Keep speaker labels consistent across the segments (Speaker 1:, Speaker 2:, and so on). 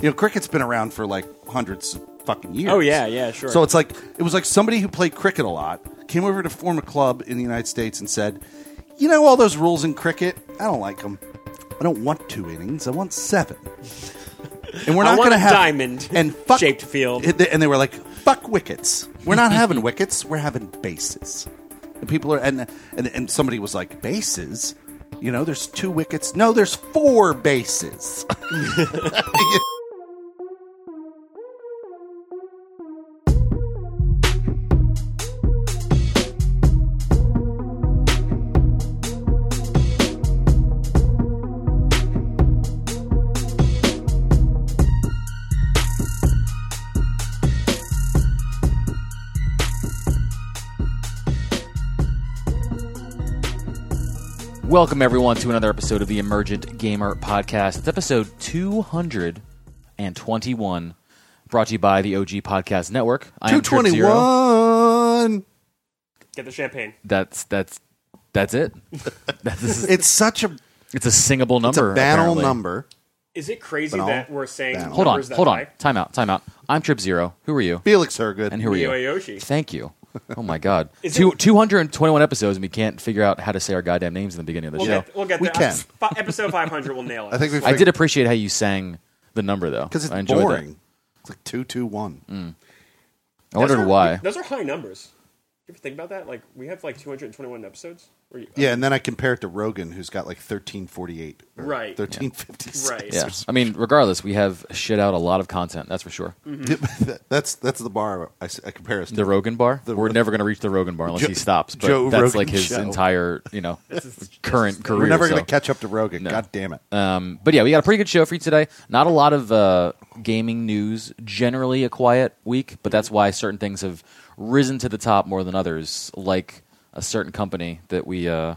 Speaker 1: You know, cricket's been around for like hundreds of fucking years.
Speaker 2: Oh, yeah, yeah, sure.
Speaker 1: So it's like it was like somebody who played cricket a lot came over to form a club in the United States and said, "You know all those rules in cricket? I don't like them. I don't want two innings. I want seven. And we're
Speaker 2: I
Speaker 1: not going
Speaker 2: want
Speaker 1: to
Speaker 2: a
Speaker 1: have
Speaker 2: diamond
Speaker 1: and fuck,
Speaker 2: shaped field.
Speaker 1: And they- And they were like, "Fuck wickets. We're not having wickets. We're having bases." And people are and and, and somebody was like, "Bases." You know, there's two wickets. No, there's four bases.
Speaker 3: Welcome, everyone, to another episode of the Emergent Gamer Podcast. It's episode 221, brought to you by the OG Podcast Network. I am
Speaker 1: Two
Speaker 3: Trip Zero.
Speaker 1: twenty one.
Speaker 2: Get the champagne.
Speaker 3: That's, that's, that's it. That's- this is-
Speaker 1: It's such a
Speaker 3: it's a singable
Speaker 1: it's
Speaker 3: number.
Speaker 1: a banal
Speaker 3: apparently.
Speaker 1: number.
Speaker 2: Is it crazy
Speaker 1: Banal.
Speaker 2: that we're saying
Speaker 1: Banal.
Speaker 3: Hold on,
Speaker 2: numbers that
Speaker 3: hold on.
Speaker 2: high?
Speaker 3: Time out, time out. I'm Trip Zero. Who are you?
Speaker 1: Felix Hergood.
Speaker 3: And who are you?
Speaker 2: Leo Aoshi.
Speaker 3: Thank you. Oh, my God.
Speaker 2: E. Is
Speaker 3: Two,
Speaker 2: it-
Speaker 3: 221 episodes, and we can't figure out how to say our goddamn names in the beginning of the
Speaker 2: We'll
Speaker 3: show.
Speaker 2: get, we'll get
Speaker 1: we
Speaker 2: there.
Speaker 1: can.
Speaker 2: Fi- Episode 500 will nail it.
Speaker 1: I think we
Speaker 3: I did appreciate how you sang the number, though.
Speaker 1: because it's
Speaker 3: I enjoyed that. Mm.
Speaker 1: boring. It's like two two one.
Speaker 3: I wondered why.
Speaker 2: Those are high numbers. You ever think about that? Like, we have like 221 episodes. Where you,
Speaker 1: Yeah, and then I compare it to Rogan, who's got like thirteen forty eight,
Speaker 2: Right.
Speaker 1: Thirteen fifty six.
Speaker 2: Right.
Speaker 3: Yeah. I mean, regardless, we have shit out a lot of content. That's for sure.
Speaker 1: Mm-hmm. that's that's the bar I, s- I compare us to.
Speaker 3: The Rogan bar. We're never going to reach the Rogan bar unless
Speaker 1: Joe-
Speaker 3: he stops. But
Speaker 1: Joe
Speaker 3: that's
Speaker 1: Rogan
Speaker 3: like his
Speaker 1: show.
Speaker 3: entire, you know, current career.
Speaker 1: We're never
Speaker 3: so.
Speaker 1: going to catch up to Rogan. God damn it!
Speaker 3: Um, but yeah, we got a pretty good show for you today. Not a lot of uh, gaming news. Generally, a quiet week, but that's why certain things have risen to the top more than others. Like a certain company that we uh,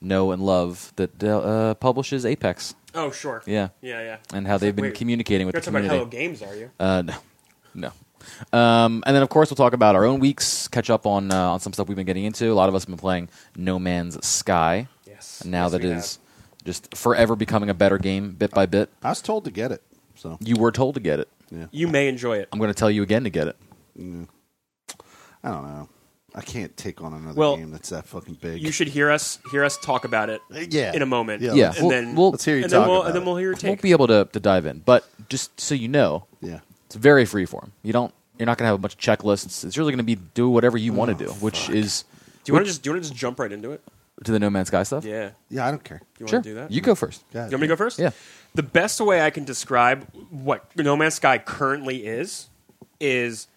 Speaker 3: know and love that uh, publishes Apex
Speaker 2: Oh, sure.
Speaker 3: Yeah.
Speaker 2: Yeah, yeah.
Speaker 3: and how they've been
Speaker 2: Wait,
Speaker 3: communicating with
Speaker 2: You're
Speaker 3: the
Speaker 2: talking about
Speaker 3: community.
Speaker 2: Hello Games, are you?
Speaker 3: Uh, no, no. Um, and then of course we'll talk about our own weeks, catch up on uh, on some stuff we've been getting into. A lot of us have been playing No Man's Sky.
Speaker 2: Yes.
Speaker 3: And Now
Speaker 2: Yes,
Speaker 3: that
Speaker 2: we
Speaker 3: is just forever becoming a better game, bit by bit.
Speaker 1: I was told to get it, so
Speaker 3: You were told to get it.
Speaker 2: You may enjoy it.
Speaker 3: I'm going to tell you again to get it.
Speaker 1: I don't know. I can't take on another
Speaker 2: Well,
Speaker 1: game that's that fucking big. Uh,
Speaker 2: You should hear us hear us talk about it
Speaker 1: yeah,
Speaker 2: in a moment.
Speaker 1: Yeah,
Speaker 3: Yeah,
Speaker 1: Let's,
Speaker 3: we'll-
Speaker 2: then-
Speaker 3: we'll-
Speaker 1: Oh, let's hear you
Speaker 2: and then
Speaker 1: talk
Speaker 2: we'll,
Speaker 1: about
Speaker 2: and then
Speaker 1: it.
Speaker 2: we'll hear your
Speaker 3: Won't
Speaker 2: take.
Speaker 3: be able to, to dive in, but just so you know,
Speaker 1: yeah,
Speaker 3: it's very freeform. You don't. You're not going to have a bunch of checklists. It's really going to be do whatever you want to do, which is
Speaker 2: do you want to just do you want to just jump right into it?
Speaker 3: to the No Man's Sky stuff.
Speaker 2: Yeah.
Speaker 1: yeah. I don't care.
Speaker 2: You want
Speaker 3: sure.
Speaker 2: to do that?
Speaker 3: You go first.
Speaker 1: God,
Speaker 2: You want me to go first?
Speaker 3: Yeah.
Speaker 2: The best way I can describe what No Man's Sky currently is is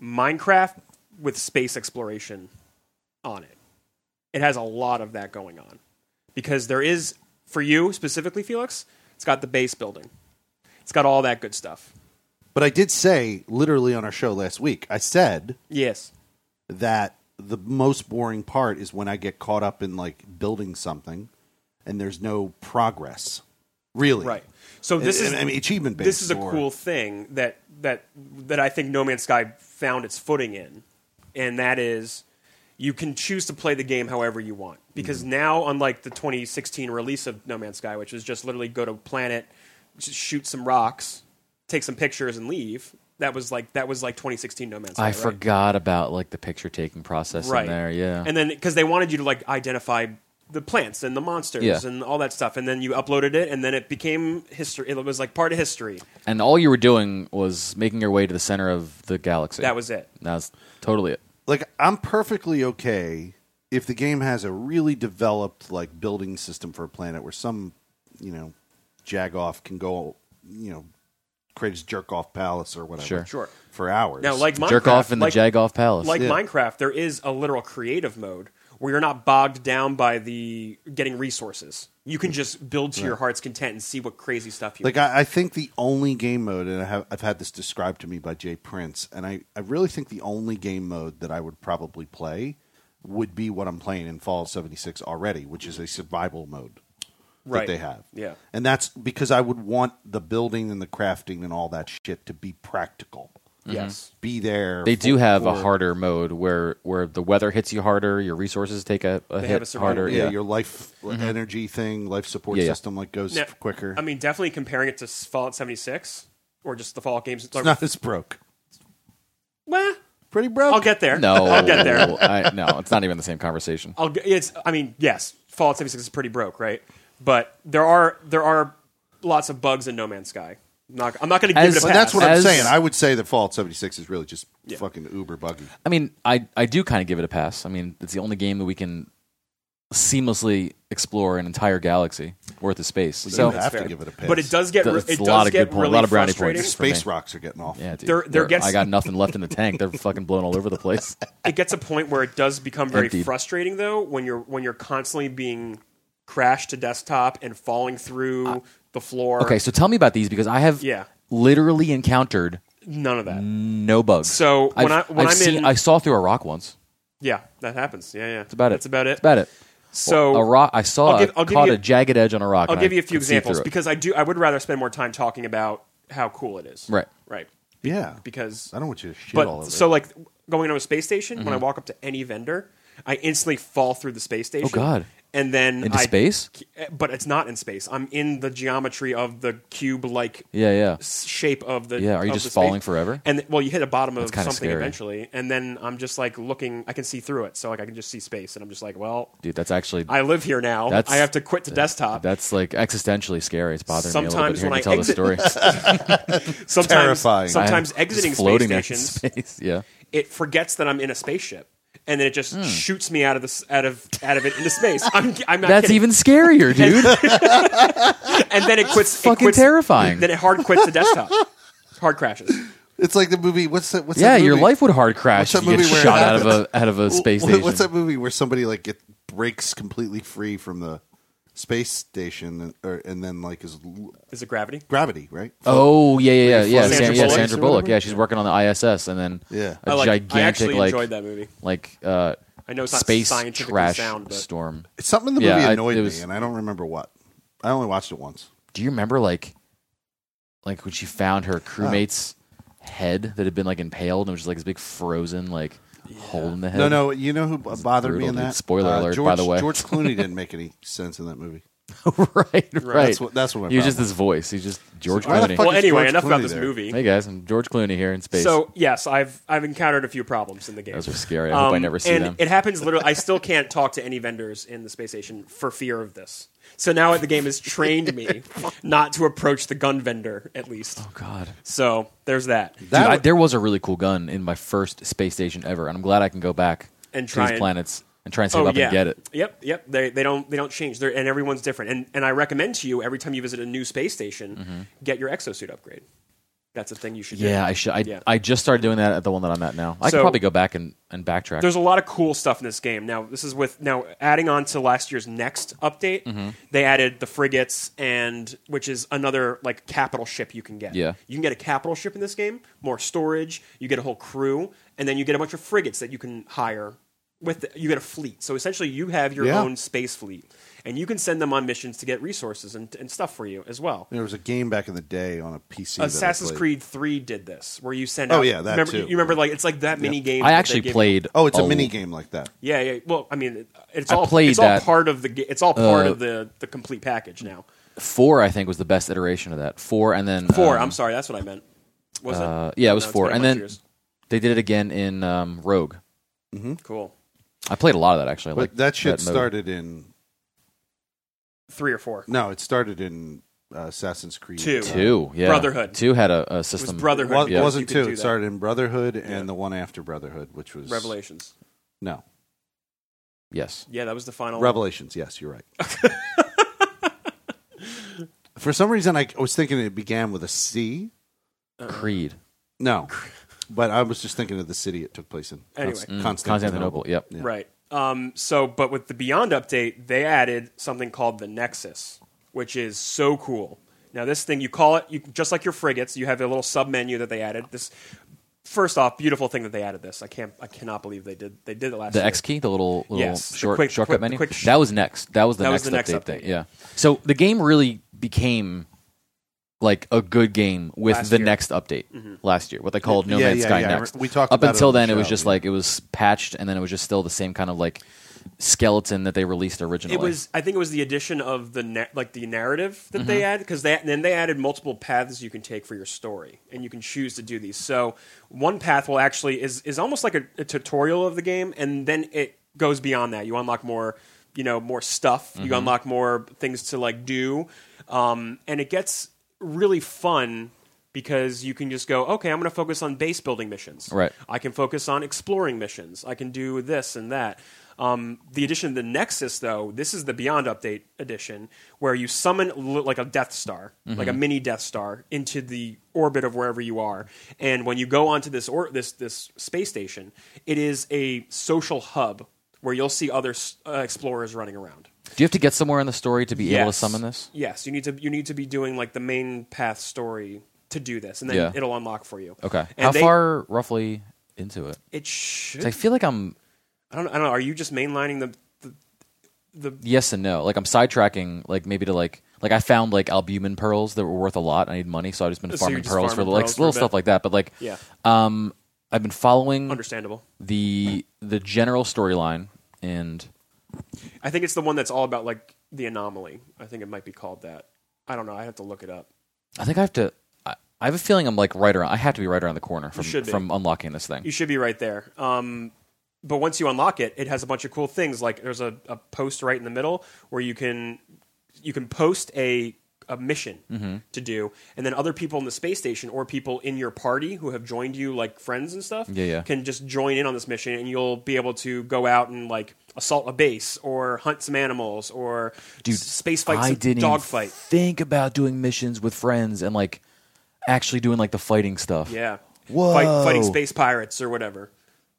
Speaker 2: Minecraft with space exploration on it. It has a lot of that going on because there is for you specifically, Felix. It's got the base building. It's got all that good stuff.
Speaker 1: But I did say literally on our show last week. I said
Speaker 2: Yes.
Speaker 1: that the most boring part is when I get caught up in like building something and there's no progress. Really,
Speaker 2: Right. So this
Speaker 1: And-
Speaker 2: is
Speaker 1: and, I mean, achievement-based
Speaker 2: This is a
Speaker 1: or-
Speaker 2: cool thing that that that I think No Man's Sky found its footing in, and that is you can choose to play the game however you want because
Speaker 3: Mm-hmm.
Speaker 2: now, unlike the 2016 release of No Man's Sky, which is just literally go to a planet, just shoot some rocks, take some pictures, and leave. That was like that was like 2016 No Man's Sky.
Speaker 3: I
Speaker 2: right?
Speaker 3: forgot about like the picture taking process
Speaker 2: right
Speaker 3: in there. Yeah.
Speaker 2: and then because they wanted you to like identify the plants and the monsters
Speaker 3: Yeah.
Speaker 2: and all that stuff and then you uploaded it and then it became history it was like part of history
Speaker 3: And all you were doing was making your way to the center of the galaxy.
Speaker 2: that was it
Speaker 3: That's totally it.
Speaker 1: like I'm perfectly okay if the game has a really developed like building system for a planet where some, you know, jagoff can go, you know, create his jerk off palace or whatever.
Speaker 3: Sure.
Speaker 2: Sure.
Speaker 1: For hours.
Speaker 2: now like minecraft
Speaker 3: Jerk off in the
Speaker 2: like,
Speaker 3: Jagoff Palace.
Speaker 2: like
Speaker 1: Yeah.
Speaker 2: minecraft there is a literal creative mode where you're not bogged down by the getting resources you can just build to your heart's content and see what crazy stuff you
Speaker 1: Like I, I think the only game mode, and I have, I've had this described to me by Jay Prince, and I, I really think the only game mode that I would probably play would be what I'm playing in Fallout 76 already, which is a survival mode that
Speaker 2: Right.
Speaker 1: they have.
Speaker 2: Yeah.
Speaker 1: and that's because I would want the building and the crafting and all that shit to be practical.
Speaker 2: yes
Speaker 1: Be there.
Speaker 3: Mm-hmm. they
Speaker 1: for-
Speaker 3: do have a
Speaker 1: for-
Speaker 3: harder mode where where the weather hits you harder, your resources take a, a
Speaker 2: have
Speaker 3: hit
Speaker 2: a survival-
Speaker 3: harder.
Speaker 1: Yeah,
Speaker 3: Yeah.
Speaker 1: your life
Speaker 2: Mm-hmm.
Speaker 1: like, energy thing, life support
Speaker 3: Yeah, yeah.
Speaker 1: system, like goes
Speaker 2: Now,
Speaker 1: quicker.
Speaker 2: i mean definitely comparing it to fallout 76 or just the Fallout games. It's like,
Speaker 1: It's not as broke.
Speaker 2: well,
Speaker 1: Pretty broke.
Speaker 2: I'll get there.
Speaker 3: No,
Speaker 2: I'll get there.
Speaker 3: I, no, it's not even the same conversation.
Speaker 2: I'll g- it's I mean, yes, Fallout 76 is pretty broke, right? But there are there are lots of bugs in No Man's Sky. I'm not, I'm not going to give
Speaker 3: As-
Speaker 2: it a
Speaker 3: Well,
Speaker 2: pass.
Speaker 1: That's what
Speaker 3: As-
Speaker 1: I'm saying. I would say that Fallout 76 is really just fucking uber buggy.
Speaker 3: I mean, I, I do kind of give it a pass. I mean, it's the only game that we can seamlessly explore an entire galaxy worth of space.
Speaker 1: You
Speaker 3: So
Speaker 1: have to
Speaker 2: fair.
Speaker 1: give it a pass.
Speaker 2: but it does get
Speaker 3: That's
Speaker 2: it does
Speaker 3: a lot of
Speaker 2: get
Speaker 3: good point- a
Speaker 2: really
Speaker 3: lot of brownie
Speaker 2: frustrating.
Speaker 3: points.
Speaker 1: Space
Speaker 3: for me.
Speaker 1: rocks are getting off.
Speaker 3: yeah, dude,
Speaker 2: they're- they're guess-
Speaker 3: I got nothing left in the tank. They're fucking blown all over the place.
Speaker 2: It gets a point where it does become very
Speaker 3: Emptied.
Speaker 2: frustrating though when you're when you're constantly being crashed to desktop and falling through the floor.
Speaker 3: Okay, so tell me about these because I have
Speaker 2: Yeah.
Speaker 3: literally encountered
Speaker 2: None of that.
Speaker 3: no bugs.
Speaker 2: So, when
Speaker 3: Mm. I've-
Speaker 2: I- when
Speaker 3: I've
Speaker 2: I'm
Speaker 3: seen-
Speaker 2: in-
Speaker 3: I saw through a rock once.
Speaker 2: Yeah, that happens. Yeah, yeah. That's
Speaker 3: about it.
Speaker 2: That's about it.
Speaker 3: That's about it.
Speaker 2: So
Speaker 3: a rock. I saw
Speaker 2: I'll give- I'll give
Speaker 3: caught
Speaker 2: you-
Speaker 3: a jagged edge on a rock.
Speaker 2: I'll
Speaker 3: and
Speaker 2: give
Speaker 3: I
Speaker 2: you a few
Speaker 3: could see through
Speaker 2: examples
Speaker 3: it.
Speaker 2: because I do. I would rather spend more time talking about how cool it is.
Speaker 3: Right.
Speaker 2: Right.
Speaker 1: Yeah.
Speaker 2: Because
Speaker 1: I don't want you to shit
Speaker 2: but
Speaker 1: all over.
Speaker 2: so like going on a space station
Speaker 3: Mm-hmm.
Speaker 2: when I walk up to any vendor, I instantly fall through the space station.
Speaker 3: Oh, God.
Speaker 2: And then
Speaker 3: Into
Speaker 2: I-
Speaker 3: space?
Speaker 2: but it's not in space. I'm in the geometry of the cube-like
Speaker 3: yeah, yeah.
Speaker 2: s- shape of the
Speaker 3: Yeah, are you
Speaker 2: of
Speaker 3: just
Speaker 2: the space.
Speaker 3: falling forever?
Speaker 2: And th- well, you hit the bottom of
Speaker 3: kinda
Speaker 2: something
Speaker 3: scary.
Speaker 2: eventually, and then I'm just like looking. I can see through it, so like I can just see space, and I'm just like, well,
Speaker 3: Dude, that's actually
Speaker 2: I live here now.
Speaker 3: That's-
Speaker 2: I have to quit the desktop.
Speaker 3: that's like existentially scary. It's bothering me a little bit
Speaker 2: Sometimes
Speaker 3: hearing
Speaker 2: when
Speaker 3: you
Speaker 2: I
Speaker 3: tell this
Speaker 2: exit-
Speaker 3: story.
Speaker 2: sometimes,
Speaker 1: Terrifying.
Speaker 2: Sometimes
Speaker 3: I'm
Speaker 2: exiting
Speaker 3: just floating
Speaker 2: space
Speaker 3: there
Speaker 2: stations,
Speaker 3: in space. Yeah.
Speaker 2: it forgets that I'm in a spaceship, and then it
Speaker 3: Hmm.
Speaker 2: just shoots me out of this out of out of it into space. I'm, I'm not
Speaker 3: That's
Speaker 2: kidding.
Speaker 3: even scarier, dude.
Speaker 2: and then it quits. it
Speaker 3: fucking
Speaker 2: quits-
Speaker 3: terrifying.
Speaker 2: Then it hard quits the desktop. Hard crashes.
Speaker 1: it's like the movie. What's that? What's
Speaker 3: yeah,
Speaker 1: that
Speaker 3: your
Speaker 1: movie?
Speaker 3: life would hard
Speaker 1: What's
Speaker 3: crash if
Speaker 1: that
Speaker 3: you get
Speaker 1: movie where it
Speaker 3: shot out of a out of a space
Speaker 1: Wh-
Speaker 3: station.
Speaker 1: What's that movie where somebody like get breaks completely free from the space station and, or, and then like is l-
Speaker 2: Is it gravity?
Speaker 1: gravity right?
Speaker 3: Oh yeah, yeah, yeah, yeah.
Speaker 2: Sandra
Speaker 3: Sandra, yeah,
Speaker 2: Bullock?
Speaker 3: Sandra
Speaker 1: Or
Speaker 3: Bullock.
Speaker 1: whatever?
Speaker 3: Yeah, she's working on the ISS, and then
Speaker 1: Yeah.
Speaker 3: a
Speaker 2: I like.
Speaker 3: gigantic
Speaker 2: I actually
Speaker 3: like
Speaker 2: enjoyed that movie.
Speaker 3: like uh,
Speaker 2: I know it's not
Speaker 3: space
Speaker 2: scientifically
Speaker 3: trash
Speaker 2: sound, but-
Speaker 3: storm.
Speaker 1: Something in the
Speaker 3: Yeah,
Speaker 1: movie
Speaker 3: I-
Speaker 1: annoyed
Speaker 3: it was-
Speaker 1: me, and I don't remember what. I only watched it once.
Speaker 3: Do you remember like like when she found her crewmate's head that had been like impaled and it was just like this big frozen like hole in the head?
Speaker 1: No, no, you know who b- bothered me
Speaker 3: brutal,
Speaker 1: in
Speaker 3: dude.
Speaker 1: that? Uh,
Speaker 3: Spoiler alert, by
Speaker 1: George,
Speaker 3: the way.
Speaker 1: George Clooney didn't make any sense in that movie.
Speaker 3: right, right.
Speaker 1: That's what. That's what. My
Speaker 3: he was just
Speaker 1: problem
Speaker 3: this voice. He's just George
Speaker 1: why the
Speaker 3: Clooney.
Speaker 1: fuck
Speaker 2: Well,
Speaker 1: is
Speaker 2: anyway,
Speaker 1: George
Speaker 2: enough about
Speaker 1: Clooney
Speaker 2: this
Speaker 1: there?
Speaker 2: movie.
Speaker 3: Hey guys, I'm George Clooney here in space.
Speaker 2: So yes, I've I've encountered a few problems in the game. Um,
Speaker 3: Those are scary. I hope I never see
Speaker 2: and
Speaker 3: them.
Speaker 2: It happens literally. I still can't talk to any vendors in the space station for fear of this. So now the game has trained me not to approach the gun vendor, at least.
Speaker 3: oh God.
Speaker 2: So there's that.
Speaker 1: That
Speaker 3: Dude, I,
Speaker 1: w-
Speaker 3: there was a really cool gun in my first space station ever, and I'm glad I can go back
Speaker 2: And
Speaker 3: to
Speaker 2: try
Speaker 3: these
Speaker 2: and-
Speaker 3: planets and try and save up and get it.
Speaker 2: Oh, Yep, yep. They, they don't they don't change. They're, and everyone's different. And and I recommend to you every time you visit a new space station, get your exosuit upgrade. That's a thing you should do.
Speaker 3: Mm-hmm. Yeah, I should. I,
Speaker 2: Yeah.
Speaker 3: I just started doing that at the one that I'm at now. I could
Speaker 2: So-
Speaker 3: probably go back and, and backtrack.
Speaker 2: There's a lot of cool stuff in this game. Now, this is with now adding on to last year's next update.
Speaker 1: Mm-hmm.
Speaker 2: They added the frigates and which is another like capital ship you can get.
Speaker 3: Yeah.
Speaker 2: you can get a capital ship in this game, more storage. You get a whole crew, and then you get a bunch of frigates that you can hire. With the, you get a fleet, so essentially you have your
Speaker 1: Yeah.
Speaker 2: own space fleet, and you can send them on missions to get resources and, and stuff for you as well.
Speaker 1: There was a game back in the day on a PC. that I
Speaker 2: Assassin's
Speaker 1: played.
Speaker 2: Creed Three did this, where you send.
Speaker 1: Oh,
Speaker 2: out,
Speaker 1: yeah, that
Speaker 2: remember,
Speaker 1: too.
Speaker 2: You remember like it's like that mini game.
Speaker 3: I
Speaker 2: that they
Speaker 3: actually
Speaker 2: give you.
Speaker 3: played.
Speaker 1: Oh, it's a mini game like that.
Speaker 2: Yeah, yeah. Well, I mean, it's
Speaker 3: I
Speaker 2: all
Speaker 3: played
Speaker 2: it's all
Speaker 3: that.
Speaker 2: part of the ga- it's all part
Speaker 3: Uh,
Speaker 2: of the the complete package now.
Speaker 3: Four, I think, was the best iteration of that. Four, and then
Speaker 2: Four.
Speaker 3: um,
Speaker 2: I'm sorry, that's what I meant. Was
Speaker 3: uh,
Speaker 2: it?
Speaker 3: yeah, it was
Speaker 2: No, it's
Speaker 3: four,
Speaker 2: been a
Speaker 3: and
Speaker 2: bunch
Speaker 3: then
Speaker 2: of years.
Speaker 3: they did it again in um, Rogue.
Speaker 2: cool,
Speaker 3: I played a lot of that actually. I
Speaker 1: But
Speaker 3: liked
Speaker 1: that shit
Speaker 3: mode.
Speaker 1: started in
Speaker 2: three or four.
Speaker 1: no, it started in uh, Assassin's Creed
Speaker 2: Two.
Speaker 1: uh,
Speaker 3: Two, yeah,
Speaker 2: Brotherhood.
Speaker 3: Two had a, a
Speaker 2: It was
Speaker 3: system.
Speaker 2: Brotherhood.
Speaker 1: Well,
Speaker 3: Yeah.
Speaker 1: It wasn't
Speaker 2: You could
Speaker 1: two.
Speaker 2: do
Speaker 1: It
Speaker 2: that.
Speaker 1: started in Brotherhood
Speaker 2: Yeah.
Speaker 1: and the one after Brotherhood, which was
Speaker 2: Revelations.
Speaker 1: No,
Speaker 3: yes,
Speaker 2: Yeah, that was the final.
Speaker 1: Revelations. Yes, you're right. For some reason, I was thinking it began with a C.
Speaker 2: uh-uh.
Speaker 3: Creed,
Speaker 1: No, but I was just thinking of the city it took place in.
Speaker 2: Anyway.
Speaker 1: Const-
Speaker 3: Mm. Constantinople. Yep.
Speaker 1: Yeah.
Speaker 2: Right. Um, so, but with the Beyond update, they added something called the Nexus, which is so cool. Now, this thing you call it you, just like your frigates. You have a little sub menu that they added. This first off, beautiful thing that they added. This I can't, I cannot believe they did. They did it last.
Speaker 3: The
Speaker 2: year.
Speaker 3: X key, the little little
Speaker 2: Yes, the
Speaker 3: short
Speaker 2: quick-
Speaker 3: shortcut
Speaker 2: quick-
Speaker 3: menu.
Speaker 2: quick sh-
Speaker 3: that was next. That was the,
Speaker 2: That
Speaker 3: next,
Speaker 2: was the next
Speaker 3: update thing.
Speaker 2: update.
Speaker 3: Yeah. So the game really became like a good game with
Speaker 2: Last
Speaker 3: the
Speaker 2: year. Mm-hmm.
Speaker 3: next update last year. What they called No
Speaker 1: Yeah,
Speaker 3: Man's
Speaker 1: yeah,
Speaker 3: Sky
Speaker 1: yeah.
Speaker 3: next.
Speaker 1: We talked
Speaker 3: up
Speaker 1: about it
Speaker 3: until
Speaker 1: on the
Speaker 3: then. it was
Speaker 1: show,
Speaker 3: just
Speaker 1: yeah.
Speaker 3: like it was patched, and then it was just still the same kind of like skeleton that they released originally.
Speaker 2: It was. I think it was the addition of the na- like the narrative that they added because that then they added multiple paths you can take for your story, and you can choose to do these. So one path will actually is is almost like a, a tutorial of the game, and then it goes beyond that. You unlock more, you know, more stuff. You unlock more things to like do, um, and it gets really fun because you can just go okay i'm going to focus on base building missions
Speaker 3: Right.
Speaker 2: I can focus on exploring missions. I can do this and that. Um, the addition of the Nexus, though, this is the Beyond Update edition, where you summon l- like a Death Star, like a mini Death Star, into the orbit of wherever you are. And when you go onto this or- this this space station, it is a social hub where you'll see other s- uh, explorers running around.
Speaker 3: Do you have to get somewhere in the story to be able to summon this?
Speaker 2: Yes, you need to you need to be doing like the main path story to do this, and then
Speaker 3: Yeah.
Speaker 2: it'll unlock for you.
Speaker 3: Okay.
Speaker 2: And
Speaker 3: How
Speaker 2: they-
Speaker 3: far roughly into it?
Speaker 2: It should
Speaker 3: 'Cause I feel like I'm
Speaker 2: I don't, I don't know. Are you just mainlining the the, the
Speaker 3: yes and no. Like I'm sidetracking like maybe to like like I found like albumin pearls that were worth a lot. I need money, so I've just been
Speaker 2: So you're
Speaker 3: farming
Speaker 2: just
Speaker 3: pearls for
Speaker 2: farming
Speaker 3: like
Speaker 2: pearls for a
Speaker 3: little
Speaker 2: bit.
Speaker 3: stuff like that. But like
Speaker 2: yeah?
Speaker 3: um I've been following
Speaker 2: Understandable.
Speaker 3: the the general storyline and
Speaker 2: I think it's the one that's all about like the anomaly. I think it might be called that. I don't know. I have to look it up.
Speaker 3: I think I have to I, I have a feeling I'm like right around I have to be right around the corner from
Speaker 2: should be.
Speaker 3: from unlocking this thing.
Speaker 2: You should be right there. Um, but once you unlock it, it has a bunch of cool things. Like there's a, a post right in the middle where you can you can post a a mission
Speaker 3: Mm-hmm.
Speaker 2: to do, and then other people in the space station or people in your party who have joined you, like friends and stuff,
Speaker 3: Yeah, yeah.
Speaker 2: can just join in on this mission, and you'll be able to go out and like assault a base or hunt some animals or
Speaker 3: Dude,
Speaker 2: s- space fight,
Speaker 3: I
Speaker 2: some
Speaker 3: didn't
Speaker 2: dog
Speaker 3: even
Speaker 2: fight.
Speaker 3: Think about doing missions with friends and like actually doing like the fighting stuff.
Speaker 2: Yeah.
Speaker 3: Whoa.
Speaker 2: Fight, fighting space pirates or whatever.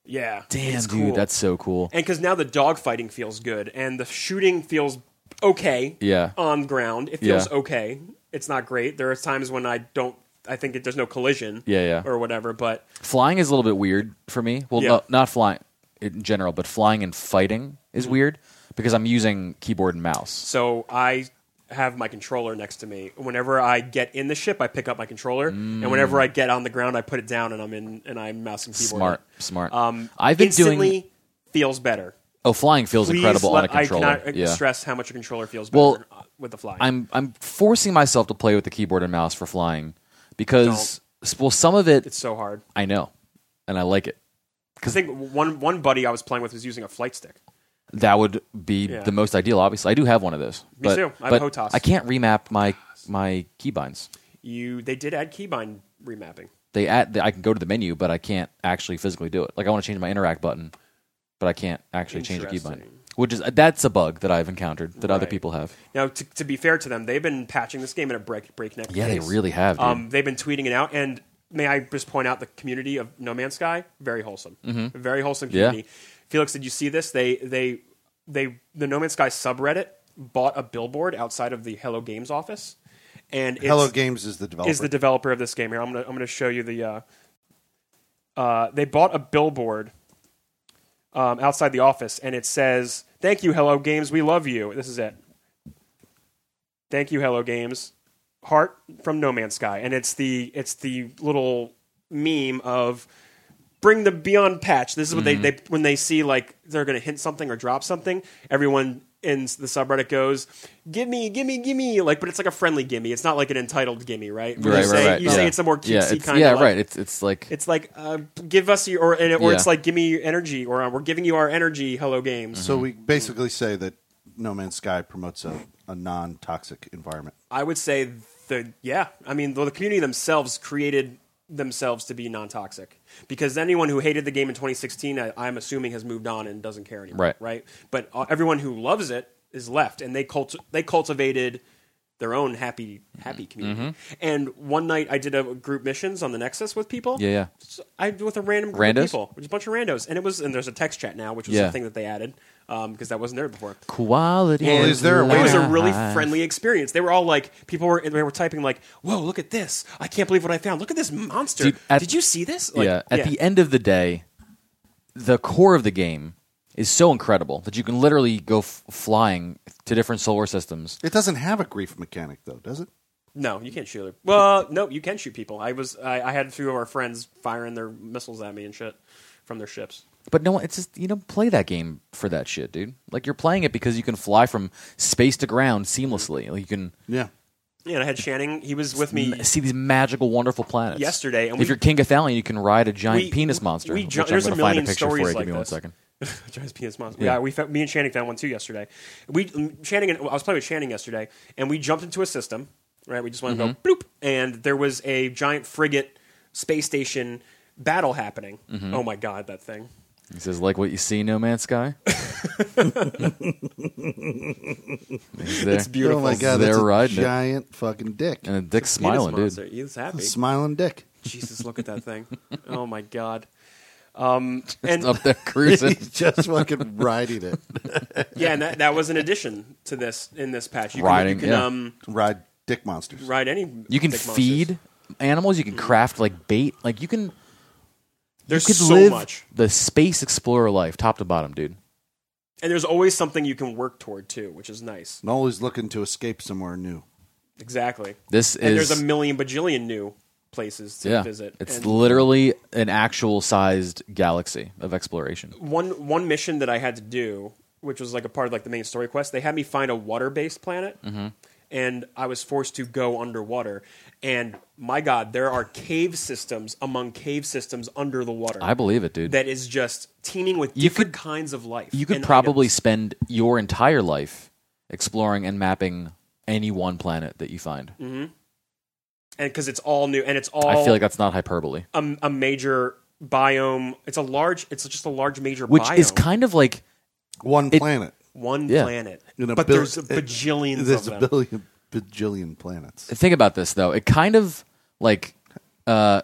Speaker 2: Yeah.
Speaker 3: Damn,
Speaker 2: it's
Speaker 3: dude,
Speaker 2: cool.
Speaker 3: that's so cool.
Speaker 2: and because now the dogfighting feels good and the shooting feels okay.
Speaker 3: Yeah.
Speaker 2: On ground, it feels
Speaker 3: Yeah.
Speaker 2: okay. It's not great. There are times when I don't. I think it, there's no collision.
Speaker 3: Yeah, yeah.
Speaker 2: Or whatever, but
Speaker 3: Flying is a little bit weird for me. Well,
Speaker 2: Yeah.
Speaker 3: no, not flying in general, but flying and fighting is
Speaker 2: Mm-hmm.
Speaker 3: weird because I'm using keyboard and mouse.
Speaker 2: so I have my controller next to me. Whenever I get in the ship, I pick up my controller, and whenever I get on the ground, I put it down and I'm in and I'm mousing keyboard.
Speaker 3: Smart, smart.
Speaker 2: Um,
Speaker 3: I've been
Speaker 2: instantly
Speaker 3: doing.
Speaker 2: feels better.
Speaker 3: Oh, flying feels
Speaker 2: Please
Speaker 3: incredible on
Speaker 2: let,
Speaker 3: a controller.
Speaker 2: I cannot uh,
Speaker 3: yeah.
Speaker 2: stress how much a controller feels better uh,
Speaker 3: Well,
Speaker 2: with the fly.
Speaker 3: I'm I'm forcing myself to play with the keyboard and mouse for flying because well, some of it
Speaker 2: it's so hard.
Speaker 3: I know, and I like it.
Speaker 2: I think one one buddy I was playing with was using a flight stick.
Speaker 3: That would be
Speaker 2: Yeah.
Speaker 3: the most ideal. Obviously, I do have one of those.
Speaker 2: Me
Speaker 3: but,
Speaker 2: too. I have
Speaker 3: but
Speaker 2: Hotas.
Speaker 3: I can't remap my my keybinds.
Speaker 2: You they did add keybind remapping.
Speaker 3: They add. I can go to the menu, but I can't actually physically do it. Like I want to change my interact button, but I can't actually change a keybind.
Speaker 2: Interesting.
Speaker 3: Which is that's a bug that I've encountered that other
Speaker 2: Right.
Speaker 3: people have.
Speaker 2: Now, to, to be fair to them, they've been patching this game at a break, breakneck.
Speaker 3: Yeah,
Speaker 2: pace.
Speaker 3: they really have. Dude.
Speaker 2: Um, they've been tweeting it out, and may I just point out the community of No Man's Sky? Very wholesome, very wholesome
Speaker 3: Mm-hmm. Yeah.
Speaker 2: community. Felix, did you see this? They they they the No Man's Sky subreddit bought a billboard outside of the Hello Games office, and it's,
Speaker 1: Hello Games is the developer.
Speaker 2: is the developer of this game here. I'm gonna I'm gonna show you the. Uh, uh, they bought a billboard um, outside the office, and it says, "Thank you, Hello Games. We love you." This is it. Thank you, Hello Games. Heart from No Man's Sky, and it's the it's the little meme of bring the Beyond patch. This is what
Speaker 3: Mm-hmm.
Speaker 2: they, they when they see like they're going to hint something or drop something. Everyone in the subreddit goes, "Gimme, gimme, gimme!" Like, but it's like a friendly gimme. It's not like an entitled gimme, right? When
Speaker 3: right,
Speaker 2: you
Speaker 3: right,
Speaker 2: say,
Speaker 3: right.
Speaker 2: You
Speaker 3: yeah.
Speaker 2: say it's a more cutesy
Speaker 3: yeah, it's-
Speaker 2: kind. of
Speaker 3: Yeah,
Speaker 2: like-
Speaker 3: right. It's it's like
Speaker 2: It's like uh, give us your or, and- or
Speaker 3: Yeah.
Speaker 2: it's like give me energy or uh, we're giving you our energy. Hello, games.
Speaker 1: so we basically say that No Man's Sky promotes a, a non toxic environment.
Speaker 2: I would say the yeah. I mean, the, the community themselves created themselves to be non-toxic because anyone who hated the game in 2016, I, I'm assuming, has moved on and doesn't care anymore.
Speaker 3: Right.
Speaker 2: Right. But uh, everyone who loves it is left, and they cult- they cultivated their own happy happy
Speaker 3: Mm-hmm.
Speaker 2: community. And one night, I did a group missions on the Nexus with people.
Speaker 3: yeah, yeah.
Speaker 2: So I with a random group
Speaker 3: Randos?
Speaker 2: of people, which is a bunch of randos, and it was and there's a text chat now, which was
Speaker 3: Yeah.
Speaker 2: a thing that they added because that wasn't there before.
Speaker 3: Quality.
Speaker 1: Well,
Speaker 3: of
Speaker 1: is there a way
Speaker 2: It was a
Speaker 1: Wow.
Speaker 3: life.
Speaker 2: really friendly experience. They were all like, people were they were typing like, "Whoa, look at this! I can't believe what I found! Look at this monster!
Speaker 3: Dude, at-
Speaker 2: Did you see this?" Like,
Speaker 3: yeah. At the end of the day, the core of the game is so incredible that you can literally go f- flying to different solar systems.
Speaker 1: It doesn't have a grief mechanic, though, does it?
Speaker 2: no, you can't shoot. Her. Well, no, you can shoot people. I was I, I had a few of our friends firing their missiles at me and shit from their ships.
Speaker 3: But no, it's just you know play that game for that shit, dude. Like you're playing it because you can fly from space to ground seamlessly. Like you can
Speaker 1: Yeah.
Speaker 2: Yeah, and I had Channing. He was with me
Speaker 3: m- see these magical, wonderful planets.
Speaker 2: yesterday, and
Speaker 3: if
Speaker 2: we-
Speaker 3: you're King Gathalion, you can ride a giant
Speaker 2: we-
Speaker 3: penis monster.
Speaker 2: we
Speaker 3: which
Speaker 2: ju-
Speaker 3: I'm
Speaker 2: there's a
Speaker 3: gonna find
Speaker 2: million
Speaker 3: a picture for
Speaker 2: stories
Speaker 3: you.
Speaker 2: like
Speaker 3: Give me one
Speaker 2: this.
Speaker 3: second.
Speaker 2: Giant penis monster.
Speaker 3: Yeah.
Speaker 2: Yeah, we found, me and Channing found one too yesterday. We mm, Channing and I was playing with Channing yesterday, and we jumped into a system. Right, we just wanted to
Speaker 3: Mm-hmm.
Speaker 2: go bloop, and there was a giant frigate space station battle happening.
Speaker 3: Mm-hmm.
Speaker 2: Oh my god, that thing!
Speaker 3: He says, "Like what you see, No Man's Sky." He's there.
Speaker 2: It's beautiful.
Speaker 1: Oh my god,
Speaker 3: They're
Speaker 1: that's a
Speaker 3: riding it.
Speaker 1: giant fucking dick.
Speaker 3: and the dick's
Speaker 2: Penis
Speaker 3: smiling,
Speaker 2: monster.
Speaker 3: dude.
Speaker 2: He's happy.
Speaker 1: Smiling dick.
Speaker 2: Jesus, look at that thing! Oh my god. Um, and
Speaker 3: Up there cruising.
Speaker 1: He's just fucking riding it.
Speaker 2: yeah, and that, that was an addition to this in this patch. You
Speaker 3: Riding,
Speaker 2: can, you can
Speaker 3: yeah.
Speaker 2: um,
Speaker 1: Ride dick monsters.
Speaker 2: ride any.
Speaker 3: You can
Speaker 2: thick monsters.
Speaker 3: feed animals. You can craft like bait. Like you can.
Speaker 2: There's
Speaker 3: you could
Speaker 2: so
Speaker 3: live
Speaker 2: much.
Speaker 3: the space explorer life, top to bottom, dude.
Speaker 2: And there's always something you can work toward too, which is nice.
Speaker 1: And always looking to escape somewhere new.
Speaker 2: Exactly.
Speaker 3: This
Speaker 2: And
Speaker 3: is
Speaker 2: there's a million bajillion new places to
Speaker 3: yeah.
Speaker 2: visit.
Speaker 3: It's
Speaker 2: And
Speaker 3: literally an actual sized galaxy of exploration.
Speaker 2: one one mission that I had to do, which was like a part of like the main story quest. They had me find a water based planet,
Speaker 3: Mm-hmm.
Speaker 2: and I was forced to go underwater. And my God, there are cave systems among cave systems under the water.
Speaker 3: I believe it, dude.
Speaker 2: that is just teeming with
Speaker 3: You
Speaker 2: different
Speaker 3: could-
Speaker 2: kinds of life.
Speaker 3: you could
Speaker 2: and
Speaker 3: probably
Speaker 2: items.
Speaker 3: spend your entire life exploring and mapping any one planet that you find.
Speaker 2: and because it's all new and it's Mm. all
Speaker 3: I feel like that's not hyperbole.
Speaker 2: a, a major biome. It's a large. It's just a large major
Speaker 3: Which
Speaker 2: biome.
Speaker 3: is kind of like
Speaker 1: One
Speaker 3: It-
Speaker 1: planet.
Speaker 2: one
Speaker 3: Yeah.
Speaker 2: planet.
Speaker 1: In a
Speaker 2: but
Speaker 1: bil-
Speaker 2: there's
Speaker 1: it-
Speaker 2: bajillions
Speaker 1: There's
Speaker 2: of
Speaker 1: a
Speaker 2: them.
Speaker 1: billion bajillion planets.
Speaker 3: think about this though. It kind of like uh,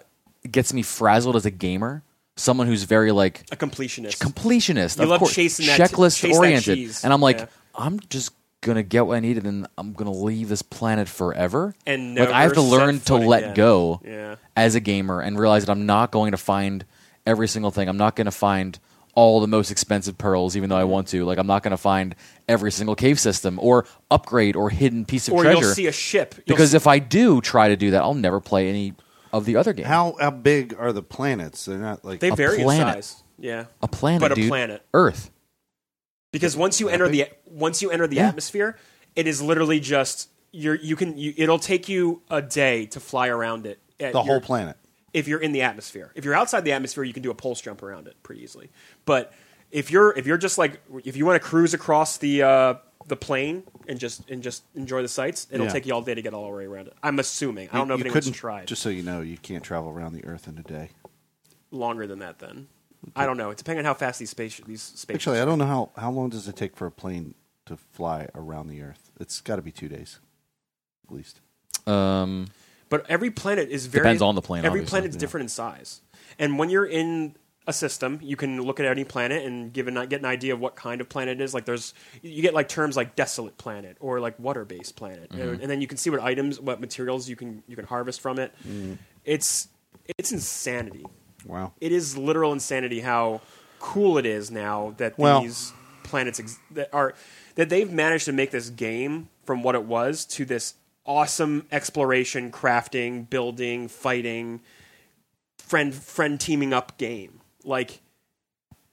Speaker 3: gets me frazzled as a gamer, someone who's very like
Speaker 2: A completionist.
Speaker 3: completionist.
Speaker 2: You
Speaker 3: of
Speaker 2: love
Speaker 3: course,
Speaker 2: chasing that-
Speaker 3: checklist
Speaker 2: chase that
Speaker 3: oriented.
Speaker 2: cheese.
Speaker 3: and I'm like,
Speaker 2: Yeah.
Speaker 3: I'm just gonna get what I need, and then I'm gonna leave this planet forever.
Speaker 2: And
Speaker 3: like, I have to
Speaker 2: never set
Speaker 3: learn to
Speaker 2: foot
Speaker 3: let
Speaker 2: again.
Speaker 3: go
Speaker 2: Yeah.
Speaker 3: as a gamer and realize that I'm not going to find every single thing. I'm not going to find all the most expensive pearls, even though I want to. Like, I'm not going to find every single cave system or upgrade or hidden piece of
Speaker 2: or
Speaker 3: treasure.
Speaker 2: you'll see a ship You'll
Speaker 3: because
Speaker 2: see-
Speaker 3: if I do try to do that, I'll never play any of the other games.
Speaker 1: How how big are the planets? They're not like
Speaker 2: they vary in
Speaker 3: planet.
Speaker 2: size. Yeah,
Speaker 3: a planet,
Speaker 2: but a
Speaker 3: dude.
Speaker 2: planet.
Speaker 3: Earth.
Speaker 2: Because once you enter the once you enter the
Speaker 3: Yeah.
Speaker 2: atmosphere, it is literally just you're you can you, it'll take you a day to fly around it. at
Speaker 1: the
Speaker 2: your-
Speaker 1: whole planet.
Speaker 2: if you're in the atmosphere. If you're outside the atmosphere, you can do a pulse jump around it pretty easily. But if you're if you're just like if you want to cruise across the uh, the plane and just and just enjoy the sights, it'll
Speaker 1: Yeah.
Speaker 2: take you all day to get all the way around it. I'm assuming. I don't know if
Speaker 1: you
Speaker 2: anyone's
Speaker 1: couldn't
Speaker 2: tried
Speaker 1: Just so you know, you can't travel around the Earth in a day.
Speaker 2: longer than that. Then I don't know. It's depending on how fast these space these space.
Speaker 1: Actually, I don't know how how long does it take for a plane to fly around the Earth. It's got to be two days, at least.
Speaker 3: Um,
Speaker 2: But every planet is very
Speaker 3: Depends on the planet,
Speaker 2: Every
Speaker 3: obviously,
Speaker 2: planet is different in size, and when you're in a system, you can look at any planet and give an, get an idea of what kind of planet it is. Like there's you get like terms like desolate planet or like water based planet,
Speaker 3: Mm-hmm.
Speaker 2: and then you can see what items, what materials you can you can harvest from it.
Speaker 3: Mm-hmm.
Speaker 2: It's it's insanity.
Speaker 1: Wow.
Speaker 2: It is literal insanity how cool it is now that
Speaker 1: Well-
Speaker 2: these planets ex- that are that they've managed to make this game from what it was to this awesome exploration, crafting, building, fighting, friend friend teaming up game. Like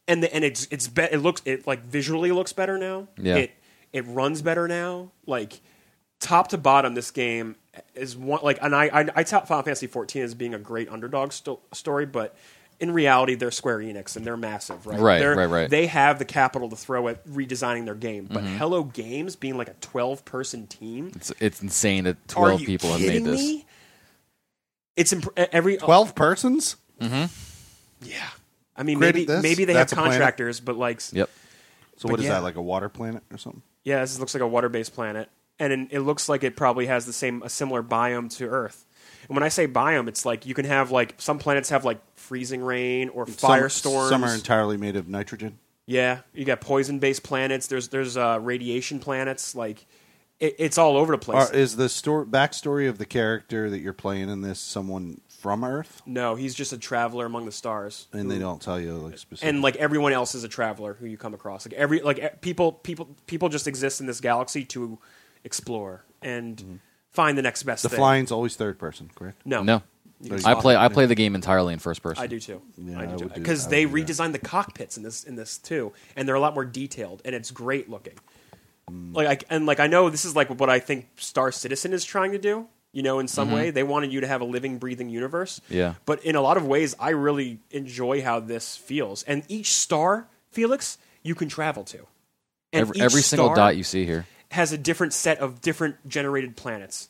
Speaker 2: and the, and it's it's be, it looks it like visually looks better now.
Speaker 3: Yeah.
Speaker 2: It it runs better now. Like top to bottom, this game is one like, and I I, I tout Final Fantasy fourteen as being a great underdog sto- story, but in reality, they're Square Enix and they're massive, right?
Speaker 3: Right,
Speaker 2: They're-
Speaker 3: right, right. Mm-hmm.
Speaker 2: They have the capital to throw at redesigning their game, but Hello Games being like a twelve person team,
Speaker 3: it's, it's insane that
Speaker 2: are
Speaker 3: 12
Speaker 2: you
Speaker 3: people have
Speaker 2: kidding
Speaker 3: made this.
Speaker 2: Me? It's imp- every oh,
Speaker 1: Twelve persons.
Speaker 2: yeah. I mean,
Speaker 1: Created
Speaker 2: maybe
Speaker 1: this?
Speaker 2: maybe they
Speaker 1: That's
Speaker 2: have
Speaker 1: a planet?
Speaker 2: contractors, but like
Speaker 3: Yep.
Speaker 1: So what is
Speaker 2: yeah.
Speaker 1: that? Like a water planet or something?
Speaker 2: Yeah, this looks like a water-based planet, and in- it looks like it probably has the same a similar biome to Earth. And when I say biome, it's like you can have like some planets have like freezing rain or firestorms.
Speaker 1: Some are entirely made of nitrogen.
Speaker 2: yeah, you got poison-based planets. There's there's uh, radiation planets. Like it, it's all over the place.
Speaker 1: Are, is the story backstory of the character that you're playing in this someone from Earth?
Speaker 2: no, he's just a traveler among the stars.
Speaker 1: And they don't tell you like specific.
Speaker 2: Mm. and like everyone else is a traveler who you come across like every like e- people people people just exist in this galaxy to explore and find the next best
Speaker 1: Mm-hmm. the
Speaker 2: thing
Speaker 1: flying's always third person, correct?
Speaker 2: no
Speaker 3: No.
Speaker 1: There you
Speaker 3: I
Speaker 1: go.
Speaker 3: play I play the game entirely in first person.
Speaker 2: I do too.
Speaker 1: Yeah,
Speaker 2: I
Speaker 1: I
Speaker 2: do
Speaker 1: would do-
Speaker 2: because
Speaker 1: I
Speaker 2: they
Speaker 1: would do
Speaker 2: redesigned the cockpits in this in this too, and they're a lot more detailed, and it's great looking.
Speaker 1: Mm.
Speaker 2: Like I, and like I know this is like what I think Star Citizen is trying to do. You know, in some way, they wanted you to have a living, breathing universe.
Speaker 3: Mm-hmm. Yeah.
Speaker 2: But in a lot of ways, I really enjoy how this feels, and each star, Felix, you can travel to. And
Speaker 3: Every,
Speaker 2: each
Speaker 3: every single
Speaker 2: star
Speaker 3: dot you see here.
Speaker 2: has a different set of different generated planets.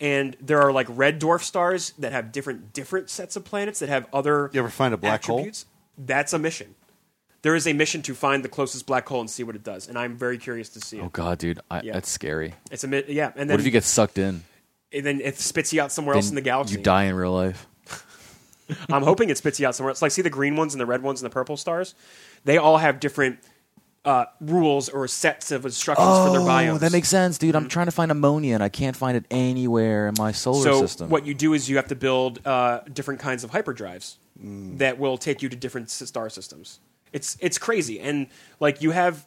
Speaker 2: And there are like red dwarf stars that have different different sets of planets that have other
Speaker 1: You ever find a black hole?
Speaker 2: attributes. That's a mission. There is a mission to find the closest black hole and see what it does, and I'm very curious to see it.
Speaker 3: Oh god, dude, I,
Speaker 2: Yeah.
Speaker 3: that's scary.
Speaker 2: It's a mi- yeah, and then
Speaker 3: What if you get sucked in?
Speaker 2: and then it spits you out somewhere else
Speaker 3: Then
Speaker 2: in the galaxy.
Speaker 3: You die in real life.
Speaker 2: I'm hoping it spits you out somewhere else. Like see the green ones and the red ones and the purple stars, they all have different uh, rules or sets of instructions for their biomes.
Speaker 3: Oh, that makes sense, dude.
Speaker 2: Mm.
Speaker 3: I'm trying to find ammonia and I can't find it anywhere in my solar
Speaker 2: so
Speaker 3: system.
Speaker 2: what you do is you have to build uh, different kinds of hyperdrives that will take you to different s- star systems. It's it's crazy, and like you have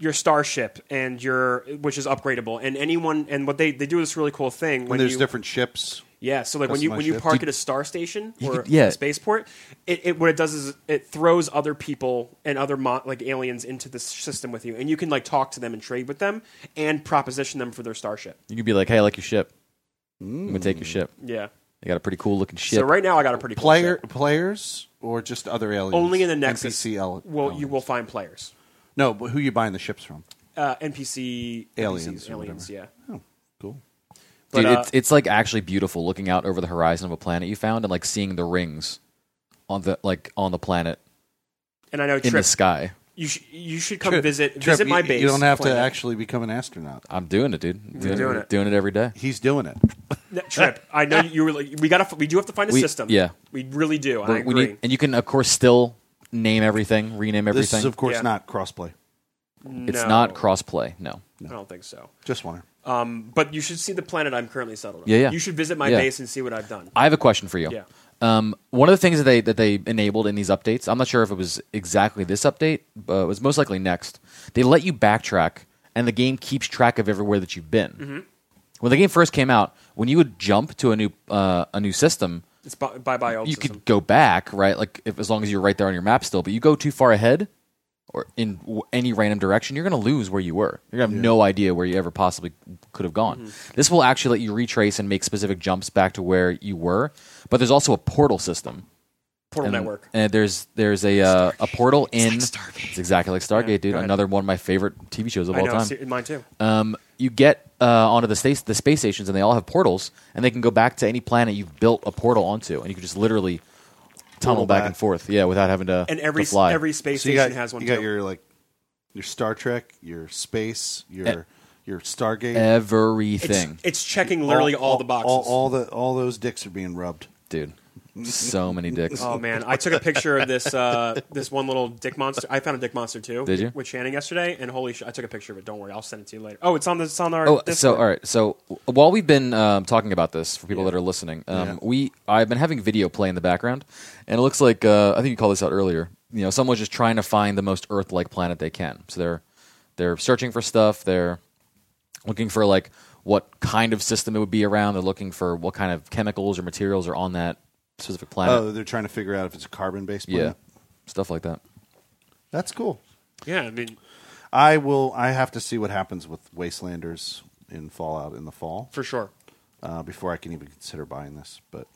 Speaker 2: your starship and your which is upgradable, and anyone and what they they do this really cool thing when
Speaker 1: And there's
Speaker 2: you
Speaker 1: different ships.
Speaker 2: yeah, so like when you
Speaker 1: customized
Speaker 2: when you
Speaker 1: ship.
Speaker 2: park
Speaker 1: Did-
Speaker 2: at a star station
Speaker 3: You
Speaker 2: or
Speaker 3: could- yeah.
Speaker 2: a spaceport, it, it what it does is it throws other people and other mo- like aliens into the s- system with you, and you can like talk to them and trade with them and proposition them for their starship.
Speaker 3: you could be like, "Hey, I like your ship. I'm gonna take your ship.
Speaker 2: Yeah.
Speaker 3: You got a pretty cool looking ship."
Speaker 2: Mm. So right now I got a pretty cool
Speaker 1: Player
Speaker 2: ship.
Speaker 1: players or just other aliens?
Speaker 2: Only in the Nexus.
Speaker 1: NPC al-
Speaker 2: Well, you
Speaker 1: aliens.
Speaker 2: will find players.
Speaker 1: No, but who you buying the ships from?
Speaker 2: Uh, NPC
Speaker 1: Aliens
Speaker 2: NPCs,
Speaker 1: or
Speaker 2: aliens, yeah.
Speaker 1: Oh, cool.
Speaker 2: But,
Speaker 3: Dude,
Speaker 2: uh,
Speaker 3: it's it's like actually beautiful looking out over the horizon of a planet you found and like seeing the rings on the like on the planet
Speaker 2: and I know
Speaker 3: in the
Speaker 2: Trip.
Speaker 3: sky.
Speaker 2: you sh- you should come
Speaker 1: Trip-
Speaker 2: visit
Speaker 1: Trip,
Speaker 2: visit
Speaker 1: you-
Speaker 2: my base.
Speaker 1: You don't have to
Speaker 2: planet.
Speaker 1: actually become an astronaut.
Speaker 3: I'm doing it, dude. Doing,
Speaker 2: doing it.
Speaker 3: Doing it every day.
Speaker 1: He's doing it.
Speaker 2: No, Trip. I know you were. Like, we gotta. We do have to find a
Speaker 3: We-
Speaker 2: system.
Speaker 3: yeah.
Speaker 2: we really do. And I
Speaker 3: But
Speaker 2: agree.
Speaker 3: we need- and you can of course still name everything, rename
Speaker 1: This
Speaker 3: everything.
Speaker 1: is, of course,
Speaker 2: Yeah.
Speaker 1: not crossplay.
Speaker 3: it's
Speaker 2: No,
Speaker 3: not crossplay. No.
Speaker 2: I don't think so.
Speaker 1: Just one.
Speaker 2: Um, but you should see the planet I'm currently settled on.
Speaker 3: Yeah, yeah.
Speaker 2: You should visit my
Speaker 3: Yeah.
Speaker 2: base and see what I've done.
Speaker 3: I have a question for you.
Speaker 2: Yeah.
Speaker 3: Um, one of the things that they that they enabled in these updates, I'm not sure if it was exactly this update, but it was most likely next. They let you backtrack, and the game keeps track of everywhere that you've been.
Speaker 2: Mm-hmm.
Speaker 3: When the game first came out, when you would jump to a new uh, a new system,
Speaker 2: It's by by, by old
Speaker 3: you
Speaker 2: system.
Speaker 3: could go back, right? Like if, as long as you're right there on your map still, but you go too far ahead or in w- any random direction, you're going to lose where you were. You're going to have no idea where you ever possibly could have gone.
Speaker 2: Mm-hmm.
Speaker 3: This will actually let you retrace and make specific jumps back to where you were. But there's also a portal system.
Speaker 2: Portal
Speaker 3: And-
Speaker 2: network.
Speaker 3: And there's there's a uh, a portal in
Speaker 2: Stargate.
Speaker 3: It's exactly like Stargate,
Speaker 2: Yeah,
Speaker 3: dude.
Speaker 2: go ahead.
Speaker 3: Another one of my favorite TV shows of
Speaker 2: I
Speaker 3: all
Speaker 2: know.
Speaker 3: time
Speaker 2: see- mine too.
Speaker 3: um, you get uh, onto the space the space stations, and they all have portals, and they can go back to any planet you've built a portal onto, and you can just literally tunnel
Speaker 1: Portal
Speaker 3: back,
Speaker 1: back.
Speaker 3: and forth, yeah, without having to
Speaker 2: And every
Speaker 3: to fly.
Speaker 2: every space
Speaker 1: So you
Speaker 2: station
Speaker 1: got,
Speaker 2: has one
Speaker 1: you got
Speaker 2: too.
Speaker 1: your like your Star Trek, your space, your
Speaker 3: Eh.
Speaker 1: your Stargate.
Speaker 2: it's,
Speaker 3: everything,
Speaker 2: it's checking literally all, the boxes.
Speaker 1: All, all the all those dicks are being rubbed.
Speaker 3: dude. So many dicks.
Speaker 2: Oh man, I took a picture of this uh, this one little dick monster. I found a dick monster too.
Speaker 3: Did you?
Speaker 2: with Shannon yesterday? And holy shit, I took a picture of it. Don't worry, I'll send it to you later. Oh, it's on the it's on our.
Speaker 3: Oh,
Speaker 2: Discord.
Speaker 3: so all right. So w- while we've been um, talking about this for people that are listening, um,
Speaker 1: Yeah.
Speaker 3: we I've been having video play in the background, and it looks like uh, I think you called this out earlier. You know, someone's just trying to find the most Earth-like planet they can. So they're they're searching for stuff. They're looking for like what kind of system it would be around. They're looking for what kind of chemicals or materials are on that specific planet.
Speaker 1: Oh, they're trying to figure out if it's a carbon based
Speaker 3: Eh. yeah,
Speaker 1: planet.
Speaker 3: stuff like that.
Speaker 1: That's cool.
Speaker 2: yeah, I mean,
Speaker 1: I will. I have to see what happens with Wastelanders in Fallout in the fall
Speaker 2: for sure.
Speaker 1: uh, before I can even consider buying this. But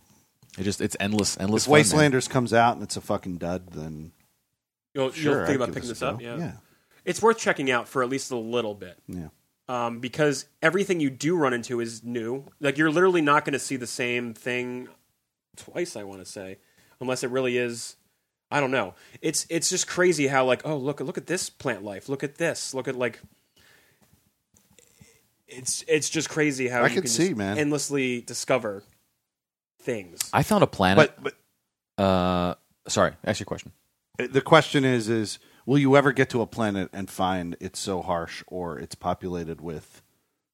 Speaker 3: It just it's endless,
Speaker 1: if
Speaker 3: endless. fun, man.
Speaker 1: Wastelanders comes out and it's a fucking dud, then
Speaker 2: You'll,
Speaker 1: sure,
Speaker 2: you'll
Speaker 1: I'd
Speaker 2: think about
Speaker 1: give
Speaker 2: picking
Speaker 1: this
Speaker 2: this
Speaker 1: a
Speaker 2: up.
Speaker 1: go.
Speaker 2: Yeah.
Speaker 1: yeah,
Speaker 2: it's worth checking out for at least a little bit
Speaker 1: yeah.
Speaker 2: um, because everything you do run into is new. Like you're literally not going to see the same thing twice. I want to say, unless it really is. I don't know. It's it's just crazy how like oh look look at this plant life. Look at this. Look at like. It's it's just crazy how
Speaker 1: I
Speaker 2: you
Speaker 1: can see,
Speaker 2: just
Speaker 1: man.
Speaker 2: endlessly discover things.
Speaker 3: I found a planet.
Speaker 1: But but
Speaker 3: uh, sorry, ask your question.
Speaker 1: the question is is will you ever get to a planet and find it's so harsh or it's populated with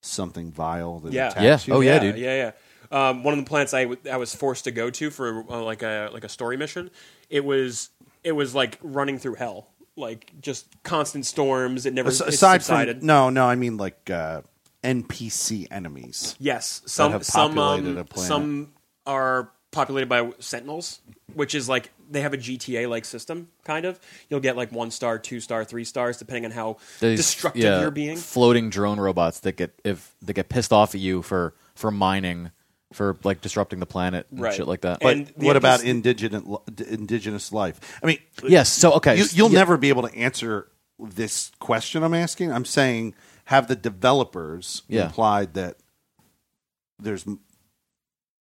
Speaker 1: something vile that
Speaker 2: Yeah.
Speaker 1: attacks
Speaker 3: Yeah.
Speaker 1: you?
Speaker 3: Oh,
Speaker 2: yeah,
Speaker 3: dude.
Speaker 2: Yeah, yeah. Um, one of the plants I, w- I was forced to go to for uh, like a like a story mission, it was it was like running through hell, like just constant storms. It never
Speaker 1: As-
Speaker 2: it
Speaker 1: aside
Speaker 2: subsided.
Speaker 1: from no, no, I mean like uh, NPC enemies.
Speaker 2: yes, some
Speaker 1: have
Speaker 2: some
Speaker 1: populated a
Speaker 2: um,
Speaker 1: planet.
Speaker 2: some are populated by Sentinels, which is like they have a GTA like system, kind of. You'll get like one star, two star, three stars, depending on how
Speaker 3: These,
Speaker 2: destructive
Speaker 3: yeah,
Speaker 2: you're being.
Speaker 3: Floating drone robots that get if they get pissed off at you for for mining, for like disrupting the planet and
Speaker 2: Right.
Speaker 3: shit like that.
Speaker 2: And-
Speaker 1: But
Speaker 2: the
Speaker 1: what about
Speaker 2: emphasis-
Speaker 1: indigenous indigenous life? I mean,
Speaker 3: yes, so okay,
Speaker 1: you, you'll
Speaker 3: yeah,
Speaker 1: never be able to answer this question I'm asking. I'm saying have the developers
Speaker 3: Yeah.
Speaker 1: implied that there's m-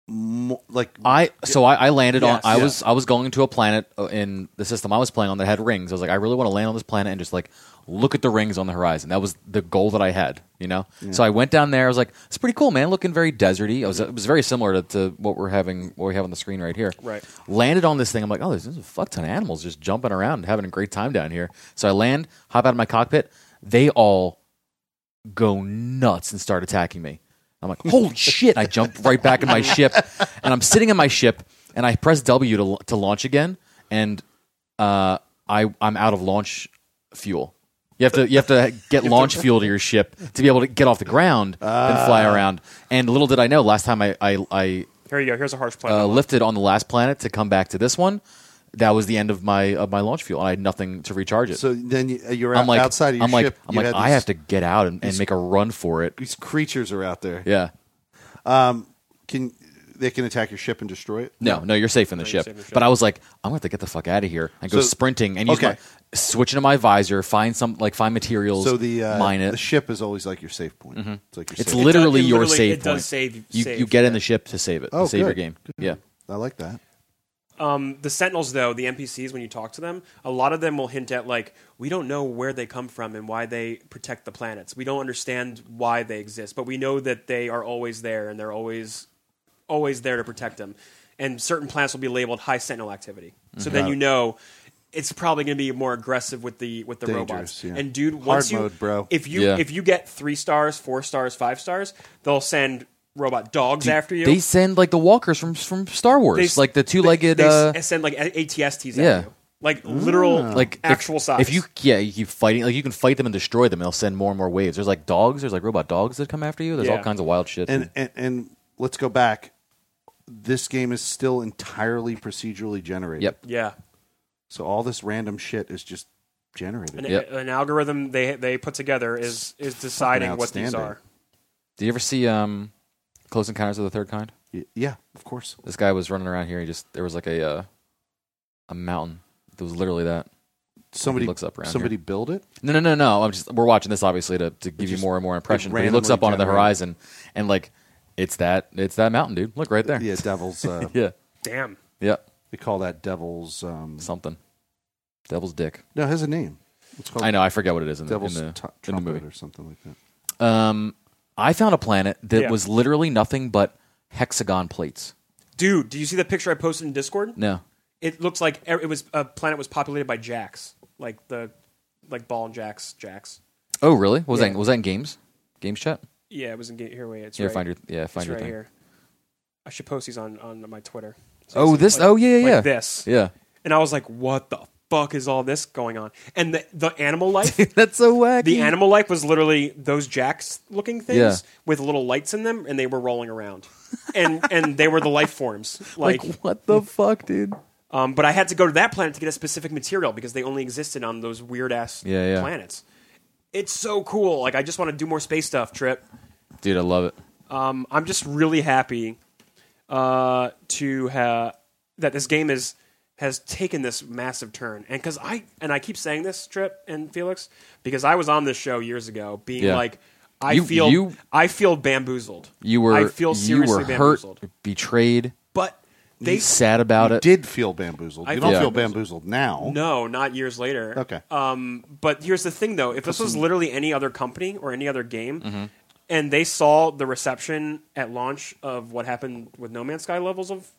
Speaker 1: mo- like
Speaker 3: I so I, I landed
Speaker 2: Yes.
Speaker 3: on. I
Speaker 2: Yeah.
Speaker 3: was I was going to a planet uh, in the system I was playing on that had rings. I was like, I really want to land on this planet and just like look at the rings on the horizon. That was the goal that I had, you know. So I went down there. I was like, it's pretty cool, man. Looking very deserty. It was it was very similar to, to what we're having what we have on the screen right here.
Speaker 2: Right.
Speaker 3: Landed on this thing. I'm like, oh, there's, there's a fuck ton of animals just jumping around and having a great time down here. So I land, hop out of my cockpit. They all go nuts and start attacking me. I'm like, holy shit. I jump right back in my ship and I'm sitting in my ship and I press W to, to launch again. And uh, I, I'm out of launch fuel. You have to, you have to get launch fuel to your ship to be able to get off the ground and
Speaker 1: Ah.
Speaker 3: fly around. And little did I know, last time I, I, I
Speaker 2: Here you go. Here's a harsh plan.
Speaker 3: uh, lifted on the last planet to come back to this one, that was the end of my, of my launch fuel. And I had nothing to recharge it.
Speaker 1: so then you- uh, you're out,
Speaker 3: I'm like,
Speaker 1: outside of your
Speaker 3: I'm like,
Speaker 1: ship.
Speaker 3: I'm
Speaker 1: you
Speaker 3: like,
Speaker 1: had
Speaker 3: I
Speaker 1: these-
Speaker 3: have to get out and, and make a run for it.
Speaker 1: These creatures are out there.
Speaker 3: Yeah.
Speaker 1: Can they can attack your ship and destroy it?
Speaker 3: No, no, you're safe in the,
Speaker 2: you're
Speaker 3: ship.
Speaker 2: safe in the ship.
Speaker 3: But I was like, I'm gonna have to get the fuck out of here and go
Speaker 1: So-
Speaker 3: sprinting and use
Speaker 1: okay.
Speaker 3: my switch into my visor, find some like find materials,
Speaker 1: So the uh,
Speaker 3: mine it. Mm-hmm.
Speaker 1: the ship is always like your safe point. It's like your
Speaker 3: it's
Speaker 1: safe.
Speaker 3: literally
Speaker 2: It does- it
Speaker 3: your
Speaker 2: literally-
Speaker 3: save
Speaker 2: it does
Speaker 3: point.
Speaker 2: save-
Speaker 3: you
Speaker 2: save,
Speaker 3: you get in the ship to save it,
Speaker 1: Oh,
Speaker 3: to save your
Speaker 1: good.
Speaker 3: game. Yeah.
Speaker 1: I like that.
Speaker 2: Um, the Sentinels, though, the NPCs, when you talk to them, a lot of them will hint at, like, we don't know where they come from and why they protect the planets. We don't understand why they exist, but we know that they are always there and they're always, always there to protect them. And certain planets will be labeled high Sentinel activity. So
Speaker 1: Mm-hmm.
Speaker 2: then you know it's probably going to be more aggressive with the with the
Speaker 1: Dangerous,
Speaker 2: robots.
Speaker 1: yeah.
Speaker 2: And dude,
Speaker 1: Hard
Speaker 2: once you
Speaker 1: mode, bro.
Speaker 2: if you
Speaker 3: Yeah.
Speaker 2: if you get three stars, four stars, five stars, they'll send robot dogs after you.
Speaker 3: They send like the walkers from from Star Wars,
Speaker 2: They s-
Speaker 3: like the two legged.
Speaker 2: They
Speaker 3: Uh,
Speaker 2: s- send like A- ATSTs
Speaker 3: Yeah. Ah.
Speaker 2: at you, like literal,
Speaker 3: like
Speaker 2: like
Speaker 3: if-
Speaker 2: actual size.
Speaker 3: If you yeah, you keep fighting, like you can fight them and destroy them, and they'll send more and more waves. There's like dogs. There's like robot dogs that come after you. There's all
Speaker 2: Yeah.
Speaker 3: kinds of wild shit.
Speaker 1: And, and and let's go back. This game is still entirely procedurally generated.
Speaker 3: yep.
Speaker 2: yeah,
Speaker 1: So all this random shit is just generated.
Speaker 2: an,
Speaker 3: Yep.
Speaker 2: an algorithm they they put together is is deciding what these
Speaker 1: outstanding.
Speaker 2: are.
Speaker 3: Did you ever see um, Close Encounters of the Third Kind?
Speaker 1: Y- Yeah, of course.
Speaker 3: This guy was running around here. He just there was like a uh, a mountain. It was literally that.
Speaker 1: Somebody
Speaker 3: looks up around
Speaker 1: Somebody build it.
Speaker 3: No, no, no, no. I'm just we're watching this obviously to, to give you
Speaker 1: just-
Speaker 3: more and more impression.
Speaker 1: it
Speaker 3: But he looks
Speaker 1: randomly
Speaker 3: up onto the
Speaker 1: generated.
Speaker 3: horizon and like it's that it's that mountain, dude. Look right there.
Speaker 1: Yeah, devils. Uh,
Speaker 3: yeah,
Speaker 2: Damn,
Speaker 3: yeah.
Speaker 1: they call that devils. Um,
Speaker 3: Something. Devil's dick.
Speaker 1: no, it has a name. It's called
Speaker 3: I know. I forget what it is in the, in
Speaker 1: Devil's
Speaker 3: the,
Speaker 1: Tu-
Speaker 3: in the
Speaker 1: trumpet
Speaker 3: movie.
Speaker 1: or something like that.
Speaker 3: Um, I found a planet that
Speaker 2: Yeah.
Speaker 3: was literally nothing but hexagon plates.
Speaker 2: dude, do you see the picture I posted in Discord?
Speaker 3: No,
Speaker 2: It looks like e- it was a planet was populated by jacks, like the like ball and jacks, jacks.
Speaker 3: Oh, really? What was
Speaker 2: Yeah.
Speaker 3: that was that in games? Games chat?
Speaker 2: Yeah, it was in Ga- here. Wait, it's
Speaker 3: Yeah,
Speaker 2: right.
Speaker 3: find your yeah, find
Speaker 2: it's
Speaker 3: your
Speaker 2: right
Speaker 3: thing.
Speaker 2: here. I should post these on on my Twitter. So
Speaker 3: Oh,
Speaker 2: it's
Speaker 3: this.
Speaker 2: like-
Speaker 3: oh, yeah, yeah,
Speaker 2: like
Speaker 3: yeah.
Speaker 2: this.
Speaker 3: Yeah.
Speaker 2: And I was like, what the fuck is all this going on? And the the animal life
Speaker 3: That's so wacky.
Speaker 2: The animal life was literally those jacks looking things
Speaker 3: Mm. Yeah.
Speaker 2: with little lights in them, and they were rolling around, and and they were the life forms. Like,
Speaker 3: Like, what the fuck, dude?
Speaker 2: um, but I had to go to that planet to get a specific material because they only existed on those weird ass
Speaker 3: Yeah, yeah.
Speaker 2: planets. It's so cool. Like, I just want to do more space stuff. Trip.
Speaker 3: Dude, I love it.
Speaker 2: Um, I'm just really happy uh, to ha- that this game is has taken this massive turn, and because I and I keep saying this, Trip and Felix, because I was on this show years ago, being
Speaker 3: Yeah.
Speaker 2: like, I
Speaker 3: You-
Speaker 2: feel
Speaker 3: you-
Speaker 2: I feel bamboozled.
Speaker 3: You were
Speaker 2: I feel
Speaker 3: you
Speaker 2: seriously
Speaker 3: were hurt,
Speaker 2: bamboozled,
Speaker 3: betrayed,
Speaker 2: but they
Speaker 3: sad about
Speaker 1: You
Speaker 3: it.
Speaker 1: did feel bamboozled.
Speaker 2: I
Speaker 1: you don't
Speaker 3: felt
Speaker 1: feel bamboozled now.
Speaker 2: no, not years later.
Speaker 1: Okay.
Speaker 2: Um, but here's the thing, though. If this was literally any other company or any other game,
Speaker 3: Mm-hmm.
Speaker 2: and they saw the reception at launch of what happened with No Man's Sky levels of,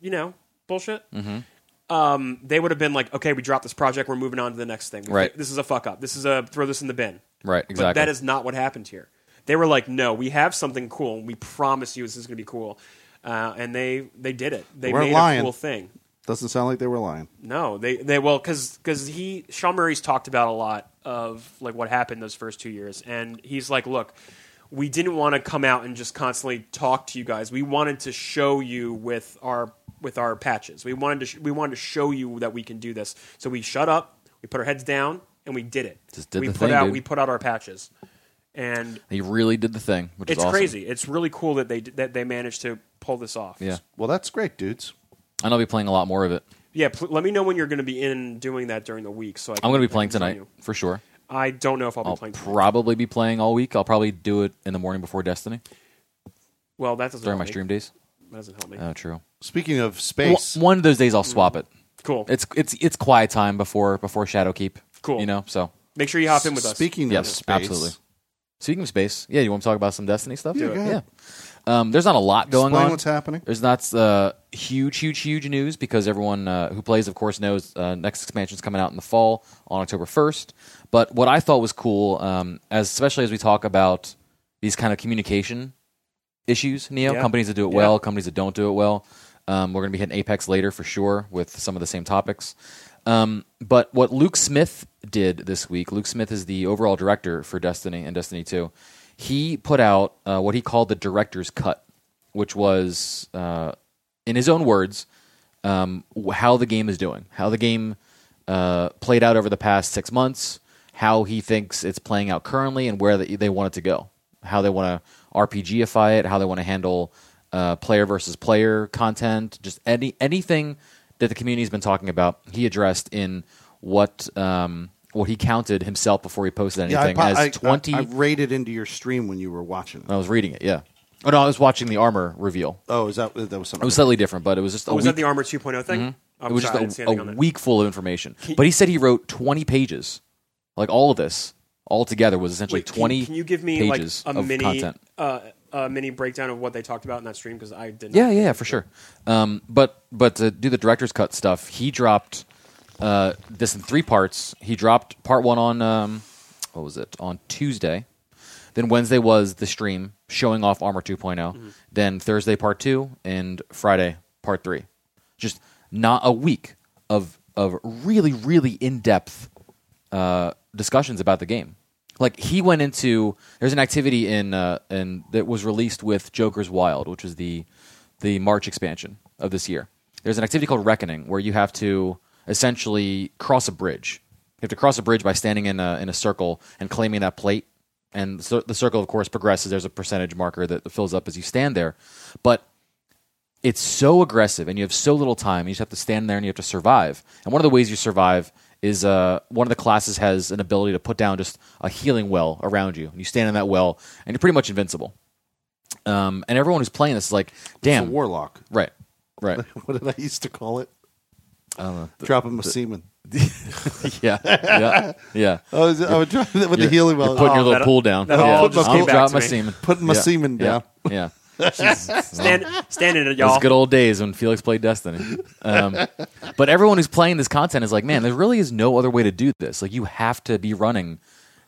Speaker 2: you know, bullshit,
Speaker 3: Mm-hmm.
Speaker 2: um, they would have been like, okay, we dropped this project. We're moving on to the next thing. We-
Speaker 3: Right.
Speaker 2: This is a fuck up. This is a throw this in the bin.
Speaker 3: Right,
Speaker 2: But
Speaker 3: exactly.
Speaker 2: that is not what happened here. They were like, no, we have something cool. We promise you this is going to be cool. Uh, and they, they did it. They
Speaker 1: We're
Speaker 2: made
Speaker 1: lying.
Speaker 2: a cool thing.
Speaker 1: Doesn't sound like they were lying.
Speaker 2: No, they they well because he Sean Murray's talked about a lot of like what happened those first two years, and he's like, look, we didn't want to come out and just constantly talk to you guys. We wanted to show you with our with our patches. We wanted to sh- we wanted to show you that we can do this. So we shut up, we put our heads down, and we did it.
Speaker 3: Just did
Speaker 2: we
Speaker 3: the
Speaker 2: put
Speaker 3: thing,
Speaker 2: out
Speaker 3: dude.
Speaker 2: we put out our patches, and
Speaker 3: He really did the thing, which
Speaker 2: it's
Speaker 3: is awesome.
Speaker 2: crazy. It's really cool that they that they managed to pull this off.
Speaker 3: Yeah,
Speaker 1: Well, that's great, dudes.
Speaker 3: and I'll be playing a lot more of it.
Speaker 2: yeah. Pl- let me know when you're going to be in doing that during the week. So I
Speaker 3: I'm
Speaker 2: going to
Speaker 3: be playing tonight for sure.
Speaker 2: I don't know if I'll be
Speaker 3: I'll
Speaker 2: playing.
Speaker 3: probably be playing all week. I'll probably do it in the morning before Destiny
Speaker 2: well, that doesn't
Speaker 3: during
Speaker 2: help
Speaker 3: my
Speaker 2: me.
Speaker 3: stream days.
Speaker 2: That doesn't help me.
Speaker 3: Oh, true.
Speaker 1: Speaking of
Speaker 3: Well,
Speaker 1: space,
Speaker 3: one of those days I'll swap
Speaker 2: Hmm.
Speaker 3: it.
Speaker 2: cool.
Speaker 3: It's it's it's quiet time before before Shadowkeep.
Speaker 2: Cool.
Speaker 3: Uh, You know, so
Speaker 2: Make sure you hop in with us.
Speaker 1: speaking of
Speaker 3: Yes,
Speaker 1: space,
Speaker 3: absolutely. speaking of space, yeah, you want to talk about some Destiny stuff?
Speaker 1: Yeah, go ahead.
Speaker 3: Yeah. Um, there's not a lot going
Speaker 1: explain
Speaker 3: on.
Speaker 1: what's happening.
Speaker 3: There's not uh, huge, huge, huge news because everyone uh, who plays, of course, knows uh, next expansion's coming out in the fall on October 1st. But what I thought was cool, um, as especially as we talk about these kind of communication issues, Neo
Speaker 2: Yeah.
Speaker 3: companies that do it
Speaker 2: Yeah.
Speaker 3: well, companies that don't do it well. Um, we're going to be hitting Apex later for sure with some of the same topics. Um, but what Luke Smith did this week, Luke Smith is the overall director for Destiny and Destiny 2. He put out uh, what he called the director's cut, which was, uh, in his own words, um, wh- how the game is doing, how the game uh, played out over the past six months, how he thinks it's playing out currently, and where they, they want it to go, how they want to RPGify it, how they want to handle uh, player versus player content, just any anything that the community's been talking about. He addressed in what um, what he counted himself before he posted anything
Speaker 1: po-
Speaker 3: as twenty. Uh,
Speaker 1: I, I raided into your stream when you were watching. it.
Speaker 3: I was reading it, yeah. Oh no, I was watching the armor reveal.
Speaker 1: Oh, is that that was
Speaker 3: It
Speaker 1: something?
Speaker 3: was slightly different, but it was just a
Speaker 2: was
Speaker 3: week Mm-hmm.
Speaker 2: that the Armor 2.0 thing? I'm
Speaker 3: it was
Speaker 2: sorry, I didn't
Speaker 3: just
Speaker 2: see
Speaker 3: a,
Speaker 2: anything on
Speaker 3: a
Speaker 2: that.
Speaker 3: week full of information. But he said he wrote 20 pages. Like all of this, all together was essentially
Speaker 2: Wait, can-
Speaker 3: 20
Speaker 2: Can, you give me like
Speaker 3: pages
Speaker 2: a
Speaker 3: of
Speaker 2: mini
Speaker 3: content.
Speaker 2: Uh, a mini breakdown of what they talked about in that stream because I didn't.
Speaker 3: Yeah, yeah, yeah, for sure. Um, but but to do the director's cut stuff, he dropped uh, this in three parts. He dropped part one on um, what was it on Tuesday. Then Wednesday was the stream showing off Armor 2.0. Then Thursday part two and Friday part three. Just not a week of of really really in depth uh, discussions about the game. Like he went into there's an activity in uh, in that was released with Joker's Wild, which was the the March expansion of this year. There's an activity called Reckoning where you have to essentially cross a bridge. You have to cross a bridge by standing in a in a circle and claiming that plate. And so the circle, of course, progresses. There's a percentage marker that fills up as you stand there, but it's so aggressive and you have so little time. You just have to stand there and you have to survive. And one of the ways you survive is uh, one of the classes has an ability to put down just a healing well around you. And you stand in that well and you're pretty much invincible. Um, and everyone who's playing this is like,
Speaker 1: It's a
Speaker 3: damn.
Speaker 1: warlock.
Speaker 3: Right, right.
Speaker 1: What did I used to call it? Drop him a semen.
Speaker 3: yeah, yeah, yeah.
Speaker 1: I was, I would drop it oh, with the healing well. Oh.
Speaker 3: You're putting your little
Speaker 2: that-
Speaker 3: pool down.
Speaker 2: that
Speaker 1: all
Speaker 3: yeah.
Speaker 1: just
Speaker 3: I'll
Speaker 1: came
Speaker 2: back
Speaker 3: drop
Speaker 2: to
Speaker 3: my
Speaker 2: me.
Speaker 3: semen.
Speaker 1: putting my
Speaker 3: Yeah.
Speaker 1: semen down.
Speaker 3: Yeah. yeah.
Speaker 2: Stand, stand in it, y'all.
Speaker 3: Those good old days when Felix played Destiny. Um, but everyone who's playing this content is like, man, there really is no other way to do this. Like, you have to be running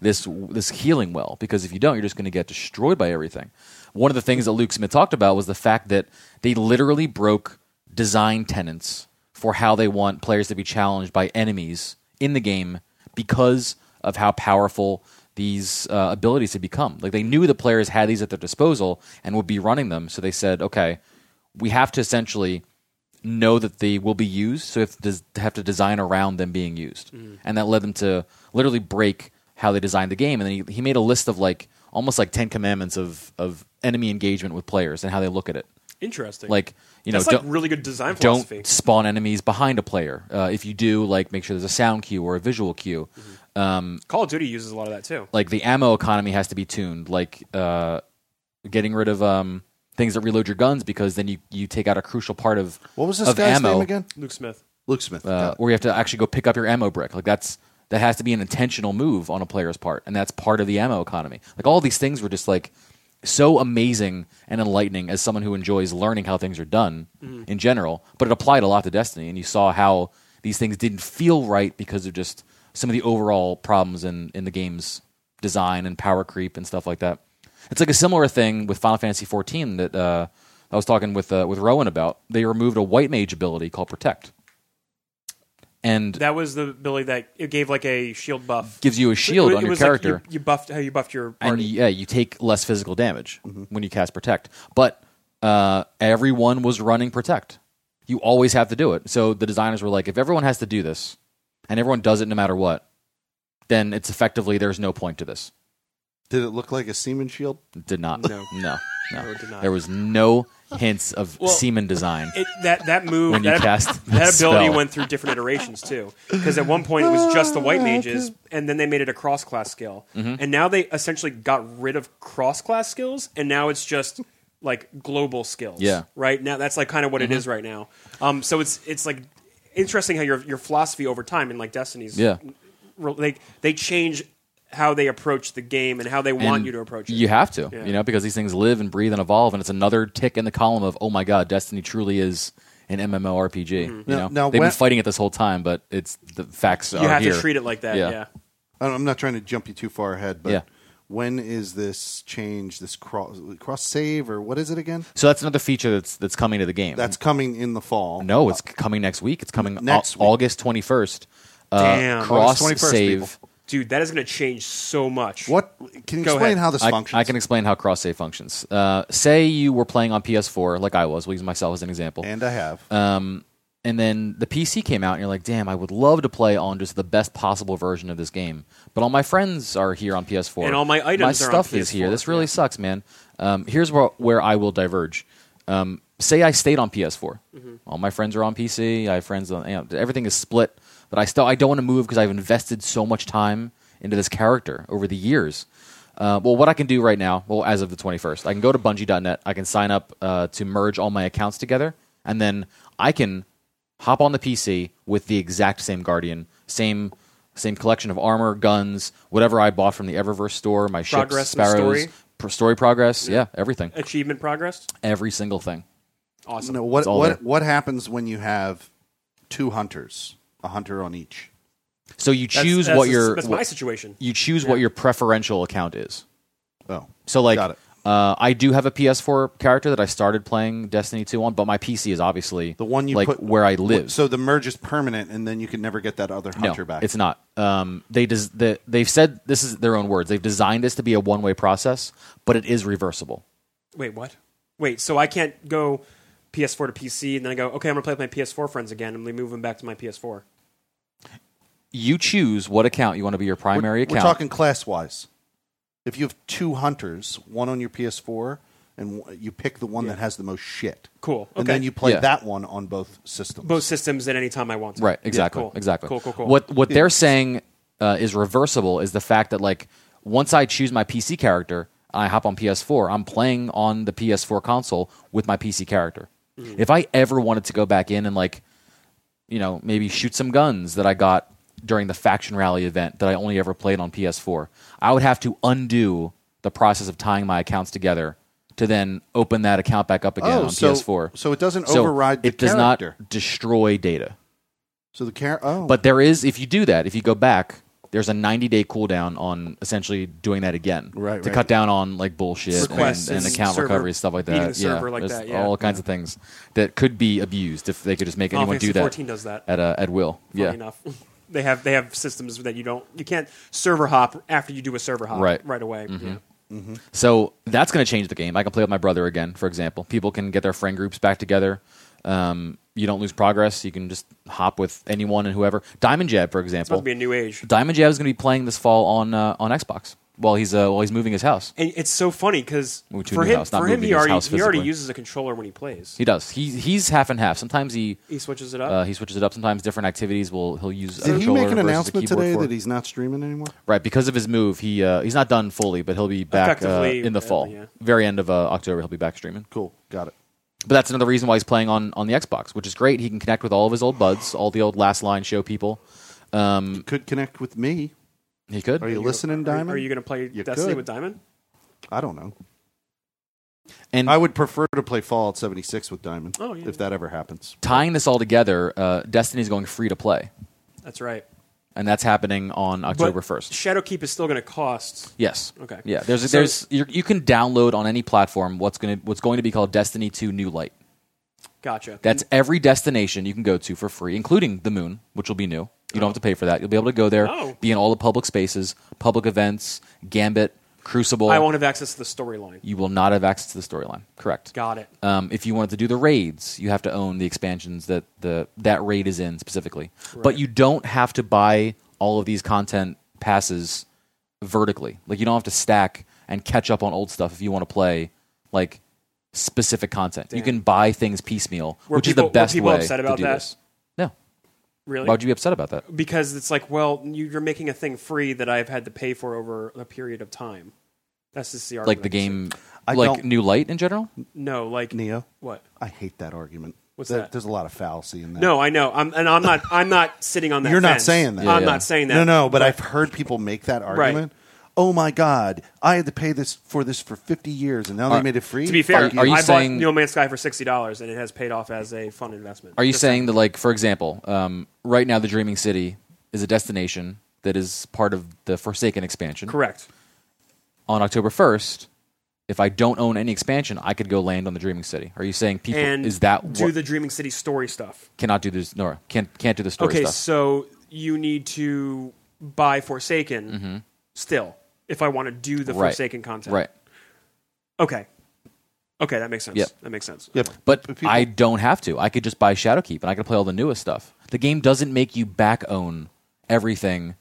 Speaker 3: this this healing well because if you don't, you're just going to get destroyed by everything. One of the things that Luke Smith talked about was the fact that they literally broke design tenets for how they want players to be challenged by enemies in the game because of how powerful these uh, abilities had become. Like they knew the players had these at their disposal and would be running them, so they said, okay, we have to essentially know that they will be used, so we have to, des- have to design around them being used.
Speaker 2: Mm.
Speaker 3: And that led them to literally break how they designed the game. And then he, he made a list of like almost like 10 commandments of, of enemy engagement with players and how they look at it.
Speaker 2: Interesting.
Speaker 3: Like, you know,
Speaker 2: that's like
Speaker 3: don't-
Speaker 2: really good design philosophy.
Speaker 3: don't spawn enemies behind a player. Uh, if you do, like, make sure there's a sound cue or a visual cue.
Speaker 2: Mm-hmm. Call of Duty uses a lot of that too.
Speaker 3: Like, the ammo economy has to be tuned. Like, uh, getting rid of um, things that reload your guns because then you, you take out a crucial part of
Speaker 1: What was this
Speaker 3: of
Speaker 1: guy's
Speaker 3: ammo.
Speaker 1: name again?
Speaker 2: Luke Smith.
Speaker 1: Luke Smith.
Speaker 3: uh, where you have to actually go pick up your ammo brick. Like that's that has to be an intentional move on a player's part, and that's part of the ammo economy. Like all these things were just like so amazing and enlightening as someone who enjoys learning how things are done in general. But it applied a lot to Destiny, and you saw how these things didn't feel right because of just some of the overall problems in in the game's design and power creep and stuff like that. It's like a similar thing with Final Fantasy XIV that uh, I was talking with uh, with Rowan about. They removed a white mage ability called Protect and
Speaker 2: That was the Billy that it gave like a shield buff.
Speaker 3: gives you a shield
Speaker 2: It- it
Speaker 3: on your
Speaker 2: was like
Speaker 3: character.
Speaker 2: you, you buffed how you buffed your
Speaker 3: and
Speaker 2: party. Mm-hmm.
Speaker 3: yeah, you take less physical damage when you cast protect. But uh, everyone was running protect. You always have to do it. So the designers were like, if everyone has to do this, and everyone does it no matter what, then it's effectively there's no point to this.
Speaker 1: Did it look like a semen shield?
Speaker 3: It did not.
Speaker 2: No.
Speaker 3: no, no.
Speaker 2: No, it did not.
Speaker 3: There was no hints of
Speaker 2: Well,
Speaker 3: semen design.
Speaker 2: It, that that move
Speaker 3: When you
Speaker 2: that,
Speaker 3: cast the
Speaker 2: that ability
Speaker 3: spell.
Speaker 2: went through different iterations too. Because at one point it was just the white mages, and then they made it a cross class skill,
Speaker 3: Mm-hmm.
Speaker 2: and now they essentially got rid of cross class skills, and now it's just like global skills.
Speaker 3: Yeah. Mm-hmm.
Speaker 2: right now that's like kind of what it is right now. Um, so it's it's like interesting how your your philosophy over time in like Destiny's
Speaker 3: Yeah.
Speaker 2: re- like they change how they approach the game and how they want
Speaker 3: And
Speaker 2: you to approach it.
Speaker 3: You have to,
Speaker 2: Yeah.
Speaker 3: you know, because these things live and breathe and evolve, and it's another tick in the column of oh my god, Destiny truly is an MMORPG. You
Speaker 1: Now-
Speaker 3: know,
Speaker 1: now
Speaker 3: they've
Speaker 1: when-
Speaker 3: been fighting it this whole time, but it's the facts
Speaker 2: Mm-hmm. you
Speaker 3: are
Speaker 2: have
Speaker 3: here.
Speaker 2: to treat it like that.
Speaker 3: Yeah.
Speaker 2: yeah.
Speaker 1: I don't- I'm not trying to jump you too far ahead, but
Speaker 3: Yeah.
Speaker 1: when is this change? This cross cross save or what is it again?
Speaker 3: So that's another feature that's that's coming to the game.
Speaker 1: That's coming in the fall.
Speaker 3: no, it's coming next week. It's coming
Speaker 1: Next
Speaker 3: au-
Speaker 1: week.
Speaker 3: August twenty first. Uh,
Speaker 2: Damn.
Speaker 1: August
Speaker 3: cross
Speaker 1: 21st,
Speaker 3: save.
Speaker 1: people.
Speaker 2: Dude, that is going to change so much.
Speaker 1: What can you
Speaker 2: Go
Speaker 1: explain
Speaker 2: ahead.
Speaker 1: how this
Speaker 3: I,
Speaker 1: functions?
Speaker 3: I can explain how cross save functions. Uh, say you were playing on PS4, like I was. We'll use myself as an example.
Speaker 1: and I have.
Speaker 3: Uh, and then the PC came out, and you're like, damn, I would love to play on just the best possible version of this game. But all my friends are here on PS4.
Speaker 2: And all my items are
Speaker 3: My
Speaker 2: on
Speaker 3: stuff is
Speaker 2: PS4,
Speaker 3: here. This really
Speaker 2: yeah.
Speaker 3: sucks, man. Um, here's where, where I will diverge. Um, say I stayed on PS4.
Speaker 2: Mm-hmm.
Speaker 3: All my friends are on PC. I have friends on. You know, everything is split. But I still I don't want to move because I've invested so much time into this character over the years. Uh, well, what I can do right now, well, as of the 21st, I can go to Bungie.net. I can sign up uh, to merge all my accounts together, and then I can hop on the PC with the exact same Guardian, same same collection of armor, guns, whatever I bought from the Eververse store, my ships,
Speaker 2: Progress and
Speaker 3: sparrows,
Speaker 2: story?
Speaker 3: pr- story progress, yeah, everything,
Speaker 2: Achievement progress?
Speaker 3: every single thing.
Speaker 2: Awesome.
Speaker 1: No, what
Speaker 3: It's all there.
Speaker 1: what what happens when you have two hunters, a hunter on each?
Speaker 3: So you
Speaker 2: That's-
Speaker 3: choose
Speaker 2: that's
Speaker 3: what
Speaker 2: the-
Speaker 3: your
Speaker 2: That's
Speaker 3: what-
Speaker 2: my situation.
Speaker 3: you choose what your preferential account is.
Speaker 1: Oh,
Speaker 3: So like,
Speaker 1: Got it.
Speaker 3: Uh, I do have a PS4 character that I started playing Destiny 2 on, but my PC is obviously
Speaker 1: the one you
Speaker 3: like
Speaker 1: put
Speaker 3: where I live.
Speaker 1: So the merge is permanent, and then you can never get that other hunter
Speaker 3: no,
Speaker 1: back.
Speaker 3: It's not. Um, they des- the, they've said this is their own words. They've designed this to be a one way process, but it is reversible.
Speaker 2: Wait, what? Wait, so I can't go PS4 to PC and then I go, okay, I'm going to play with my PS4 friends again and we move them back to my PS4.
Speaker 3: You choose what account you want to be your primary
Speaker 1: We're
Speaker 3: account.
Speaker 1: talking class wise. If you have two hunters, one on your PS4, and w- you pick the one that has the most shit,
Speaker 2: Cool.
Speaker 1: and
Speaker 2: Okay.
Speaker 1: then you play
Speaker 3: Yeah.
Speaker 1: that one on both systems.
Speaker 2: Both systems at any time I want to.
Speaker 3: right?
Speaker 2: Yeah,
Speaker 3: Exactly.
Speaker 2: cool.
Speaker 3: Exactly.
Speaker 2: Cool, cool, cool.
Speaker 3: What what they're saying uh, is reversible is the fact that like once I choose my PC character, I hop on PS4. I'm playing on the PS4 console with my PC character.
Speaker 1: Mm.
Speaker 3: If I ever wanted to go back in and like, you know, maybe shoot some guns that I got during the faction rally event that I only ever played on PS4, I would have to undo the process of tying my accounts together to then open that account back up again
Speaker 1: Oh,
Speaker 3: on
Speaker 1: so-
Speaker 3: PS4.
Speaker 1: so it doesn't
Speaker 3: So
Speaker 1: override the
Speaker 3: it does
Speaker 1: character.
Speaker 3: not destroy data.
Speaker 1: So the car. Oh,
Speaker 3: But there is, if you do that, if you go back, there's a 90 day cooldown on essentially doing that again.
Speaker 1: Right,
Speaker 3: To
Speaker 1: right.
Speaker 3: cut down on like bullshit and,
Speaker 2: Requests
Speaker 3: and
Speaker 2: and
Speaker 3: account
Speaker 2: server-
Speaker 3: recovery, stuff like
Speaker 2: beating
Speaker 3: that.
Speaker 2: the server
Speaker 3: yeah.
Speaker 2: like
Speaker 3: There's
Speaker 2: that, yeah.
Speaker 3: All kinds of things that could be abused if they could just make
Speaker 2: Final
Speaker 3: anyone do
Speaker 2: Fantasy
Speaker 3: that.
Speaker 2: 14 does that.
Speaker 3: At, uh, at will.
Speaker 2: Funny
Speaker 3: yeah.
Speaker 2: enough. They have they have systems that you don't you can't server hop after you do a server hop
Speaker 3: Right. Mm-hmm.
Speaker 2: away. Yeah.
Speaker 3: So that's going to change the game. I can play with my brother again, for example. People can get their friend groups back together. Um, you don't lose progress. You can just hop with anyone and whoever. Diamond Jab, for
Speaker 2: It's about
Speaker 3: example.
Speaker 2: to be a new age.
Speaker 3: Diamond Jab is going to be playing this fall on uh, on Xbox while he's uh, while he's moving his house.
Speaker 2: And it's so funny because
Speaker 3: Moved to a
Speaker 2: for
Speaker 3: new
Speaker 2: him,
Speaker 3: house, not
Speaker 2: for him
Speaker 3: moving
Speaker 2: he
Speaker 3: his
Speaker 2: already
Speaker 3: house
Speaker 2: he already
Speaker 3: physically.
Speaker 2: uses a controller when he plays.
Speaker 3: He does. He he's half and half. Sometimes he
Speaker 2: He switches it up.
Speaker 3: uh, he switches it up. Sometimes different activities will he'll use. a
Speaker 1: did he
Speaker 3: controller
Speaker 1: make an
Speaker 3: versus a
Speaker 1: announcement
Speaker 3: keyboard
Speaker 1: today
Speaker 3: for it.
Speaker 1: that he's not streaming anymore?
Speaker 3: right because of his move? He uh, he's not done fully, but he'll be back uh,
Speaker 2: Effectively,
Speaker 3: in the
Speaker 2: uh,
Speaker 3: fall,
Speaker 2: yeah.
Speaker 3: very end of uh, October. He'll be back streaming.
Speaker 1: Cool, got it.
Speaker 3: But that's another reason why he's playing on on the Xbox, which is great. He can connect with all of his old buds, all the old last line show people. Um,
Speaker 1: Could connect with me.
Speaker 3: he could.
Speaker 1: Are you listening, Diamond?
Speaker 2: Are you going to play
Speaker 1: You
Speaker 2: Destiny
Speaker 1: could.
Speaker 2: with Diamond?
Speaker 1: I don't know.
Speaker 3: and
Speaker 1: I would prefer to play Fallout 76 with Diamond
Speaker 2: Oh, yeah.
Speaker 1: if that ever happens.
Speaker 3: tying this all together, uh, Destiny's going free to play,
Speaker 2: That's right.
Speaker 3: and that's happening on October first.
Speaker 2: Shadowkeep is still going to cost.
Speaker 3: Yes.
Speaker 2: Okay.
Speaker 3: Yeah. There's
Speaker 2: So-
Speaker 3: there's you you can download on any platform what's gonna what's going to be called Destiny 2 New Light.
Speaker 2: Gotcha.
Speaker 3: That's every destination you can go to for free, including the moon, which will be new. You don't have to pay for that. You'll be able to go there,
Speaker 2: Oh.
Speaker 3: be in all the public spaces, public events, Gambit, Crucible.
Speaker 2: I won't have access to the storyline.
Speaker 3: you will not have access to the storyline. Correct.
Speaker 2: Got it.
Speaker 3: Um, if you wanted to do the raids, you have to own the expansions that the that raid is in specifically. But you don't have to buy all of these content passes vertically. Like you don't have to stack and catch up on old stuff if you want to play like specific content. You can buy things piecemeal,
Speaker 2: Were
Speaker 3: which
Speaker 2: people-
Speaker 3: is
Speaker 2: were
Speaker 3: the best
Speaker 2: people
Speaker 3: way
Speaker 2: upset
Speaker 3: to
Speaker 2: about
Speaker 3: do
Speaker 2: that?
Speaker 3: this. No,
Speaker 2: Really?
Speaker 3: why would you be upset about that?
Speaker 2: because it's like, well, you- you're making a thing free that I've had to pay for over a period of time. That's just the argument.
Speaker 3: Like the game,
Speaker 1: I
Speaker 3: like
Speaker 1: don't-
Speaker 3: New Light in general.
Speaker 2: No, like
Speaker 1: Neo,
Speaker 2: what?
Speaker 1: I hate that argument.
Speaker 2: What's that?
Speaker 1: There's a lot of fallacy in that.
Speaker 2: No, I know. I'm and I'm not. I'm not sitting on that.
Speaker 1: You're not
Speaker 2: fence.
Speaker 1: saying that.
Speaker 2: I'm
Speaker 3: Yeah.
Speaker 2: not saying that.
Speaker 1: No, no, but I've heard people make that argument. Oh my God! I had to pay this for this for fifty years, and now they made it free.
Speaker 2: To be fair,
Speaker 1: Fuck
Speaker 3: are you
Speaker 2: I
Speaker 3: saying-
Speaker 2: bought No Man's Sky for sixty dollars, and it has paid off as a fun investment.
Speaker 3: Are you
Speaker 2: Just
Speaker 3: saying that, like, for example, um, right now the Dreaming City is a destination that is part of the Forsaken expansion?
Speaker 2: correct?
Speaker 3: On October 1st, if I don't own any expansion, I could go land on the Dreaming City. Are you saying people
Speaker 2: And
Speaker 3: is that
Speaker 2: do
Speaker 3: what,
Speaker 2: the Dreaming City story stuff?
Speaker 3: cannot do this? No, can't can't do the story
Speaker 2: Okay,
Speaker 3: stuff.
Speaker 2: so you need to buy Forsaken still if I want to do the
Speaker 3: Mm-hmm. Right.
Speaker 2: Forsaken content.
Speaker 3: right,
Speaker 2: Okay. Okay, that makes sense.
Speaker 3: Yep.
Speaker 2: That makes sense.
Speaker 1: Yep.
Speaker 3: but
Speaker 1: But people-
Speaker 3: I don't have to. I could just buy Shadowkeep and I could play all the newest stuff. The game doesn't make you back own everything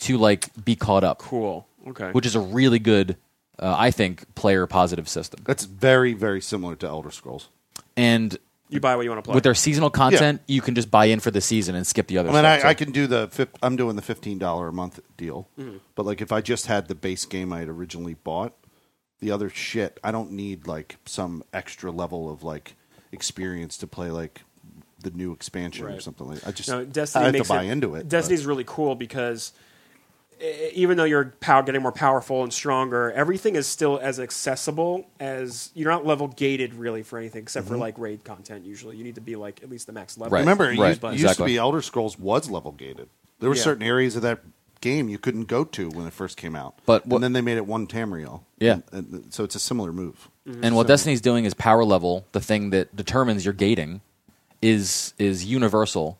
Speaker 3: to like be caught up,
Speaker 2: Cool. Okay.
Speaker 3: which is a really good, uh, I think, player positive system.
Speaker 1: That's very, very similar to Elder Scrolls.
Speaker 3: And
Speaker 2: you buy what you want to play.
Speaker 3: with their seasonal content, you can just buy in for the season and skip the other.
Speaker 1: I mean,
Speaker 3: stuff.
Speaker 1: I, I can do the. fif- I'm doing the fifteen dollar a month deal,
Speaker 2: Mm-hmm.
Speaker 1: but like if I just had the base game I had originally bought, the other shit I don't need like some extra level of like experience to play like the new expansion or
Speaker 2: Right.
Speaker 1: something like. I just
Speaker 2: no, Destiny
Speaker 1: I have
Speaker 2: makes
Speaker 1: to buy
Speaker 2: it,
Speaker 1: into it.
Speaker 2: Destiny's really cool because eh, even though you're pow- getting more powerful and stronger, everything is still as accessible as you're not level gated really for anything except for like raid content. Usually, you need to be like at least the max level.
Speaker 3: Right.
Speaker 1: Mm-hmm. Remember, it
Speaker 3: Right,
Speaker 1: used, it used
Speaker 3: exactly.
Speaker 1: to be Elder Scrolls was level gated. There were
Speaker 2: Yeah.
Speaker 1: certain areas of that game you couldn't go to when it first came out.
Speaker 3: But what-
Speaker 1: and then they made it one Tamriel.
Speaker 3: Yeah.
Speaker 1: And- and so it's a similar move.
Speaker 3: and what Destiny's doing is power level. The thing that determines your gating is is universal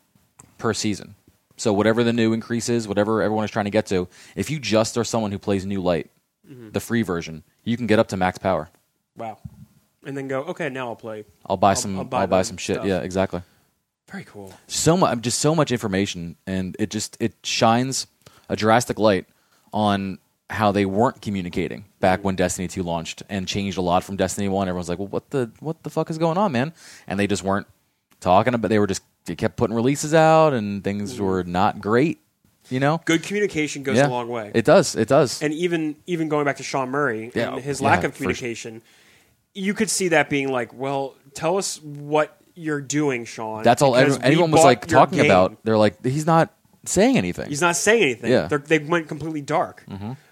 Speaker 3: per season. So whatever the new increase is, whatever everyone is trying to get to, if you just are someone who plays New Light, the free version, you can get up to max power.
Speaker 2: Wow. And then go. Okay, now I'll play.
Speaker 3: I'll buy some. I'll buy,
Speaker 2: my
Speaker 3: some shit.
Speaker 2: stuff.
Speaker 3: Yeah, exactly.
Speaker 2: Very cool.
Speaker 3: so much just so much information and it just it shines a drastic light on how they weren't communicating back when Destiny 2 launched and changed a lot from Destiny 1 everyone's like well what the what the fuck is going on man and they just weren't talking about they were just they kept putting releases out and things were not great you know
Speaker 2: Good communication Mm-hmm. goes a long way.
Speaker 3: it does it does
Speaker 2: and even even going back to Sean Murray
Speaker 3: Yeah,
Speaker 2: and his
Speaker 3: yeah,
Speaker 2: lack of
Speaker 3: for-
Speaker 2: communication, you could see that being like, well, tell us what you're doing, Sean.
Speaker 3: that's all
Speaker 2: because
Speaker 3: everyone,
Speaker 2: we
Speaker 3: everyone was
Speaker 2: bought
Speaker 3: like
Speaker 2: your
Speaker 3: talking
Speaker 2: game.
Speaker 3: about they're like he's not saying anything
Speaker 2: He's not saying anything.
Speaker 3: Yeah. Mm-hmm.
Speaker 2: They're, they went completely dark.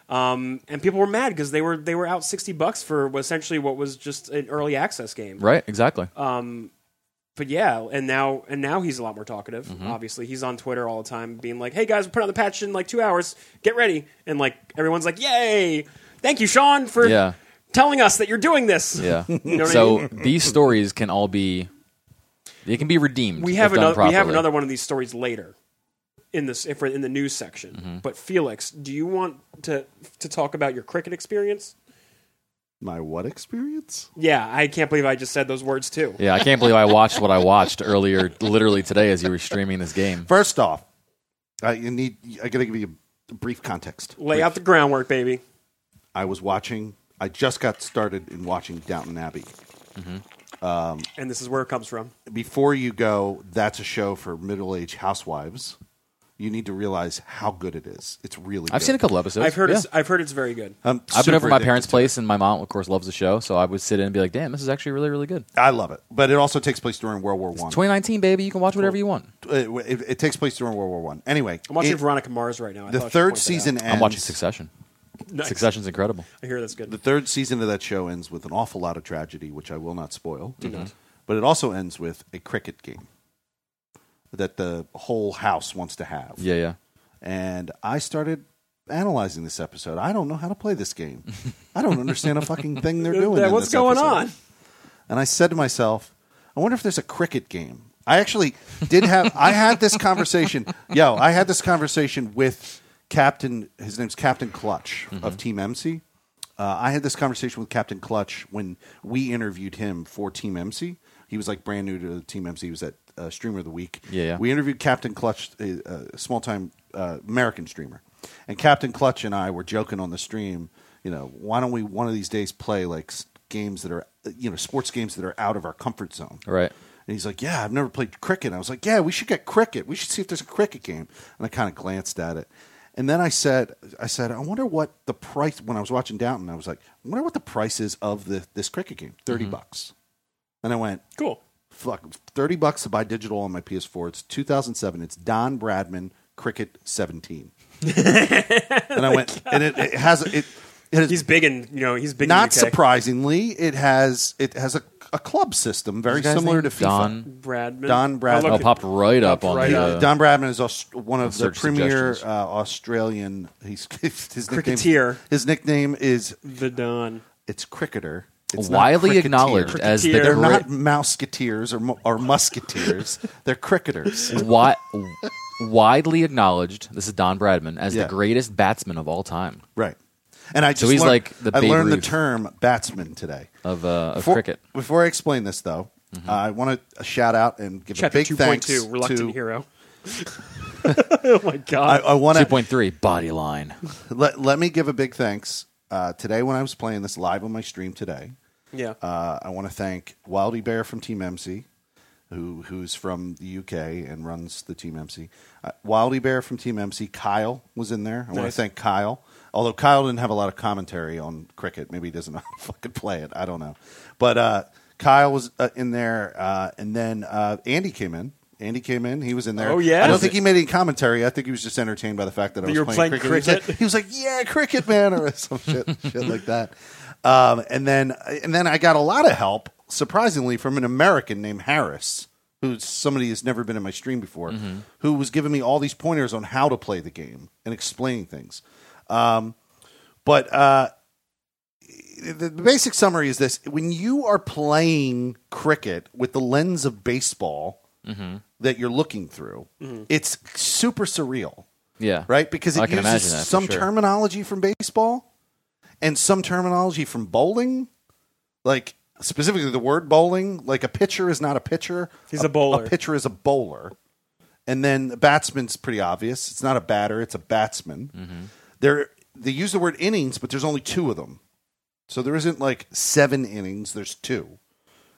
Speaker 2: Um, and people were mad because they were they were out sixty bucks for essentially what was just an early access game.
Speaker 3: right exactly
Speaker 2: Uh. But yeah, and now and now he's a lot more talkative.
Speaker 3: Mm-hmm.
Speaker 2: Obviously, he's on Twitter all the time, being like, "Hey guys, we're putting out the patch in like two hours. Get ready!" And like everyone's like, "Yay! Thank you, Sean, for
Speaker 3: Yeah.
Speaker 2: telling us that you're doing this."
Speaker 3: Yeah.
Speaker 2: what I
Speaker 3: so these stories can all be they can be redeemed.
Speaker 2: we have
Speaker 3: if done
Speaker 2: another we have
Speaker 3: properly.
Speaker 2: another one of these stories later in this if we're in the news section.
Speaker 3: Mm-hmm.
Speaker 2: But Felix, do you want to to talk about your cricket experience?
Speaker 1: My what experience?
Speaker 2: Yeah, I can't believe I just said those words too.
Speaker 3: Yeah, I can't believe I watched what I watched earlier, literally today, as you were streaming this game.
Speaker 1: First off, I you need. I got to give you a brief context.
Speaker 2: Lay out the groundwork, baby.
Speaker 1: I was watching. I just got started in watching Downton Abbey.
Speaker 2: And this is where it comes from.
Speaker 1: Before you go, that's a show for middle-aged housewives. You need to realize how good it is. It's really.
Speaker 3: I've
Speaker 1: good.
Speaker 3: seen a couple episodes.
Speaker 2: I've heard
Speaker 3: Yeah.
Speaker 2: it's I've heard it's very good.
Speaker 1: I'm
Speaker 3: I've been
Speaker 1: super
Speaker 3: over at my
Speaker 1: addicted
Speaker 3: parents'
Speaker 1: to
Speaker 3: place, and my mom, of course, loves the show. So I would sit in and be like, "Damn, this is actually really, really good."
Speaker 1: it. I love it, but it also takes place during World War One.
Speaker 3: 2019, baby, you can watch whatever you want.
Speaker 1: it, it, it takes place during World War One. Anyway,
Speaker 2: I'm watching
Speaker 1: it-
Speaker 2: Veronica Mars right now. I
Speaker 1: the
Speaker 2: thought I should
Speaker 1: third
Speaker 2: point that
Speaker 1: season
Speaker 2: out.
Speaker 1: ends.
Speaker 3: I'm watching Succession.
Speaker 2: Nice.
Speaker 3: Succession's incredible.
Speaker 2: I hear that's good.
Speaker 1: The third season of that show ends with an awful lot of tragedy, which I will not spoil. But it also ends with a cricket game that the whole house wants to have.
Speaker 3: Yeah, yeah.
Speaker 1: And I started analyzing this episode. I don't know how to play this game. I don't understand a fucking thing they're doing.
Speaker 2: That-
Speaker 1: in
Speaker 2: what's
Speaker 1: this
Speaker 2: going
Speaker 1: episode.
Speaker 2: on?
Speaker 1: And I said to myself, I wonder if there's a cricket game. I actually did have. I had this conversation. Yo, I had this conversation with Captain. His name's Captain Clutch
Speaker 3: Mm-hmm.
Speaker 1: of Team MC. Uh, I had this conversation with Captain Clutch when we interviewed him for Team MC. He was like brand new to Team MC. He was at uh, Streamer of the Week.
Speaker 3: Yeah, yeah.
Speaker 1: We interviewed Captain Clutch, a, a small time uh, American streamer. And Captain Clutch and I were joking on the stream, you know, why don't we one of these days play like s- games that are, uh, you know, sports games that are out of our comfort zone?
Speaker 3: Right.
Speaker 1: And he's like, yeah, I've never played cricket. And I was like, yeah, we should get cricket. We should see if there's a cricket game. And I kind of glanced at it. And then I said, I said, I wonder what the price, when I was watching Downton, I was like, I wonder what the price is of the, this cricket game, 30 bucks. And I went,
Speaker 2: Cool.
Speaker 1: fuck, 30 bucks to buy digital on my PS4. It's 2007. It's Don Bradman Cricket 17. and I went, and it, it has, it, it has
Speaker 2: Oh He's big in you know he's big.
Speaker 1: not
Speaker 2: in the UK.
Speaker 1: surprisingly, it has, it has a, a club system very
Speaker 3: What's the guy's
Speaker 1: similar to
Speaker 3: name?
Speaker 1: FIFA.
Speaker 3: Don.
Speaker 2: Bradman.
Speaker 1: Don Bradman.
Speaker 3: Oh,
Speaker 2: look,
Speaker 3: popped right up
Speaker 2: Popped
Speaker 3: on
Speaker 2: right
Speaker 3: the. uh,
Speaker 2: up.
Speaker 1: Don Bradman is Aus- one of the
Speaker 3: Search
Speaker 1: premier
Speaker 3: suggestions.
Speaker 1: uh, Australian. He's his
Speaker 2: Cricketer.
Speaker 1: Nickname, his nickname is
Speaker 2: the Don.
Speaker 1: it's cricketer. It's not
Speaker 3: widely
Speaker 1: cricketeer.
Speaker 3: acknowledged as the
Speaker 2: Cricketeer.
Speaker 1: They're not
Speaker 3: great-
Speaker 1: mouseketeers or mu- or musketeers. They're cricketers.
Speaker 3: wi- widely acknowledged. This is Don Bradman as
Speaker 1: Yeah.
Speaker 3: the greatest batsman of all time
Speaker 1: Right. And I just
Speaker 3: he's
Speaker 1: learned,
Speaker 3: like the
Speaker 1: I
Speaker 3: Babe
Speaker 1: learned
Speaker 3: Ruth.
Speaker 1: the term batsman today.
Speaker 3: of, uh, of
Speaker 1: Before-
Speaker 3: cricket. Mm-hmm.
Speaker 1: Before I explain this, though, uh, I want to shout out and give
Speaker 2: Chapter
Speaker 1: a big
Speaker 2: two point
Speaker 1: thanks
Speaker 2: two. Reluctant
Speaker 1: to.
Speaker 2: hero. oh my
Speaker 1: I,
Speaker 2: god.
Speaker 1: I want
Speaker 3: Two
Speaker 1: to
Speaker 3: point three body line.
Speaker 1: let, let me give a big thanks uh, today when I was playing this live on my stream today.
Speaker 2: yeah.
Speaker 1: Uh, I want to thank Wildy Bear from Team MC, who who's from the UK and runs the Team MC. Uh, Wildy Bear from Team MC, Kyle was in there. I want
Speaker 2: Nice.
Speaker 1: to thank Kyle. Although Kyle didn't have a lot of commentary on cricket, maybe he doesn't know how to fucking play it. I don't know, but uh, Kyle was uh, in there, uh, and then uh, Andy came in. Andy came in. He was in there.
Speaker 2: Oh, yeah?
Speaker 1: I don't
Speaker 2: Was
Speaker 1: think he made any commentary. I think he was just entertained by the fact that I was
Speaker 2: you were
Speaker 1: playing,
Speaker 2: playing
Speaker 1: cricket. He was like-
Speaker 2: cricket?
Speaker 1: he was like, "Yeah, cricket man," or some shit, shit like that. Um, and then, and then I got a lot of help, surprisingly, from an American named Harris, who's somebody who's never been in my stream before,
Speaker 2: Mm-hmm.
Speaker 1: who was giving me all these pointers on how to play the game and explaining things. Um, but uh, the, the basic summary is this: when you are playing cricket with the lens of baseball.
Speaker 2: Mm-hmm.
Speaker 1: That you're looking through, it's super surreal
Speaker 3: Yeah.
Speaker 1: right? Because it
Speaker 3: I can
Speaker 1: uses
Speaker 3: imagine that for
Speaker 1: some
Speaker 3: sure.
Speaker 1: terminology from baseball and some terminology from bowling, like specifically the word bowling. Like a pitcher is not a pitcher;
Speaker 2: He's a bowler.
Speaker 1: A pitcher is a bowler, and then a batsman's pretty obvious. It's not a batter; it's a batsman.
Speaker 3: Mm-hmm.
Speaker 1: There, they use the word innings, but there's only two of them, so there isn't like seven innings. There's two.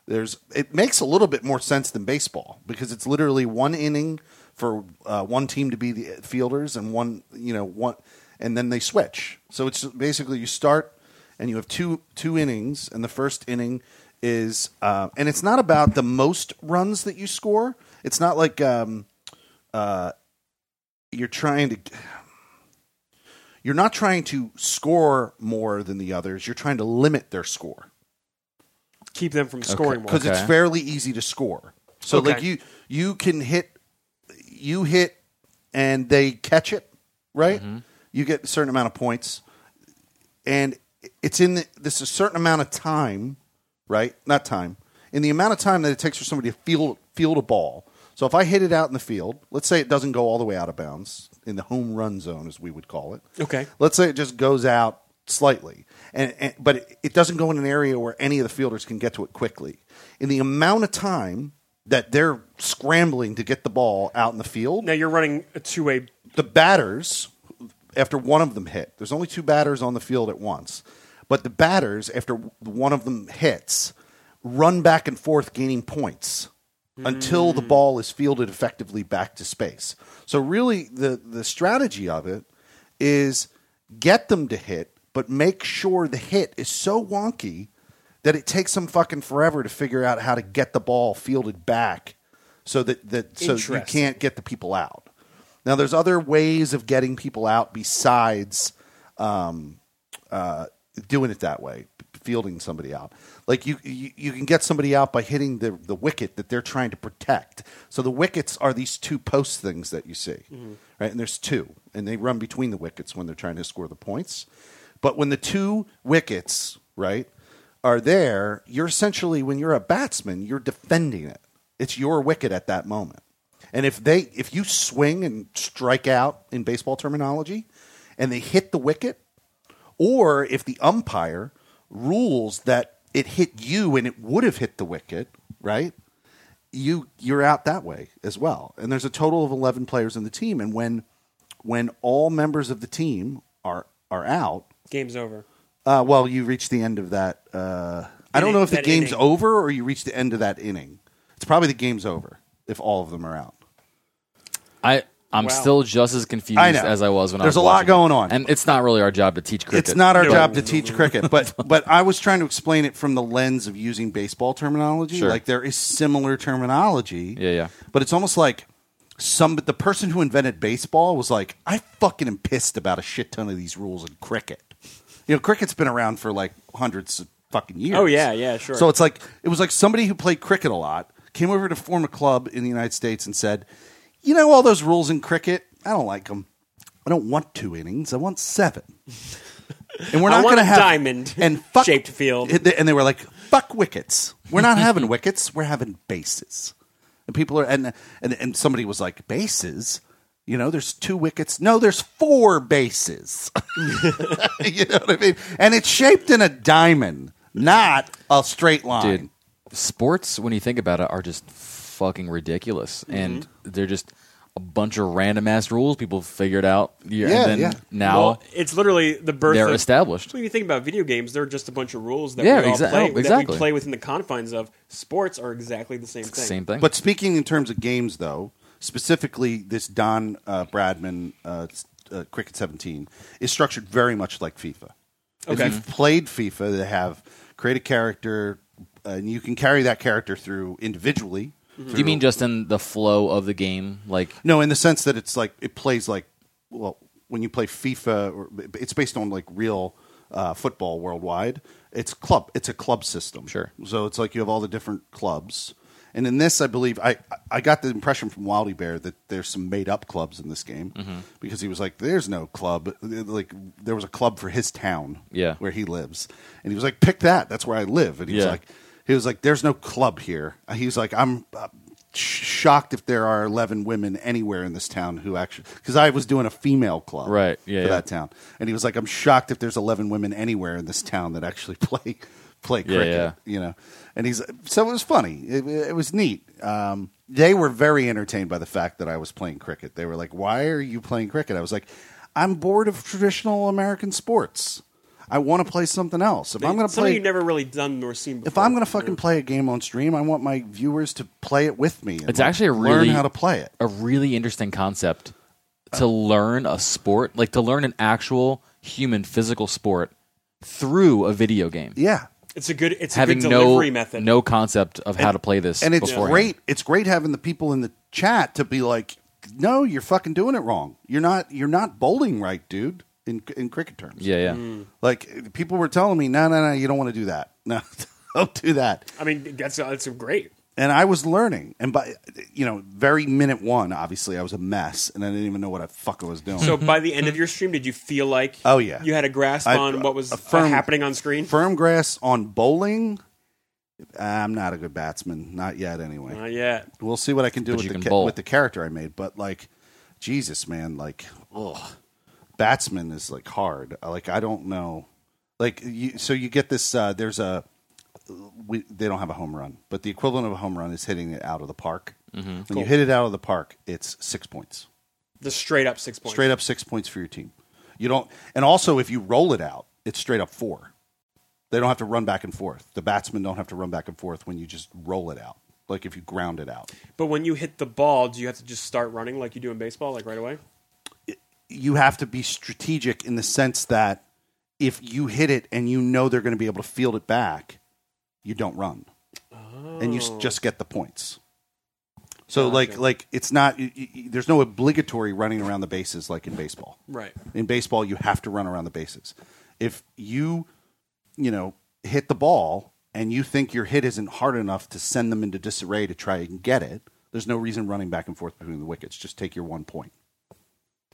Speaker 1: There's it makes a little bit more sense than baseball because it's literally one inning for uh, one team to be the fielders and one you know one and then they switch. So it's basically you start and you have two two innings and the first inning is uh, and it's not about the most runs that you score. It's not like um, uh, you're trying to you're not trying to score more than the others. You're trying to limit their score
Speaker 2: Keep them from scoring more.
Speaker 1: because it's
Speaker 3: Okay.
Speaker 1: fairly easy to score. So
Speaker 2: Okay.
Speaker 1: like you you can hit you hit and they catch it, right? You get a certain amount of points, and it's in the, this a certain amount of time, right? Not time in the amount of time that it takes for somebody to field field a ball. So if I hit it out in the field, let's say it doesn't go all the way out of bounds in the home run zone, as we would call it.
Speaker 2: Okay.
Speaker 1: Let's say it just goes out slightly, and, and but it, it doesn't go in an area where any of the fielders can get to it quickly. In the amount of time that they're scrambling to get the ball out in the field,
Speaker 2: Now you're running a two way.
Speaker 1: the batters after one of them hit there's only two batters on the field at once but the batters after one of them hits run back and forth gaining points until the ball is fielded effectively back to space so really the the strategy of it is get them to hit but make sure the hit is so wonky that it takes them fucking forever to figure out how to get the ball fielded back so that, that so you
Speaker 2: Interesting.
Speaker 1: can't can't get the people out. Now, there's other ways of getting people out besides um, uh, doing it that way, fielding somebody out. Like you, you, you can get somebody out by hitting the the wicket that they're trying to protect. So the wickets are these two post things that you see, right? And there's two, and they run between the wickets when they're trying to score the points. But when the two wickets, right, are there, you're essentially when you're a batsman, you're defending it. It's your wicket at that moment. And if they if you swing and strike out in baseball terminology and they hit the wicket, or if the umpire rules that it hit you and it would have hit the wicket, right? You you're out that way as well. And there's a total of 11 players in the team and when when all members of the team are are out,
Speaker 2: Game's over.
Speaker 1: uh, well, you reach the end of that. Uh, I don't
Speaker 2: Inning,
Speaker 1: know if the
Speaker 2: that
Speaker 1: game's
Speaker 2: inning.
Speaker 1: over or you reach the end of that inning. It's probably the game's over if all of them are out.
Speaker 3: I I'm
Speaker 2: Wow.
Speaker 3: still just as confused
Speaker 1: I know.
Speaker 3: as I was when
Speaker 1: There's
Speaker 3: I was
Speaker 1: a lot
Speaker 3: watching it.
Speaker 1: going on.
Speaker 3: and it's not really our job to teach cricket.
Speaker 1: It's not our
Speaker 2: No.
Speaker 1: job to teach cricket, but but I was trying to explain it from the lens of using baseball terminology.
Speaker 3: Sure.
Speaker 1: Like there is similar terminology.
Speaker 3: Yeah, yeah.
Speaker 1: But it's almost like some the person who invented baseball was like, I fucking am pissed about a shit ton of these rules in cricket. You know, cricket's been around for like hundreds of fucking years.
Speaker 2: Oh, yeah, yeah, sure.
Speaker 1: So it's like it was like somebody who played cricket a lot came over to form a club in the United States and said, "You know all those rules in cricket? I don't like them. I don't want two innings. I want seven. And we're
Speaker 2: I
Speaker 1: not going
Speaker 2: want
Speaker 1: to
Speaker 2: a
Speaker 1: have
Speaker 2: diamond
Speaker 1: and fuck,
Speaker 2: shaped field.
Speaker 1: And they- and they were like, "Fuck wickets. We're not having wickets. We're having bases." And people are and and and somebody was like, "Bases." You know, there's two wickets. No, there's four bases. you know what I mean? And it's shaped in a diamond, not a straight line.
Speaker 3: Dude, sports when you think about it are just fucking ridiculous,
Speaker 1: Mm-hmm.
Speaker 3: and they're just a bunch of random ass rules people figured out. Yeah,
Speaker 1: Yeah,
Speaker 3: and then
Speaker 1: yeah.
Speaker 3: now
Speaker 2: Well, it's literally the birth
Speaker 3: they're
Speaker 2: of,
Speaker 3: established.
Speaker 2: When you think about video games, they're just a bunch of rules that
Speaker 3: Yeah,
Speaker 2: we all
Speaker 3: exa-
Speaker 2: play,
Speaker 3: oh,
Speaker 2: that
Speaker 3: exactly.
Speaker 2: we play within the confines of. Sports are exactly the same
Speaker 3: it's the
Speaker 2: thing.
Speaker 3: same thing.
Speaker 1: But speaking in terms of games, though, specifically this Don uh, Bradman uh, s- uh, Cricket 17 is structured very much like FIFA.
Speaker 2: Okay.
Speaker 1: If you've played FIFA, they have create a character, uh, and you can carry that character through individually.
Speaker 3: do you mean just in the flow of the game, like?
Speaker 1: No, in the sense that it's like it plays like well, when you play FIFA, or it's based on like real uh, football worldwide. It's club. It's a club system.
Speaker 3: Sure.
Speaker 1: So it's like you have all the different clubs, and in this, I believe I I got the impression from Wildy Bear that there's some made up clubs in this game
Speaker 3: Mm-hmm.
Speaker 1: because he was like, "There's no club." Like there was a club for his town,
Speaker 3: Yeah.
Speaker 1: where he lives, and he was like, "Pick that. That's where I live." And he was
Speaker 3: Yeah.
Speaker 1: like, he was like, "There's no club here." He was like, "I'm uh, sh- shocked if there are 11 women anywhere in this town who actually because I was doing a female club,
Speaker 3: Right, yeah,
Speaker 1: for
Speaker 3: yeah.
Speaker 1: that town." And he was like, "I'm shocked if there's 11 women anywhere in this town that actually play play
Speaker 3: Yeah,
Speaker 1: cricket."
Speaker 3: yeah.
Speaker 1: You know, and he's so it was funny. It, it was neat. Um, they were very entertained by the fact that I was playing cricket. They were like, "Why are you playing cricket?" I was like, "I'm bored of traditional American sports." I want to play something else. If I'm going to
Speaker 2: Something
Speaker 1: play,
Speaker 2: you've never really done nor seen before.
Speaker 1: if I'm going to fucking play a game on stream, I want my viewers to play it with me. and,
Speaker 3: It's
Speaker 1: like,
Speaker 3: actually a
Speaker 1: learn
Speaker 3: really-
Speaker 1: how to play it.
Speaker 3: a really interesting concept
Speaker 2: Uh.
Speaker 3: to learn a sport, like to learn an actual human physical sport through a video game.
Speaker 1: Yeah,
Speaker 2: it's a good it's
Speaker 3: Having
Speaker 2: a good delivery
Speaker 3: no
Speaker 2: method.
Speaker 3: no concept of how to play this,
Speaker 1: and it's
Speaker 3: beforehand.
Speaker 1: great. It's great having the people in the chat to be like, "No, you're fucking doing it wrong. You're not. You're not bowling right, dude." In in cricket terms,
Speaker 3: Yeah, yeah.
Speaker 2: Mm.
Speaker 1: Like people were telling me, "No, no, no, you don't want to do that. No, don't do that."
Speaker 2: I mean, that's that's great.
Speaker 1: and I was learning. And by you know, very minute one, obviously, I was a mess, and I didn't even know what I fuck I was doing.
Speaker 2: So by the end of your stream, did you feel like
Speaker 1: Mm-hmm. Oh, yeah.
Speaker 2: you had a grasp
Speaker 1: I-
Speaker 2: on what was
Speaker 1: a firm-
Speaker 2: uh, happening on screen?
Speaker 1: firm grass on bowling. Ah, I'm not a good batsman, not yet. Anyway,
Speaker 2: Not yet.
Speaker 1: we'll see what I can do
Speaker 3: But
Speaker 1: with
Speaker 3: you
Speaker 1: the
Speaker 3: can
Speaker 1: ca-
Speaker 3: bowl.
Speaker 1: with the character I made. But like, Jesus, man, like, ugh, batsman is like hard. Like, I don't know. Like, you, so you get this. Uh, there's a. We, they don't have a home run, but the equivalent of a home run is hitting it out of the park.
Speaker 3: Mm-hmm.
Speaker 1: When
Speaker 2: Cool.
Speaker 1: you hit it out of the park, it's six points,
Speaker 2: Just straight up six points.
Speaker 1: straight up six points for your team. You don't, and also if you roll it out, it's straight up four. They don't have to run back and forth. The batsmen don't have to run back and forth when you just roll it out. Like if you ground it out.
Speaker 2: But when you hit the ball, do you have to just start running like you do in baseball, like right away?
Speaker 1: you have to be strategic in the sense that if you hit it and you know they're going to be able to field it back, you don't run, and you s- just get the points. So like
Speaker 2: Oh. Gotcha.
Speaker 1: like it's not y y- y- there's no obligatory running around the bases like in baseball.
Speaker 2: Right.
Speaker 1: In baseball, you have to run around the bases. If you you know hit the ball and you think your hit isn't hard enough to send them into disarray to try and get it, there's no reason running back and forth between the wickets. Just take your one point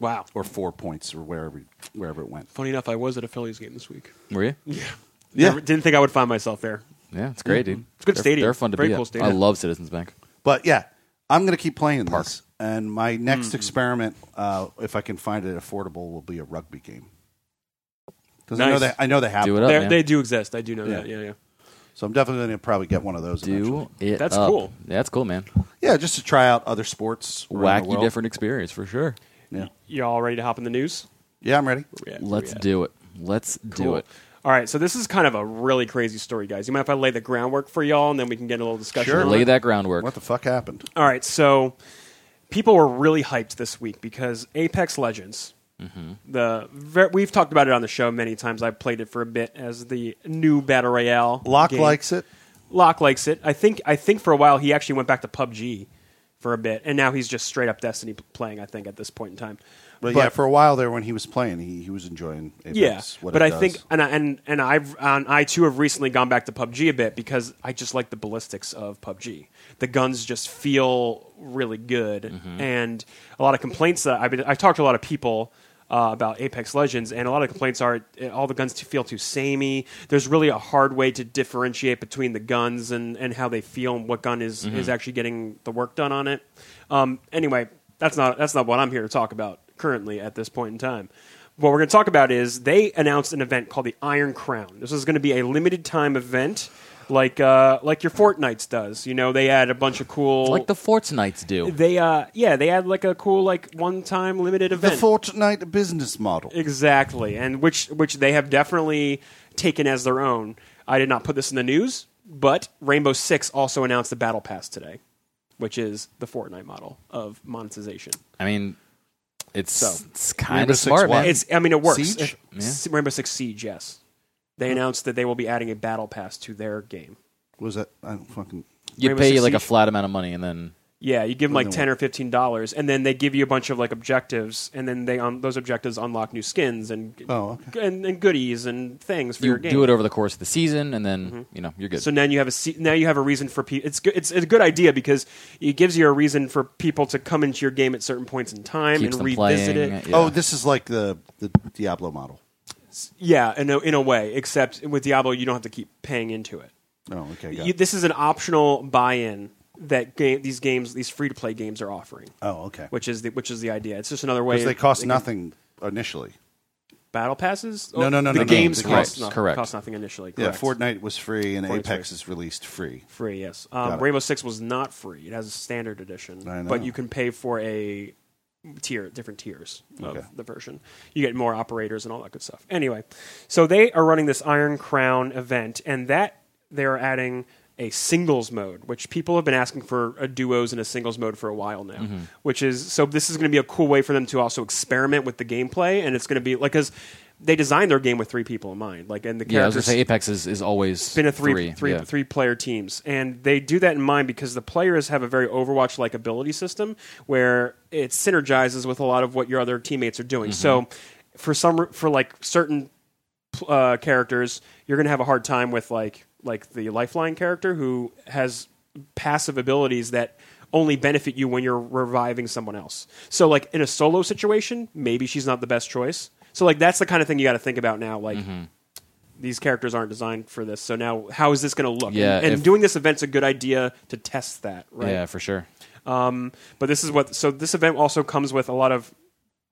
Speaker 2: Wow.
Speaker 1: or four points or wherever wherever it went.
Speaker 2: Funny enough, I was at a Phillies game this week.
Speaker 3: Were you?
Speaker 2: Yeah.
Speaker 1: Yeah.
Speaker 2: Never- didn't think I would find myself there.
Speaker 3: Yeah, it's great, dude.
Speaker 2: It's a good
Speaker 3: They're-
Speaker 2: stadium.
Speaker 3: They're fun to
Speaker 2: Very
Speaker 3: be
Speaker 2: cool
Speaker 3: at.
Speaker 2: stadium.
Speaker 3: I love Citizens Bank.
Speaker 1: But yeah, I'm going to keep playing this. And my next experiment, uh, if I can find it affordable, will be a rugby game. Because I know
Speaker 2: Nice.
Speaker 1: they, I know they have,
Speaker 3: Do
Speaker 1: them.
Speaker 3: it up,
Speaker 2: They're-
Speaker 3: man.
Speaker 2: they do exist. I do know
Speaker 1: Yeah.
Speaker 2: that. Yeah, yeah.
Speaker 1: so I'm definitely going to probably get one of those. eventually.
Speaker 3: Do it.
Speaker 2: That's
Speaker 3: up.
Speaker 2: cool.
Speaker 3: Yeah, that's cool, man.
Speaker 1: yeah, just to try out other sports. around the
Speaker 3: Wacky,
Speaker 1: world.
Speaker 3: different experience for sure.
Speaker 1: Yeah,
Speaker 2: You all ready to hop in the news?
Speaker 1: yeah, I'm ready.
Speaker 2: Where we at? Where
Speaker 3: Let's
Speaker 2: we at?
Speaker 3: do it. Let's do
Speaker 2: Cool.
Speaker 3: it.
Speaker 2: All right, so this is kind of a really crazy story, guys. You mind if I lay the groundwork for y'all, and then we can get a little discussion.
Speaker 1: Sure.
Speaker 2: on
Speaker 3: Lay
Speaker 2: it?
Speaker 3: that groundwork.
Speaker 1: What the fuck happened?
Speaker 2: All right, so people were really hyped this week because Apex Legends.
Speaker 1: Mm-hmm.
Speaker 2: The ver- we've talked about it on the show many times. I played it for a bit as the new battle royale.
Speaker 1: Locke
Speaker 2: game.
Speaker 1: likes it.
Speaker 2: Locke likes it. I think. I think for a while he actually went back to PUBG for a bit, and now he's just straight up Destiny playing. I think at this point in time.
Speaker 1: But,
Speaker 2: But-
Speaker 1: yeah, for a while there when he was playing, he, he was enjoying Apex.
Speaker 2: yeah,
Speaker 1: what
Speaker 2: but
Speaker 1: it
Speaker 2: I
Speaker 1: does.
Speaker 2: think and I, and and I've and I too have recently gone back to PUBG a bit because I just like the ballistics of PUBG. The guns just feel really good,
Speaker 1: Mm-hmm.
Speaker 2: and a lot of complaints that I've been, I've talked to a lot of people. Uh, about Apex Legends, and a lot of complaints are uh, all the guns feel too samey. There's really a hard way to differentiate between the guns and, and how they feel and what gun is,
Speaker 1: Mm-hmm.
Speaker 2: is actually getting the work done on it. Um, anyway, that's not that's not what I'm here to talk about currently at this point in time. What we're going to talk about is they announced an event called the Iron Crown. This is going to be a limited time event, like uh, like your Fortnites does. You know, they had a bunch of cool
Speaker 3: Like the Fortnites do.
Speaker 2: they uh yeah they had like a cool like one time limited
Speaker 1: the
Speaker 2: event
Speaker 1: Fortnite business model.
Speaker 2: exactly, and which which they have definitely taken as their own. I did not put this in the news, but Rainbow Six also announced the Battle Pass today, which is the Fortnite model of monetization.
Speaker 3: I mean, it's,
Speaker 2: So.
Speaker 3: it's kind
Speaker 1: Rainbow
Speaker 3: of
Speaker 1: Six
Speaker 3: smart,
Speaker 1: what?
Speaker 3: man.
Speaker 2: It's. I mean, it works.
Speaker 1: Siege?
Speaker 2: Uh, S- Rainbow Six Siege. Yes, they
Speaker 3: Hmm.
Speaker 2: announced that they will be adding a battle pass to their game.
Speaker 1: What was that? I don't fucking.
Speaker 3: you
Speaker 2: Rainbow
Speaker 3: pay
Speaker 2: Six
Speaker 3: like a
Speaker 2: Siege.
Speaker 3: flat amount of money, and then
Speaker 2: Yeah, you give
Speaker 3: Oh,
Speaker 2: them like
Speaker 1: then
Speaker 2: ten or fifteen dollars, and then they give you a bunch of like objectives, and then they on those objectives unlock new skins and
Speaker 1: Oh, okay.
Speaker 2: and, and goodies and things for
Speaker 3: you
Speaker 2: your game. Mm-hmm.
Speaker 3: do it over the course of the season, and then you know you're good.
Speaker 2: So now you have a se- now you have a reason for people. It's good. It's a good idea because it gives you a reason for people to come into your game at certain points in time
Speaker 3: Keeps
Speaker 2: and
Speaker 3: them
Speaker 2: revisit
Speaker 3: playing.
Speaker 2: it.
Speaker 3: yeah.
Speaker 1: Oh, this is like the the Diablo model.
Speaker 2: Yeah, in a, in a way. Except with Diablo, you don't have to keep paying into it.
Speaker 1: Oh, okay. Got
Speaker 2: You,
Speaker 1: it.
Speaker 2: this is an optional buy-in that ga- these games, these free-to-play games, are offering,
Speaker 1: Oh, okay.
Speaker 2: which is the which is the idea. It's just another way.
Speaker 1: Because they cost
Speaker 2: can-
Speaker 1: nothing initially.
Speaker 2: Battle passes?
Speaker 1: No, no, no,
Speaker 2: The
Speaker 1: no, no.
Speaker 2: games
Speaker 1: The
Speaker 2: cost
Speaker 3: games.
Speaker 2: nothing.
Speaker 3: Correct.
Speaker 2: Cost nothing initially.
Speaker 1: Yeah,
Speaker 2: Correct.
Speaker 1: Fortnite was free and
Speaker 2: Fortnite's
Speaker 1: Apex
Speaker 2: free.
Speaker 1: is released free.
Speaker 2: Free, yes.
Speaker 1: Got
Speaker 2: Um,
Speaker 1: it.
Speaker 2: Rainbow Six was not free. It has a standard edition,
Speaker 1: I know.
Speaker 2: but you can pay for a tier, different tiers of
Speaker 1: Okay.
Speaker 2: the version. You get more operators and all that good stuff. Anyway, so they are running this Iron Crown event, and that they are adding a singles mode, which people have been asking for a duos and a singles mode for a while now. Which is so this is going to be a cool way for them to also experiment with the gameplay, and it's going to be like because they designed their game with three people in mind, like and the
Speaker 3: yeah, I was gonna
Speaker 2: characters
Speaker 3: say Apex is, is always
Speaker 2: been a three
Speaker 3: three,
Speaker 2: three-
Speaker 3: yeah.
Speaker 2: three player teams, and they do that in mind because the players have a very Overwatch like ability system where it synergizes with a lot of what your other teammates are doing. So for some for like certain uh, characters, you're going to have a hard time with like like the lifeline character who has passive abilities that only benefit you when you're reviving someone else. So like in a solo situation, maybe she's not the best choice. So like that's the kind of thing you got to think about now. Like
Speaker 3: Mm-hmm.
Speaker 2: these characters aren't designed for this, so now how is this going to look?
Speaker 3: Yeah,
Speaker 2: and, and
Speaker 3: if-
Speaker 2: doing this event's a good idea to test that, right?
Speaker 3: Yeah, for sure.
Speaker 2: Um, but this is what so this event also comes with a lot of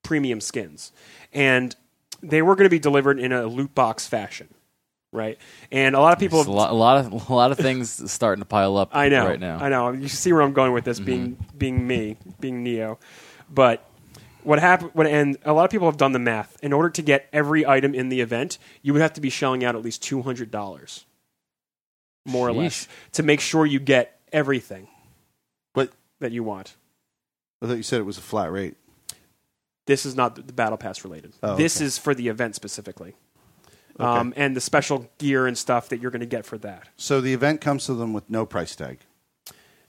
Speaker 2: premium skins, and they were going to be delivered in a loot box fashion, right? And a lot of people
Speaker 3: It's a lot, a lot of a lot of things starting to pile up.
Speaker 2: I know.
Speaker 3: right now. Mm-hmm.
Speaker 2: I know. You see where I'm going with this, being being me, being Neo. But what happened? What and a lot of people have done the math. In order to get every item in the event, you would have to be shelling out at least two hundred dollars, more or less, to make sure you get everything
Speaker 1: But
Speaker 2: that you want.
Speaker 1: I thought you said it was a flat rate.
Speaker 2: This is not the the battle pass related.
Speaker 1: Oh,
Speaker 2: this
Speaker 1: okay.
Speaker 2: is for the event specifically,
Speaker 1: Okay.
Speaker 2: um, and the special gear and stuff that you're going to get for that.
Speaker 1: So the event comes to them with no price tag.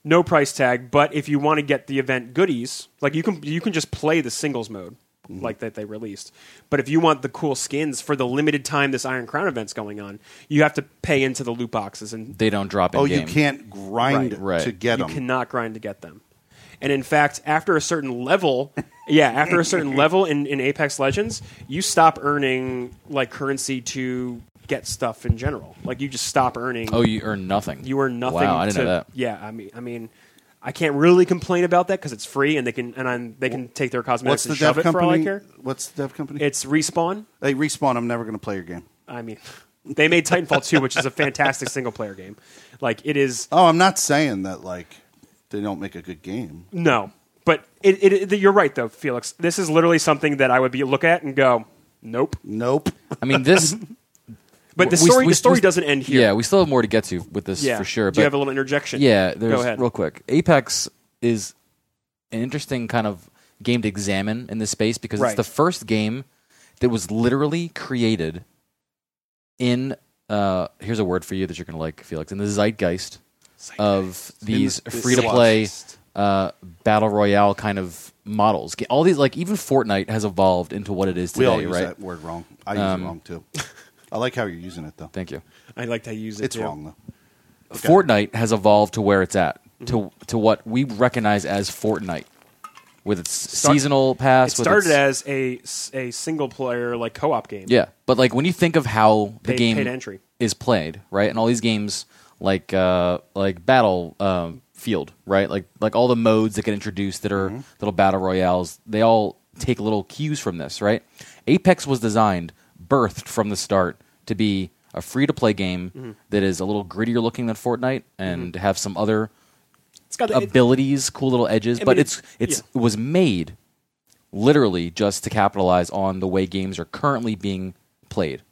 Speaker 2: no price tag. But if you want to get the event goodies, like you can you can just play the singles mode
Speaker 1: Mm-hmm.
Speaker 2: like that they released. But if you want the cool skins for the limited time this Iron Crown event's going on, you have to pay into the loot boxes and
Speaker 3: They don't drop in
Speaker 1: Oh,
Speaker 3: game.
Speaker 1: you can't grind
Speaker 2: Right,
Speaker 3: right.
Speaker 1: to get
Speaker 2: you
Speaker 1: them.
Speaker 2: cannot grind to get them. And in fact, after a certain level, yeah, after a certain level in, in Apex Legends, you stop earning like currency to get stuff in general. Like you just stop earning.
Speaker 3: Oh, you earn nothing.
Speaker 2: you earn nothing.
Speaker 3: Wow, I didn't
Speaker 2: to,
Speaker 3: know that.
Speaker 2: Yeah, I mean, I mean, I can't really complain about that because it's free and they can and I'm, they can take their
Speaker 1: What's
Speaker 2: cosmetics and
Speaker 1: the
Speaker 2: shove
Speaker 1: dev
Speaker 2: it for all I
Speaker 1: company?
Speaker 2: care.
Speaker 1: What's the dev company?
Speaker 2: It's respawn.
Speaker 1: hey, respawn. I'm never going to play your game.
Speaker 2: I mean, they made Titanfall 2, which is a fantastic single player game. Like it is
Speaker 1: Oh, I'm not saying that like they don't make a good game.
Speaker 2: no, but it, it, it- you're right though, Felix. This is literally something that I would be look at and go, nope.
Speaker 1: Nope.
Speaker 3: I mean, this.
Speaker 2: But the
Speaker 3: we-
Speaker 2: story
Speaker 3: we-
Speaker 2: the story
Speaker 3: we-
Speaker 2: doesn't end here.
Speaker 3: Yeah, we still have more to get to with this
Speaker 2: Yeah.
Speaker 3: for sure.
Speaker 2: Do you
Speaker 3: but-
Speaker 2: have a little interjection?
Speaker 3: Yeah, there's
Speaker 2: Go ahead.
Speaker 3: real quick. Apex is an interesting kind of game to examine in this space because
Speaker 2: Right.
Speaker 3: it's the first game that was literally created in uh here's a word for you that you're going to like Felix in the zeitgeist, of these
Speaker 1: the- the
Speaker 3: free to play
Speaker 1: zeitgeist.
Speaker 3: uh battle royale kind of models. Ga- All these like even Fortnite has evolved into what it is
Speaker 1: We
Speaker 3: today,
Speaker 1: all use
Speaker 3: right? Um,
Speaker 1: that word wrong. I use it wrong too. I like how you're using it though.
Speaker 3: Thank you.
Speaker 2: I like to use it.
Speaker 1: It's
Speaker 2: too.
Speaker 1: wrong though.
Speaker 3: Fortnite has evolved to where it's at to to what we recognize as Fortnite with its seasonal pass.
Speaker 2: It
Speaker 3: with
Speaker 2: started
Speaker 3: its,
Speaker 2: as a s- a single player like co-op game.
Speaker 3: yeah, but like when you think of how the
Speaker 2: Paid-
Speaker 3: game
Speaker 2: paid entry.
Speaker 3: is played, right, and all these games like uh, like Battle um Field, right, like like all the modes that get introduced that are
Speaker 2: Mm-hmm.
Speaker 3: little battle royales, they all take little cues from this, right? Apex was designed, birthed from the start to be a free to play game
Speaker 2: Mm-hmm.
Speaker 3: that is a little grittier looking than Fortnite and have some other
Speaker 2: It's got the, it-
Speaker 3: abilities, cool little edges, but
Speaker 2: mean,
Speaker 3: it's it's
Speaker 2: yeah.
Speaker 3: it was made literally just to capitalize on the way games are currently being played.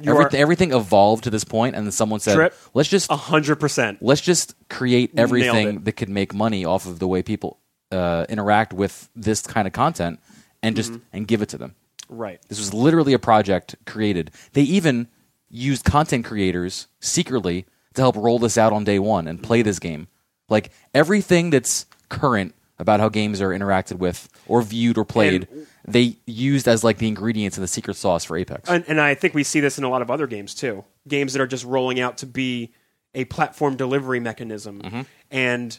Speaker 2: You are-
Speaker 3: Everything, everything evolved to this point, and then someone said,
Speaker 2: Trip.
Speaker 3: "Let's just
Speaker 2: a hundred percent.
Speaker 3: let's just create everything
Speaker 2: it.
Speaker 3: that could make money off of the way people uh, interact with this kind of content, and just
Speaker 2: Mm-hmm.
Speaker 3: and give it to them."
Speaker 2: Right.
Speaker 3: This was literally a project created. They even used content creators secretly to help roll this out on day one and play this game. Like everything that's current about how games are interacted with or viewed or played, they used as like the ingredients and the secret sauce for Apex.
Speaker 2: And, and I think we see this in a lot of other games too. Games that are just rolling out to be a platform delivery mechanism.
Speaker 3: Mm-hmm.
Speaker 2: And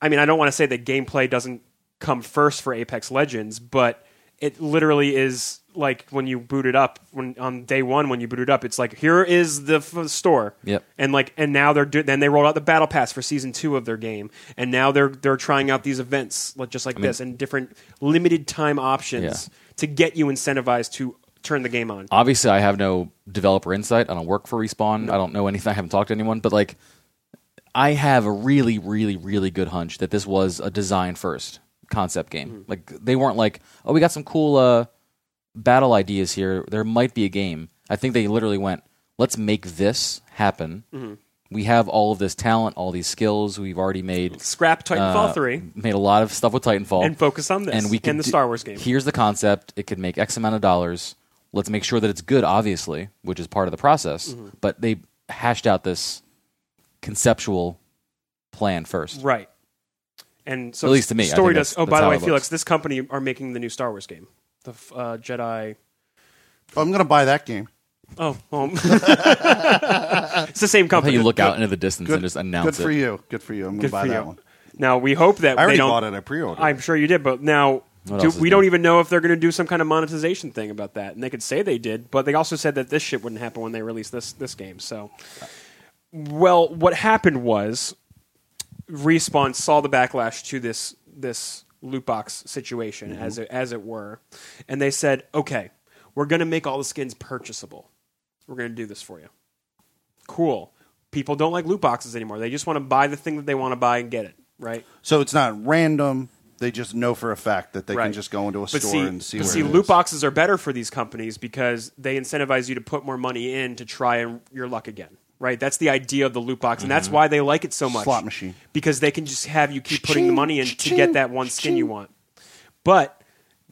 Speaker 2: I mean, I don't want to say that gameplay doesn't come first for Apex Legends, but it literally is like when you boot it up when on day one when you boot it up, it's like here is the f- store.
Speaker 3: Yep.
Speaker 2: And like and now they're do- then they rolled out the battle pass for season two of their game, and now they're they're trying out these events like just like this and different limited time options to get you incentivized to turn the game on.
Speaker 3: Obviously, I have no developer insight. I don't work for Respawn. I don't know anything. I haven't talked to anyone, but like, I have a really, really, really good hunch that this was a design first concept game. Like, they weren't like, oh, we got some cool uh, battle ideas here. There might be a game. I think they literally went, let's make this happen. We have all of this talent, all these skills. We've already made
Speaker 2: Scrap Titanfall
Speaker 3: uh,
Speaker 2: three
Speaker 3: Made a lot of stuff with Titanfall
Speaker 2: and focus on this
Speaker 3: and we can
Speaker 2: and the
Speaker 3: do-
Speaker 2: Star Wars game.
Speaker 3: Here's the concept. It could make X amount of dollars. Let's make sure that it's good, obviously, which is part of the process.
Speaker 2: Mm-hmm.
Speaker 3: But they hashed out this conceptual plan first.
Speaker 2: Right. And so
Speaker 3: At least to me, I
Speaker 2: story
Speaker 3: think
Speaker 2: does.
Speaker 3: that's-
Speaker 2: Oh,
Speaker 3: that's
Speaker 2: by the
Speaker 3: how
Speaker 2: way,
Speaker 3: it looks.
Speaker 2: Felix, this company are making the new Star Wars game, the f- uh, Jedi.
Speaker 1: I'm going to buy that game.
Speaker 2: Oh, well, it's the same
Speaker 3: How
Speaker 2: company.
Speaker 3: you look out into the distance
Speaker 1: Good,
Speaker 3: and just
Speaker 1: good
Speaker 3: announce
Speaker 1: for
Speaker 3: it.
Speaker 1: you. Good for you. I'm going to
Speaker 2: Good
Speaker 1: buy
Speaker 2: for
Speaker 1: that
Speaker 2: you.
Speaker 1: one.
Speaker 2: Now we hope that
Speaker 1: I
Speaker 2: they
Speaker 1: already
Speaker 2: don't.
Speaker 1: bought it. I pre-ordered.
Speaker 2: I'm sure you did, but now
Speaker 3: What
Speaker 2: do,
Speaker 3: else is
Speaker 2: we
Speaker 3: new?
Speaker 2: don't even know if they're going to do some kind of monetization thing about that. And they could say they did, but they also said that this shit wouldn't happen when they released this this game. So, well, what happened was Respawn saw the backlash to this this loot box situation,
Speaker 3: Mm-hmm.
Speaker 2: as it, as it were, and they said, "Okay, we're going to make all the skins purchasable. We're going to do this for you. Cool. People don't like loot boxes anymore. They just want to buy the thing that they want to buy and get it." Right?
Speaker 1: So it's not random. They just know for a fact that they
Speaker 2: Right.
Speaker 1: can just go into a
Speaker 2: But
Speaker 1: store
Speaker 2: see,
Speaker 1: and see
Speaker 2: but
Speaker 1: where
Speaker 2: see
Speaker 1: it
Speaker 2: loot
Speaker 1: is.
Speaker 2: boxes are better for these companies because they incentivize you to put more money in to try and your luck again. Right? That's the idea of the loot box, and that's why they like it so much.
Speaker 1: Mm-hmm. Slot machine.
Speaker 2: because they can just have you keep putting the
Speaker 1: Cha-ching,
Speaker 2: money in to
Speaker 1: cha-ching,
Speaker 2: get that one skin you want. But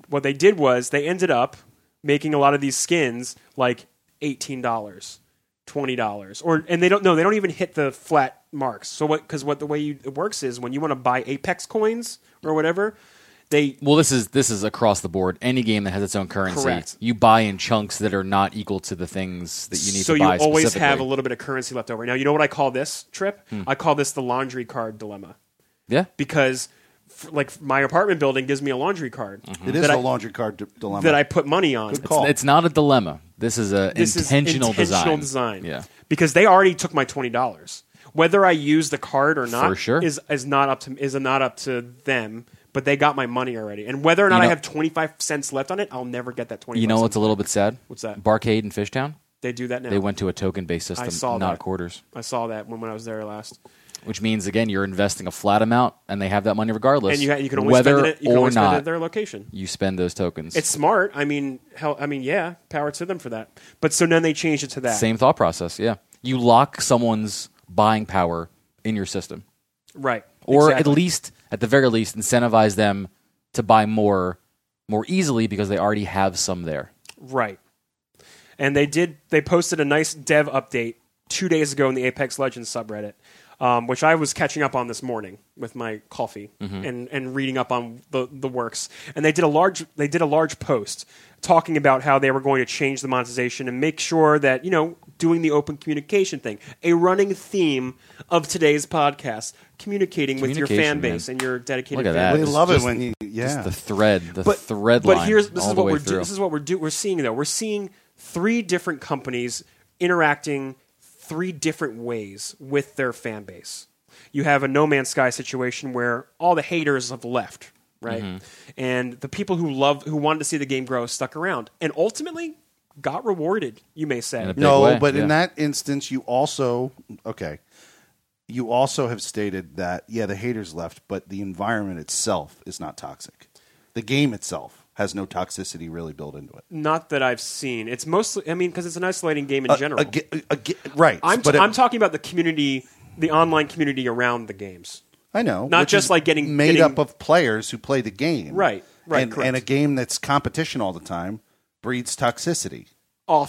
Speaker 2: what they did was they ended up making a lot of these skins like eighteen dollars, twenty dollars, or and they don't know they don't even hit the flat marks. So what? Because what the way you, it works is when you want to buy Apex coins or whatever, they
Speaker 3: Well, this is this is across the board. Any game that has its own currency,
Speaker 2: Correct.
Speaker 3: you buy in chunks that are not equal to the things that you need
Speaker 2: so
Speaker 3: to
Speaker 2: you
Speaker 3: buy.
Speaker 2: always
Speaker 3: specifically. Hmm.
Speaker 2: have a little bit of currency left over. Now you know what I call this trip? I call this the laundry card dilemma
Speaker 3: yeah.
Speaker 2: because f- like my apartment building gives me a laundry card
Speaker 3: Mm-hmm.
Speaker 1: It is
Speaker 2: that
Speaker 1: a
Speaker 2: I-
Speaker 1: laundry card d- dilemma.
Speaker 2: that I put money on.
Speaker 1: Good call.
Speaker 3: It's not a dilemma. This is a
Speaker 2: This
Speaker 3: intentional,
Speaker 2: is intentional
Speaker 3: design.
Speaker 2: design.
Speaker 3: Yeah.
Speaker 2: because they already took my twenty dollars. Whether I use the card or not
Speaker 3: For sure.
Speaker 2: is is not up to is not up to them. But they got my money already, and whether or not
Speaker 3: You know-
Speaker 2: I have twenty five cents left on it, I'll never get that twenty.
Speaker 3: You know what's a little bit sad?
Speaker 2: What's that?
Speaker 3: Barcade in Fishtown.
Speaker 2: they do that now.
Speaker 3: They went to a token-based system,
Speaker 2: I saw
Speaker 3: not
Speaker 2: that.
Speaker 3: quarters,
Speaker 2: I saw that when, when I was there last.
Speaker 3: which means again you're investing a flat amount, and they have that money regardless.
Speaker 2: And you, ha- you can always
Speaker 3: whether
Speaker 2: spend it. at- You
Speaker 3: or
Speaker 2: can always
Speaker 3: not
Speaker 2: spend it at their location.
Speaker 3: you spend those tokens.
Speaker 2: It's smart. I mean, hell, I mean, yeah, power to them for that. But so then they changed it to that.
Speaker 3: same thought process. Yeah, you lock someone's buying power in your system,
Speaker 2: right?
Speaker 3: or
Speaker 2: exactly.
Speaker 3: at least, at the very least, incentivize them to buy more more easily because they already have some there.
Speaker 2: Right. And they did. They posted a nice dev update two days ago in the Apex Legends subreddit, um, which I was catching up on this morning with my coffee
Speaker 3: Mm-hmm.
Speaker 2: and, and reading up on the, the works. And they did a large they did a large post talking about how they were going to change the monetization and make sure that you know doing the open communication thing, a running theme of today's podcast, communicating with your
Speaker 3: Communication,
Speaker 2: fan base and your dedicated
Speaker 3: Look at
Speaker 2: fan
Speaker 3: that.
Speaker 1: they
Speaker 3: It's
Speaker 1: love it
Speaker 3: just-
Speaker 1: when you yeah.
Speaker 3: The thread, the
Speaker 2: but
Speaker 3: thread
Speaker 2: but
Speaker 3: line.
Speaker 2: here's this
Speaker 3: all
Speaker 2: is
Speaker 3: the
Speaker 2: what
Speaker 3: way
Speaker 2: we're
Speaker 3: through.
Speaker 2: do, this is what we're do, we're seeing though we're seeing three different companies interacting three different ways with their fan base you have a no man's sky situation where all the haters have left right
Speaker 3: Mm-hmm.
Speaker 2: and the people who love who wanted to see the game grow stuck around and ultimately got rewarded you may say
Speaker 3: And a big
Speaker 1: no,
Speaker 3: way,
Speaker 1: but
Speaker 3: yeah.
Speaker 1: in that instance, you also okay. You also have stated that yeah, the haters left, but the environment itself is not toxic. The game itself has no toxicity really built into it.
Speaker 2: not that i've seen it's mostly i mean because it's an isolating game
Speaker 3: Uh,
Speaker 2: in general
Speaker 1: Aga- aga- right?
Speaker 2: I'm,
Speaker 1: but it-
Speaker 2: I'm talking about the community the online community around the games
Speaker 1: I know,
Speaker 2: not
Speaker 1: which
Speaker 2: just
Speaker 1: is
Speaker 2: like getting-
Speaker 1: made
Speaker 2: getting-
Speaker 1: up of players who play the game,
Speaker 2: Right, right,
Speaker 1: And,
Speaker 2: correct.
Speaker 1: and a game that's competition all the time breeds toxicity.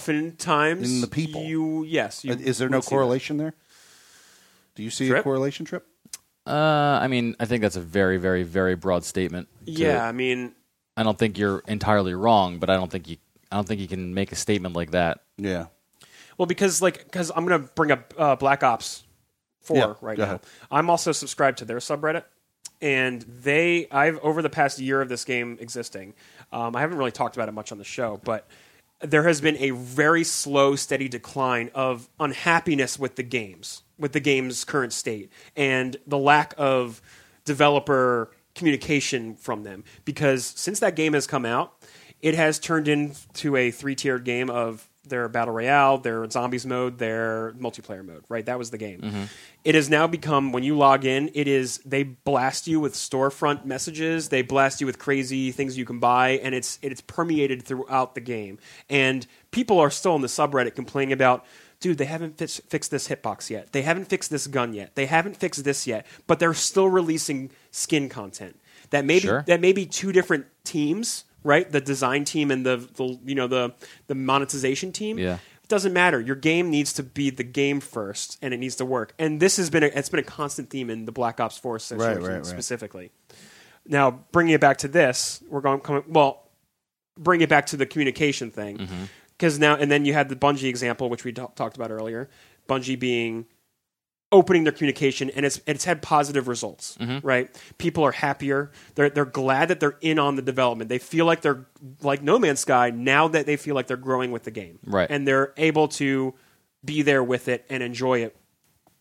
Speaker 2: oftentimes
Speaker 1: In the people. Uh,
Speaker 2: You yes. You
Speaker 1: Is there no
Speaker 2: would see that.
Speaker 1: correlation there? Do you see a
Speaker 2: Trip?
Speaker 1: correlation trip?
Speaker 3: Uh, I mean, I think that's a very, very, very broad statement. to-
Speaker 2: Yeah, I mean,
Speaker 3: I don't think you're entirely wrong, but I don't think you, I don't think you can make a statement like that.
Speaker 1: Yeah,
Speaker 2: well, because like because I'm gonna bring up uh, Black Ops Four
Speaker 1: Yeah,
Speaker 2: right
Speaker 1: go
Speaker 2: now.
Speaker 1: ahead.
Speaker 2: I'm also subscribed to their subreddit, and they I've over the past year of this game existing, um, I haven't really talked about it much on the show, but there has been a very slow, steady decline of unhappiness with the games, with the game's current state, and the lack of developer communication from them. Because since that game has come out, it has turned into a three tiered game of their battle royale, their zombies mode, their multiplayer mode. Right, that was the game. It has now become when you log in, it is they blast you with storefront messages, they blast you with crazy things you can buy, and it's it's permeated throughout the game. And people are still in the subreddit complaining about. Dude, they haven't fix, fixed this hitbox yet. They haven't fixed this gun yet. They haven't fixed this yet. But they're still releasing skin content that maybe
Speaker 3: Sure.
Speaker 2: that may be two different teams, right? The design team and the, the you know the the monetization team.
Speaker 3: Yeah.
Speaker 2: It doesn't matter. Your game needs to be the game first, and it needs to work. And this has been a, it's been a constant theme in the Black Ops Four situation
Speaker 1: right, right.
Speaker 2: specifically. Now bringing it back to this, we're going coming well. Bring it back to the communication thing,
Speaker 1: Mm-hmm.
Speaker 2: because now and then you had the Bungie example, which we t- talked about earlier. Bungie being opening their communication and it's it's had positive results right people are happier they're they're glad that they're in on the development they feel like they're like no man's sky now that they feel like they're growing with the game
Speaker 3: Right.
Speaker 2: and they're able to be there with it and enjoy it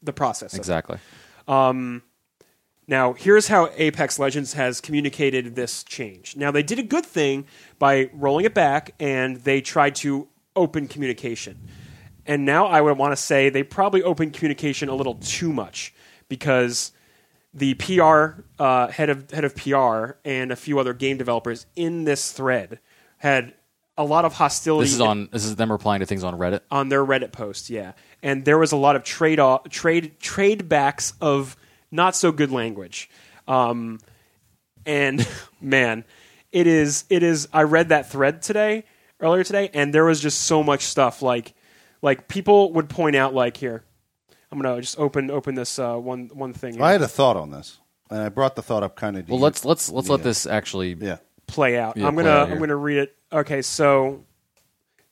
Speaker 2: the process of it.
Speaker 3: Exactly.
Speaker 2: Now, here's how Apex Legends has communicated this change. Now, they did a good thing by rolling it back and they tried to open communication. And now I would want to say they probably opened communication a little too much because the PR uh, head of head of PR and a few other game developers in this thread had a lot of hostility
Speaker 3: This is on. This is them replying to things on Reddit.
Speaker 2: on their Reddit post, yeah. And there was a lot of trade off, trade trade backs of not so good language. Um, and man, it is it is I read that thread today earlier today and there was just so much stuff like like people would point out like here I'm going to just open open this uh, one one thing here,
Speaker 1: I had a thought on this, and I brought the thought up kind of.
Speaker 3: Well, let's let's let's let
Speaker 1: Yeah.
Speaker 3: this actually.
Speaker 1: yeah.
Speaker 2: play out.
Speaker 3: Yeah,
Speaker 2: I'm going
Speaker 3: play
Speaker 2: to
Speaker 3: out
Speaker 2: I'm
Speaker 3: here.
Speaker 2: going to read it. Okay, so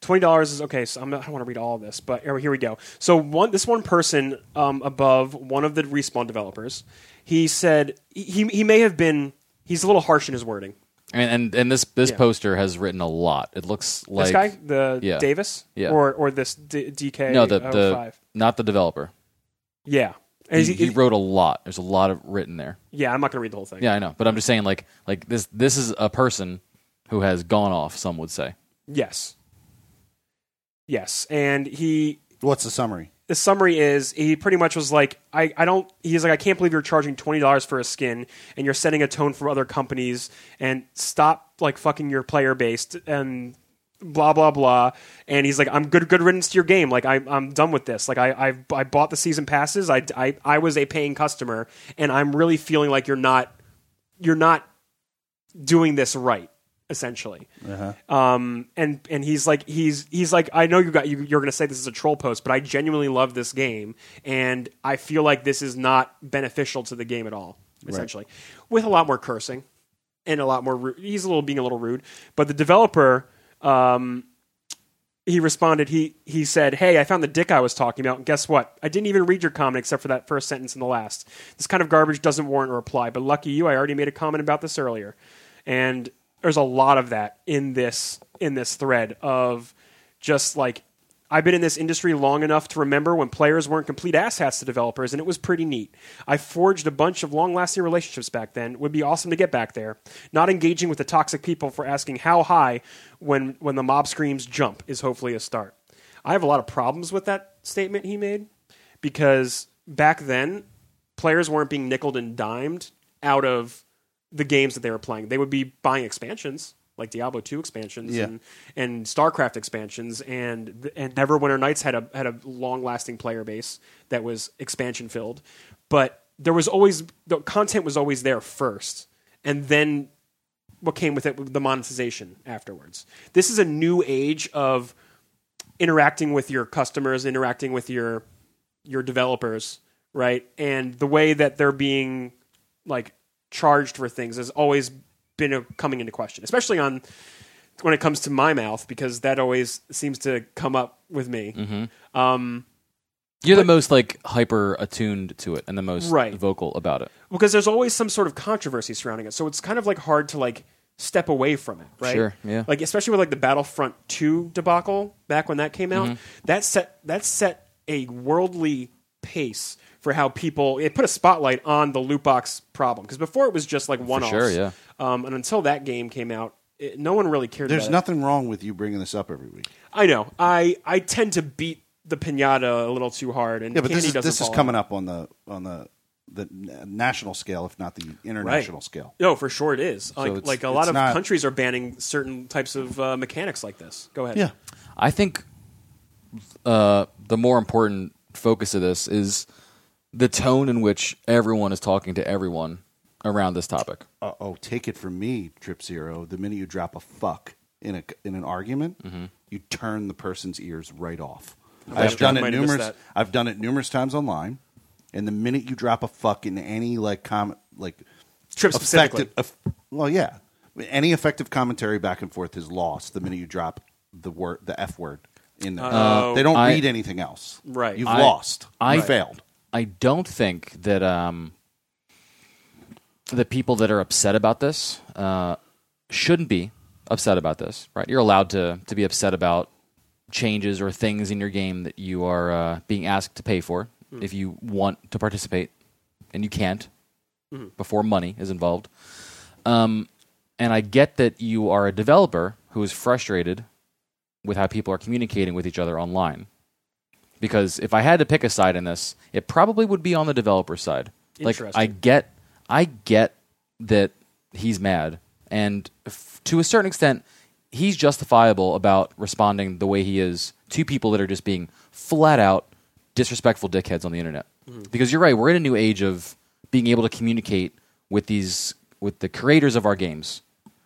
Speaker 2: twenty dollars is okay. So I'm not, I don't want to read all of this, but here, here we go. So one, this one person um, above one of the respawn developers, he said he he may have been he's a little harsh in his wording.
Speaker 3: And and, and this this
Speaker 2: Yeah.
Speaker 3: poster has written a lot. It looks like
Speaker 2: this guy, the
Speaker 3: yeah.
Speaker 2: Davis,
Speaker 3: Yeah.
Speaker 2: or or this D- DK,
Speaker 3: no the
Speaker 2: 05.
Speaker 3: the not the developer.
Speaker 2: yeah. And
Speaker 3: He,
Speaker 2: is he-
Speaker 3: he wrote a lot. There's a lot of written there.
Speaker 2: yeah, I'm not gonna read the whole thing.
Speaker 3: Yeah, I know, but I'm just saying like like this this is a person who has gone off. Some would say.
Speaker 2: Yes. Yes, and he
Speaker 1: What's the summary?
Speaker 2: the summary is he pretty much was like I, I don't he's like I can't believe you're charging twenty dollars for a skin and you're setting a tone for other companies and stop like fucking your player base and blah blah blah and he's like I'm good good riddance to your game like I, I'm done with this like I I've, I bought the season passes I, I I was a paying customer and I'm really feeling like you're not you're not doing this right essentially um, and and he's like he's he's like I know you got you, you're going to say this is a troll post, but I genuinely love this game, and I feel like this is not beneficial to the game at all. Essentially, with a lot more cursing and a lot more, ru- he's a little being a little rude. But the developer, um, he responded. He he said, "Hey, I found the dick I was talking about. And guess what? I didn't even read your comment except for that first sentence and the last. This kind of garbage doesn't warrant a reply. But lucky you, I already made a comment about this earlier." And there's a lot of that in this in this thread of just like I've been in this industry long enough to remember when players weren't complete asshats to developers, and it was pretty neat. I forged a bunch of long lasting relationships back then. Would be awesome to get back there. Not engaging with the toxic people for asking how high when, when the mob screams jump is hopefully a start. I have a lot of problems with that statement he made because back then, players weren't being nickeled and dimed out of the games that they were playing. They would be buying expansions, like Diablo 2 expansions
Speaker 1: Yeah.
Speaker 2: and, and StarCraft expansions and and Neverwinter Nights had a had a long-lasting player base that was expansion filled. But there was always the content was always there first and then what came with it the monetization afterwards. This is a new age of interacting with your customers, interacting with your your developers, right? And the way that they're being like charged for things has always been a, coming into question, especially on when it comes to my mouth because that always seems to come up with me. Um,
Speaker 3: You're the most like hyper attuned to it and the most
Speaker 2: Right.
Speaker 3: vocal about it.
Speaker 2: because there's always some sort of controversy surrounding it, so it's kind of like hard to like step away from it, right?
Speaker 3: Sure, yeah.
Speaker 2: Like especially with like the Battlefront Two debacle back when that came out,
Speaker 3: Mm-hmm.
Speaker 2: that set that set a worldly pace for how people it put a spotlight on the loot box problem because before it was just like one offs.
Speaker 3: sure, yeah.
Speaker 2: Um, and until that game came out, it, no one really cared.
Speaker 1: There's
Speaker 2: about it.
Speaker 1: nothing wrong with you bringing this up every week.
Speaker 2: I know. I I tend to beat the pinata a little too hard, and
Speaker 1: Yeah, but
Speaker 2: candy
Speaker 1: this is,
Speaker 2: doesn't
Speaker 1: this is
Speaker 2: fall
Speaker 1: coming up on the on the the na- national scale, if not the international scale.
Speaker 2: No, for sure it is. Like,
Speaker 1: it's-
Speaker 2: like a
Speaker 1: it's
Speaker 2: lot of
Speaker 1: not-
Speaker 2: countries are banning certain types of uh, mechanics like this. Go ahead.
Speaker 1: Yeah,
Speaker 3: I think uh, the more important focus of this is the tone in which everyone is talking to everyone around this topic.
Speaker 1: uh, oh, take it from me, Trip Zero. The minute you drop a fuck in a in an argument, you turn the person's ears right off.
Speaker 2: Mm-hmm. That's
Speaker 1: I've done
Speaker 2: true.
Speaker 1: it
Speaker 2: Might have missed
Speaker 1: numerous.
Speaker 2: that.
Speaker 1: I've done it numerous times online, and the minute you drop a fuck in any like comment, like
Speaker 2: Trip specifically.
Speaker 1: effective, eff- well, yeah, any effective commentary back and forth is lost the minute you drop the word, the f word in there.
Speaker 2: Oh.
Speaker 1: they don't
Speaker 3: Uh, I-
Speaker 1: read anything else.
Speaker 2: Right.
Speaker 1: you've
Speaker 3: I-
Speaker 1: lost.
Speaker 3: I-
Speaker 1: you
Speaker 3: Right.
Speaker 1: failed.
Speaker 3: I don't think that um, the people that are upset about this uh, shouldn't be upset about this, right? You're allowed to to be upset about changes or things in your game that you are uh, being asked to pay for if you want to participate, and you can't before money is involved. Um, and I get that you are a developer who is frustrated with how people are communicating with each other online. Because if I had to pick a side in this, it probably would be on the developer side. Like I
Speaker 2: Interesting.
Speaker 3: get, I get that he's mad, and f- to a certain extent, he's justifiable about responding the way he is to people that are just being flat out disrespectful dickheads on the internet. Because you're right, we're in a new age of being able to communicate with these with the creators of our games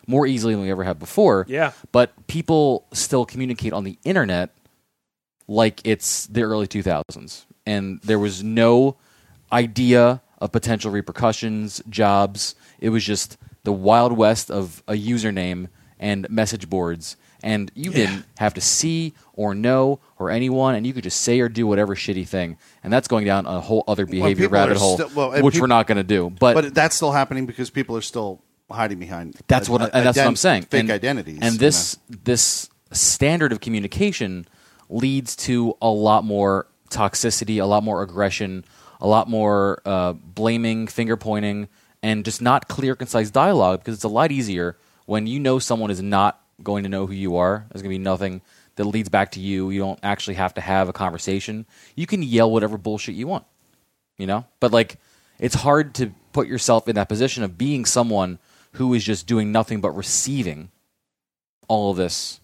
Speaker 3: more easily than we ever have before.
Speaker 2: Yeah.
Speaker 3: But people still communicate on the internet like it's the early 2000s and there was no idea of potential repercussions jobs it was just the wild west of a username and message boards and you didn't have to see or know or anyone, and you could just say or do whatever shitty thing, and that's going down a whole other behavior
Speaker 1: people are
Speaker 3: rabbit hole,
Speaker 1: still- well, and
Speaker 3: which
Speaker 1: peop-
Speaker 3: we're not going to do.
Speaker 1: But,
Speaker 3: But,
Speaker 1: that's still happening because people are still hiding behind.
Speaker 3: that's what,
Speaker 1: i-
Speaker 3: and that's what I'm
Speaker 1: ident-
Speaker 3: saying.
Speaker 1: Fake
Speaker 3: and,
Speaker 1: identities.
Speaker 3: and
Speaker 1: you
Speaker 3: this
Speaker 1: know.
Speaker 3: this standard of communication leads to a lot more toxicity, a lot more aggression, a lot more uh, blaming, finger pointing, and just not clear, concise dialogue. Because it's a lot easier when you know someone is not going to know who you are. There's going to be nothing that leads back to you. You don't actually have to have a conversation. You can yell whatever bullshit you want you know but like it's hard to put yourself in that position of being someone who is just doing nothing but receiving all of this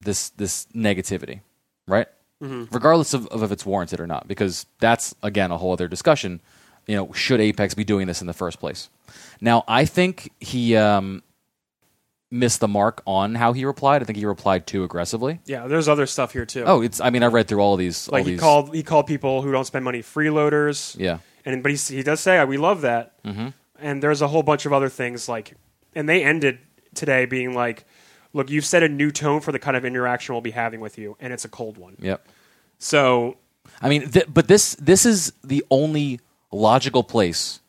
Speaker 3: this this negativity right
Speaker 2: Mm-hmm.
Speaker 3: regardless of, of if it's warranted or not because that's again a whole other discussion you know should apex be doing this in the first place now i think he um missed the mark on how he replied i think he replied too aggressively
Speaker 2: Yeah, there's other stuff here too.
Speaker 3: oh it's i mean i read through all of these all
Speaker 2: like he
Speaker 3: these-
Speaker 2: called he called people who don't spend money freeloaders.
Speaker 3: yeah
Speaker 2: and but he he does say we love that. Mm-hmm. And there's a whole bunch of other things like, and they ended today being like, look, you've set a new tone for the kind of interaction we'll be having with you, and it's a cold one.
Speaker 3: yep
Speaker 2: So
Speaker 3: I mean, th- but this this is the only logical place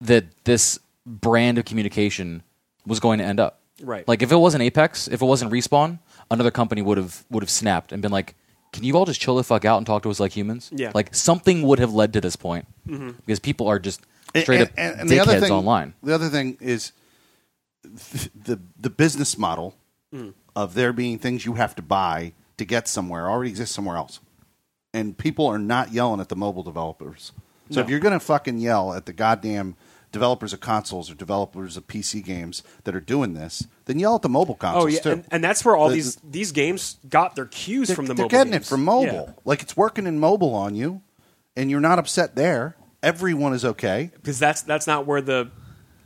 Speaker 3: that this brand of communication was going to end up.
Speaker 2: Right.
Speaker 3: Like if it wasn't Apex, if it wasn't Respawn, another company would have would have snapped and been like, "Can you all just chill the fuck out and talk to us like humans?"
Speaker 2: Yeah. Mm-hmm.
Speaker 3: Like something would have led to this point because people are just
Speaker 1: And-
Speaker 3: straight up
Speaker 1: and- and
Speaker 3: dickheads
Speaker 1: the other thing,
Speaker 3: online.
Speaker 1: The other thing is th- the the business model
Speaker 2: Hmm.
Speaker 1: of there being things you have to buy to get somewhere already exists somewhere else, and people are not yelling at the mobile developers. So if you're gonna fucking yell at the goddamn developers of consoles or developers of PC games that are doing this, then yell at the mobile consoles
Speaker 2: oh yeah,
Speaker 1: too.
Speaker 2: and, and that's where all
Speaker 1: The-
Speaker 2: these these games got their cues
Speaker 1: they're,
Speaker 2: from the
Speaker 1: they're
Speaker 2: mobile.
Speaker 1: getting
Speaker 2: games.
Speaker 1: it from mobile. Like it's working in mobile on you, and you're not upset there. Everyone is okay.
Speaker 2: because that's that's not where the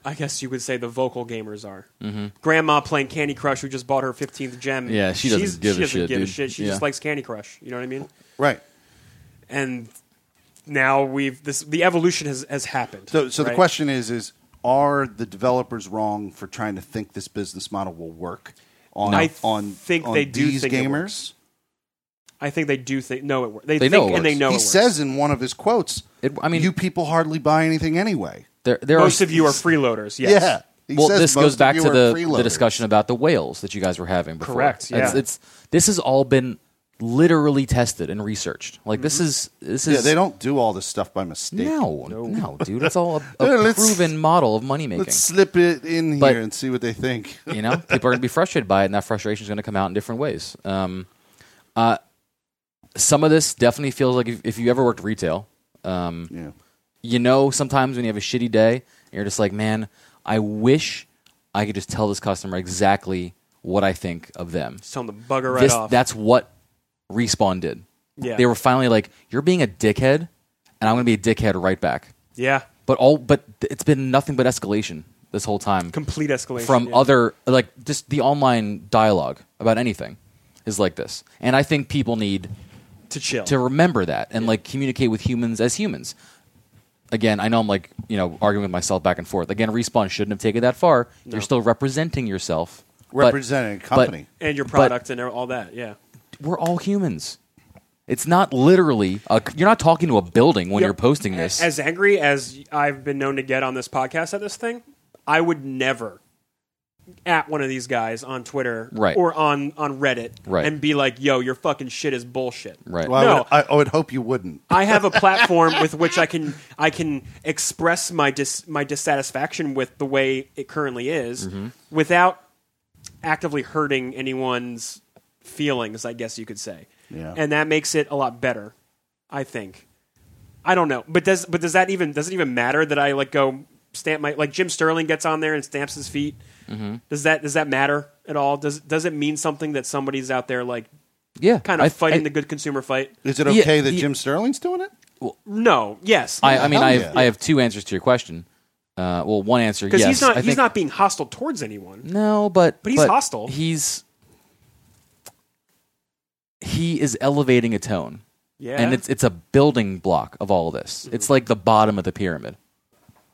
Speaker 2: I guess you would say the vocal gamers are. Mm-hmm. Grandma playing Candy Crush, who just bought her fifteenth gem.
Speaker 3: Yeah, she doesn't
Speaker 2: She's-
Speaker 3: give
Speaker 2: she
Speaker 3: a
Speaker 2: doesn't
Speaker 3: shit,
Speaker 2: give a
Speaker 3: dude.
Speaker 2: shit. She
Speaker 3: Yeah.
Speaker 2: just likes Candy Crush. You know what I mean?
Speaker 1: Right.
Speaker 2: And now we've this the evolution has has happened.
Speaker 1: So, so the
Speaker 2: right?
Speaker 1: question is: Is are the developers wrong for trying to think this business model will work on
Speaker 2: No. I
Speaker 1: on
Speaker 2: think
Speaker 1: on
Speaker 2: they do
Speaker 1: these
Speaker 2: think it
Speaker 1: gamers?
Speaker 2: I think they do think no it works. They,
Speaker 3: They know
Speaker 2: think
Speaker 3: it
Speaker 2: and they
Speaker 3: works.
Speaker 2: know
Speaker 1: he
Speaker 2: it works.
Speaker 1: says in one of his quotes,
Speaker 3: It- I mean-
Speaker 1: you people hardly buy anything anyway."
Speaker 3: There, there
Speaker 2: most
Speaker 3: are,
Speaker 2: of you are freeloaders. Yes.
Speaker 1: Yeah. He
Speaker 3: well,
Speaker 1: says
Speaker 3: this
Speaker 1: most
Speaker 3: goes
Speaker 1: of
Speaker 3: back to
Speaker 1: you are
Speaker 3: the, the
Speaker 1: freeloaders.
Speaker 3: discussion about the whales that you guys were having before.
Speaker 2: Correct, yeah.
Speaker 3: It's, it's this has all been literally tested and researched. Like this is this is
Speaker 1: Mm-hmm. Yeah, they don't do all this stuff by mistake.
Speaker 3: no, no, dude. It's all a,
Speaker 1: Yeah,
Speaker 3: a
Speaker 1: let's-
Speaker 3: proven model of money making.
Speaker 1: Let's slip it in
Speaker 3: But-
Speaker 1: here and see what they think.
Speaker 3: You know, people are going to be frustrated by it, and that frustration is going to come out in different ways. Um, uh, some of this definitely feels like if, if you ever worked retail, um,
Speaker 1: Yeah.
Speaker 3: you know sometimes when you have a shitty day and you're just like man i wish i could just tell this customer exactly what i think of them
Speaker 2: Just tell them to bugger right
Speaker 3: This-
Speaker 2: off.
Speaker 3: that's what respawn did
Speaker 2: Yeah.
Speaker 3: they were finally like you're being a dickhead and i'm going to be a dickhead right back
Speaker 2: yeah.
Speaker 3: but all but th- it's been nothing but escalation this whole time
Speaker 2: Complete escalation
Speaker 3: from
Speaker 2: yeah.
Speaker 3: other like just the online dialogue about anything is like this and i think people need
Speaker 2: to chill.
Speaker 3: to remember that and like communicate with humans as humans. Again, I know I'm like you know arguing with myself back and forth. Again, respawn shouldn't have taken it that far. You're still representing yourself, but-
Speaker 1: Representing a
Speaker 3: but
Speaker 1: company.
Speaker 2: and your
Speaker 3: but-
Speaker 2: product and all that. Yeah.
Speaker 3: we're all humans. It's not literally a, you're not talking to a building when
Speaker 2: Yep.
Speaker 3: you're posting this.
Speaker 2: As angry as I've been known to get on this podcast at this thing, I would never at one of these guys on Twitter
Speaker 3: Right.
Speaker 2: or on, on Reddit
Speaker 3: Right.
Speaker 2: and be like, yo, your fucking shit is bullshit.
Speaker 3: Right.
Speaker 1: Well,
Speaker 2: no,
Speaker 1: I, would, I, I would hope you wouldn't.
Speaker 2: I have a platform with which I can I can express my dis, my dissatisfaction with the way it currently is
Speaker 3: Mm-hmm.
Speaker 2: without actively hurting anyone's feelings, I guess you could say.
Speaker 1: Yeah.
Speaker 2: And that makes it a lot better, I think. I don't know. But does but does that even does it even matter that I like go stamp my like Jim Sterling gets on there and stamps his feet?
Speaker 3: Mm-hmm.
Speaker 2: Does that does that matter at all? Does does it mean something that somebody's out there like
Speaker 3: yeah,
Speaker 2: kind of
Speaker 3: I-
Speaker 2: fighting
Speaker 3: I-
Speaker 2: the good consumer fight?
Speaker 1: Is it
Speaker 3: Yeah,
Speaker 1: okay that
Speaker 3: the-
Speaker 1: Jim Sterling's doing it?
Speaker 2: No. Yes.
Speaker 3: I, I mean,
Speaker 1: Hell
Speaker 3: I have,
Speaker 1: yeah.
Speaker 3: I have two answers to your question. Uh, well, one answer
Speaker 2: because
Speaker 3: yes,
Speaker 2: he's not
Speaker 3: I
Speaker 2: he's
Speaker 3: think-
Speaker 2: not being hostile towards anyone.
Speaker 3: No, but
Speaker 2: But he's hostile.
Speaker 3: He's he is elevating a tone.
Speaker 2: Yeah,
Speaker 3: and it's it's a building block of all of this. It's like the bottom of the pyramid.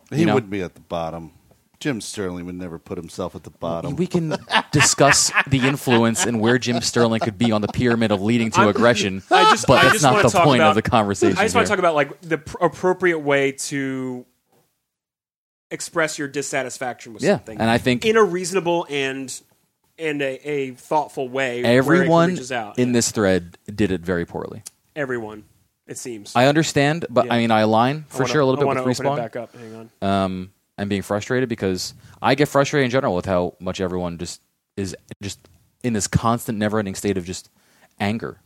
Speaker 1: He
Speaker 3: You know?
Speaker 1: would be at the bottom. Jim Sterling would never put himself at the bottom.
Speaker 3: We can discuss the influence and where Jim Sterling could be on the pyramid of leading to
Speaker 2: I'm-
Speaker 3: aggression,
Speaker 2: I just-
Speaker 3: but
Speaker 2: I
Speaker 3: that's
Speaker 2: just
Speaker 3: not
Speaker 2: wanna
Speaker 3: the
Speaker 2: talk
Speaker 3: point
Speaker 2: about-
Speaker 3: of the conversation.
Speaker 2: I just want to
Speaker 3: here.
Speaker 2: talk about like the pr- appropriate way to express your dissatisfaction with
Speaker 3: Yeah,
Speaker 2: something,
Speaker 3: and I think
Speaker 2: in a reasonable and and a, a thoughtful way. where it
Speaker 3: everyone
Speaker 2: reaches out.
Speaker 3: in this thread did it very poorly.
Speaker 2: everyone, it seems.
Speaker 3: I understand, but
Speaker 2: Yeah.
Speaker 3: I mean, I align
Speaker 2: I
Speaker 3: for
Speaker 2: wanna-
Speaker 3: sure a little
Speaker 2: I
Speaker 3: bit with
Speaker 2: wanna
Speaker 3: respawn.
Speaker 2: Open it back up. Hang on.
Speaker 3: um, I'm being frustrated because I get frustrated in general with how much everyone just is just in this constant, never-ending state of just anger.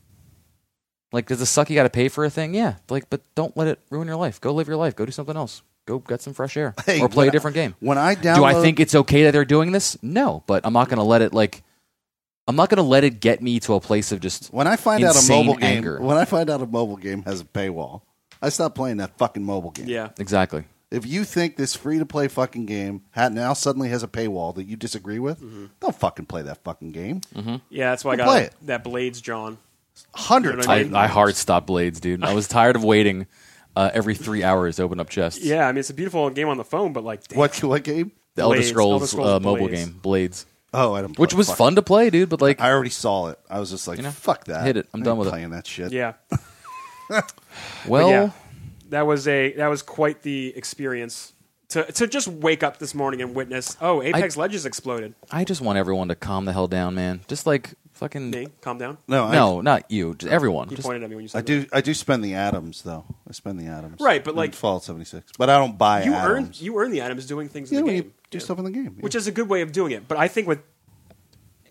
Speaker 3: Like, does it suck? You got to pay for a thing, yeah. Like, but don't let it ruin your life. Go live your life. Go do something else. Go get some fresh air
Speaker 1: Hey,
Speaker 3: or play
Speaker 1: when
Speaker 3: a
Speaker 1: I-
Speaker 3: different game.
Speaker 1: When I download,
Speaker 3: Do I think it's okay that they're doing this? No, but I'm not going to let it like. I'm not going to let it get me to a place of just.
Speaker 1: when I find out a
Speaker 3: insane
Speaker 1: mobile game,
Speaker 3: anger.
Speaker 1: when I find out a mobile game has a paywall, I stop playing that fucking mobile game.
Speaker 2: Yeah.
Speaker 3: Exactly.
Speaker 1: If you think this free to play fucking game ha- now suddenly has a paywall that you disagree with,
Speaker 2: Mm-hmm.
Speaker 1: don't fucking play that fucking game.
Speaker 2: Yeah, that's why I
Speaker 1: Well,
Speaker 2: got
Speaker 1: play it.
Speaker 2: that Blades John.
Speaker 1: Hundreds.
Speaker 2: You know what
Speaker 3: I,
Speaker 2: mean?
Speaker 3: I hard stopped Blades, dude. I was tired of waiting uh, every three hours to open up chests.
Speaker 2: Yeah, I mean it's a beautiful game on the phone, but like damn,
Speaker 1: What what game?
Speaker 3: The Elder
Speaker 2: Blades,
Speaker 3: Scrolls,
Speaker 2: Elder Scrolls
Speaker 3: uh, mobile
Speaker 2: Blades.
Speaker 3: game, Blades,
Speaker 1: Oh, I don't.
Speaker 3: which
Speaker 1: play
Speaker 3: was
Speaker 1: fucking-
Speaker 3: fun to play, dude. But like,
Speaker 1: I already saw it. I was just like,
Speaker 3: know,
Speaker 1: fuck that.
Speaker 3: hit it. I'm
Speaker 1: I
Speaker 3: done
Speaker 1: ain't
Speaker 3: with it.
Speaker 1: playing that shit.
Speaker 2: Yeah,
Speaker 3: well,
Speaker 2: yeah, that was a that was quite the experience to to just wake up this morning and witness. Oh, Apex Legends exploded.
Speaker 3: I just want everyone to calm the hell down, man. Just like fucking
Speaker 2: Me, calm down.
Speaker 1: No, I,
Speaker 3: no, not you, just everyone.
Speaker 2: You
Speaker 3: Just-
Speaker 2: pointed at me when you said
Speaker 1: I do. I do spend the atoms though. I spend the atoms.
Speaker 2: Right, but,
Speaker 1: In
Speaker 2: like-
Speaker 1: Fallout seventy six. But I don't buy
Speaker 2: that. You earn
Speaker 1: atoms.
Speaker 2: you earn the items doing things
Speaker 1: yeah,
Speaker 2: in the
Speaker 1: when
Speaker 2: game,
Speaker 1: you do stuff in the game.
Speaker 2: which is a good way of doing it. But I think with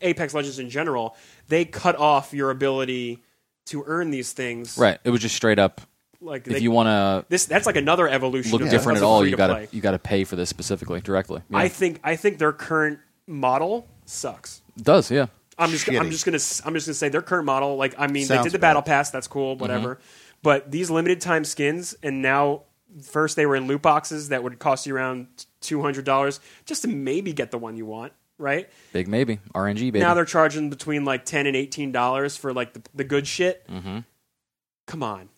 Speaker 2: Apex Legends in general, they cut off your ability to earn these things.
Speaker 3: right, it was just straight up.
Speaker 2: Like
Speaker 3: if
Speaker 2: they-
Speaker 3: you want
Speaker 2: this, that's like another
Speaker 3: to
Speaker 2: evolution.
Speaker 3: look
Speaker 2: of
Speaker 3: different
Speaker 2: of
Speaker 3: at all,
Speaker 2: free
Speaker 3: you
Speaker 2: to
Speaker 3: gotta
Speaker 2: play.
Speaker 3: you gotta pay for this specifically directly. Yeah.
Speaker 2: I think I think their current model sucks.
Speaker 3: it does, yeah.
Speaker 2: I'm just
Speaker 1: Shitty.
Speaker 2: I'm just gonna s- I'm just gonna say their current model. Like I mean, they
Speaker 1: Sounds
Speaker 2: did the
Speaker 1: bad. Mm-hmm.
Speaker 2: battle pass, that's cool, whatever. But these limited time skins, and now first they were in loot boxes that would cost you around two hundred dollars just to maybe get the one you want, right?
Speaker 3: Big maybe RNG baby.
Speaker 2: Now they're charging between like ten and eighteen dollars for like the, the good shit.
Speaker 3: mm-hmm.
Speaker 2: Come on,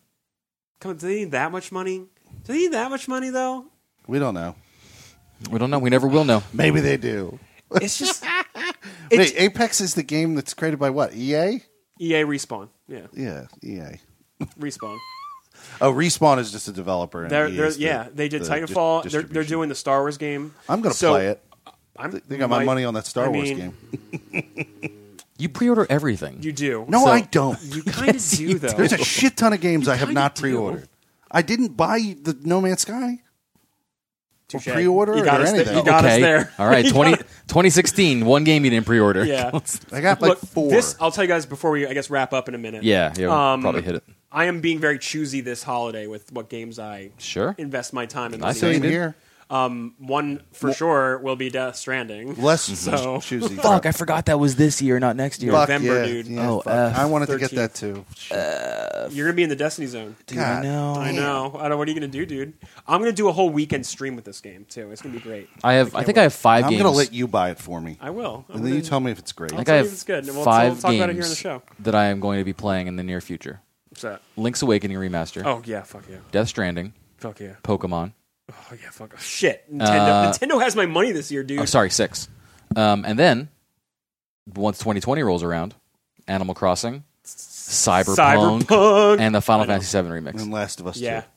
Speaker 2: come on. Do they need that much money? Do they need that much money though?
Speaker 1: we don't know.
Speaker 3: We don't know. We never will know.
Speaker 1: Maybe they do.
Speaker 2: It's just
Speaker 1: Wait,
Speaker 2: it's
Speaker 1: Apex is the game that's created by what? EA.
Speaker 2: EA E respawn. Yeah,
Speaker 1: Yeah, EA.
Speaker 2: respawn.
Speaker 1: Oh, Respawn is just E a developer. And
Speaker 2: They're,
Speaker 1: EA
Speaker 2: they're,
Speaker 1: is the-
Speaker 2: yeah, they did
Speaker 1: the
Speaker 2: Titanfall.
Speaker 1: dis-
Speaker 2: They're, they're
Speaker 1: distribution.
Speaker 2: doing the Star Wars game.
Speaker 1: I'm gonna
Speaker 2: So,
Speaker 1: play it.
Speaker 2: I'm,
Speaker 1: They got my
Speaker 2: might-
Speaker 1: money on that Star
Speaker 2: I
Speaker 1: Wars
Speaker 2: mean,
Speaker 1: game.
Speaker 3: You pre-order everything.
Speaker 2: You do.
Speaker 1: No,
Speaker 3: So-
Speaker 1: I don't.
Speaker 2: you kind of do though.
Speaker 1: There's a shit ton of games I have
Speaker 2: kinda
Speaker 1: not
Speaker 2: do.
Speaker 1: pre-ordered. I didn't buy the No Man's Sky. Or
Speaker 2: Touche.
Speaker 1: pre-order
Speaker 2: You
Speaker 1: or
Speaker 2: got us there.
Speaker 1: anything.
Speaker 2: You got us
Speaker 3: okay.
Speaker 2: there.
Speaker 3: All right.
Speaker 2: You
Speaker 3: 20,
Speaker 2: got us-
Speaker 3: 2016, One game you didn't pre-order.
Speaker 2: Yeah.
Speaker 1: I got like
Speaker 2: Look,
Speaker 1: four.
Speaker 2: This I'll tell you guys before we I guess wrap up in a minute.
Speaker 3: yeah. Yeah. we'll
Speaker 2: Um,
Speaker 3: probably hit it.
Speaker 2: I am being very choosy this holiday with what games I
Speaker 3: Sure.
Speaker 2: invest my time in.
Speaker 3: I
Speaker 2: money
Speaker 3: see.
Speaker 1: Same
Speaker 2: in.
Speaker 3: dude.
Speaker 1: here.
Speaker 2: Um, one for sure will be Death Stranding.
Speaker 1: Less
Speaker 2: So-
Speaker 1: choosy.
Speaker 3: Fuck, I forgot that was this year, not next year.
Speaker 1: Fuck
Speaker 2: November,
Speaker 1: yeah,
Speaker 2: dude.
Speaker 1: yeah,
Speaker 3: Oh,
Speaker 1: fuck. Uh,
Speaker 3: F.
Speaker 1: I wanted to get
Speaker 2: 13th.
Speaker 1: that too.
Speaker 2: You're gonna be in the Destiny Zone.
Speaker 3: Dude, I
Speaker 1: God.
Speaker 3: know.
Speaker 2: I know. I don't. What are you gonna do, dude? I'm gonna do a whole weekend stream with this game too. It's gonna be great.
Speaker 3: I have. I, think I have 5
Speaker 1: I'm
Speaker 3: games.
Speaker 1: gonna let you buy it for me,
Speaker 2: I will. I'm
Speaker 1: and then you
Speaker 2: gonna-
Speaker 1: tell me if it's great.
Speaker 3: I think
Speaker 2: tell
Speaker 3: I
Speaker 2: you
Speaker 3: have
Speaker 2: if it's good, and we'll- we'll
Speaker 3: five
Speaker 2: talk
Speaker 3: games
Speaker 2: about it here on the show.
Speaker 3: that I am going to be playing in the near future:
Speaker 2: What's that?
Speaker 3: Link's Awakening remaster,
Speaker 2: Oh yeah, fuck yeah,
Speaker 3: Death Stranding,
Speaker 2: fuck yeah,
Speaker 3: Pokemon.
Speaker 2: oh yeah, fuck shit. Nintendo,
Speaker 3: Uh,
Speaker 2: Nintendo has my money this year, dude.
Speaker 3: Oh, sorry, six. Um, and then once 2020 rolls around, Animal Crossing, Cyberpunk,
Speaker 2: Cyberpunk.
Speaker 3: and the Final
Speaker 2: I know.
Speaker 3: Fantasy VII remix.
Speaker 1: And Last of Us
Speaker 2: yeah,
Speaker 1: Two.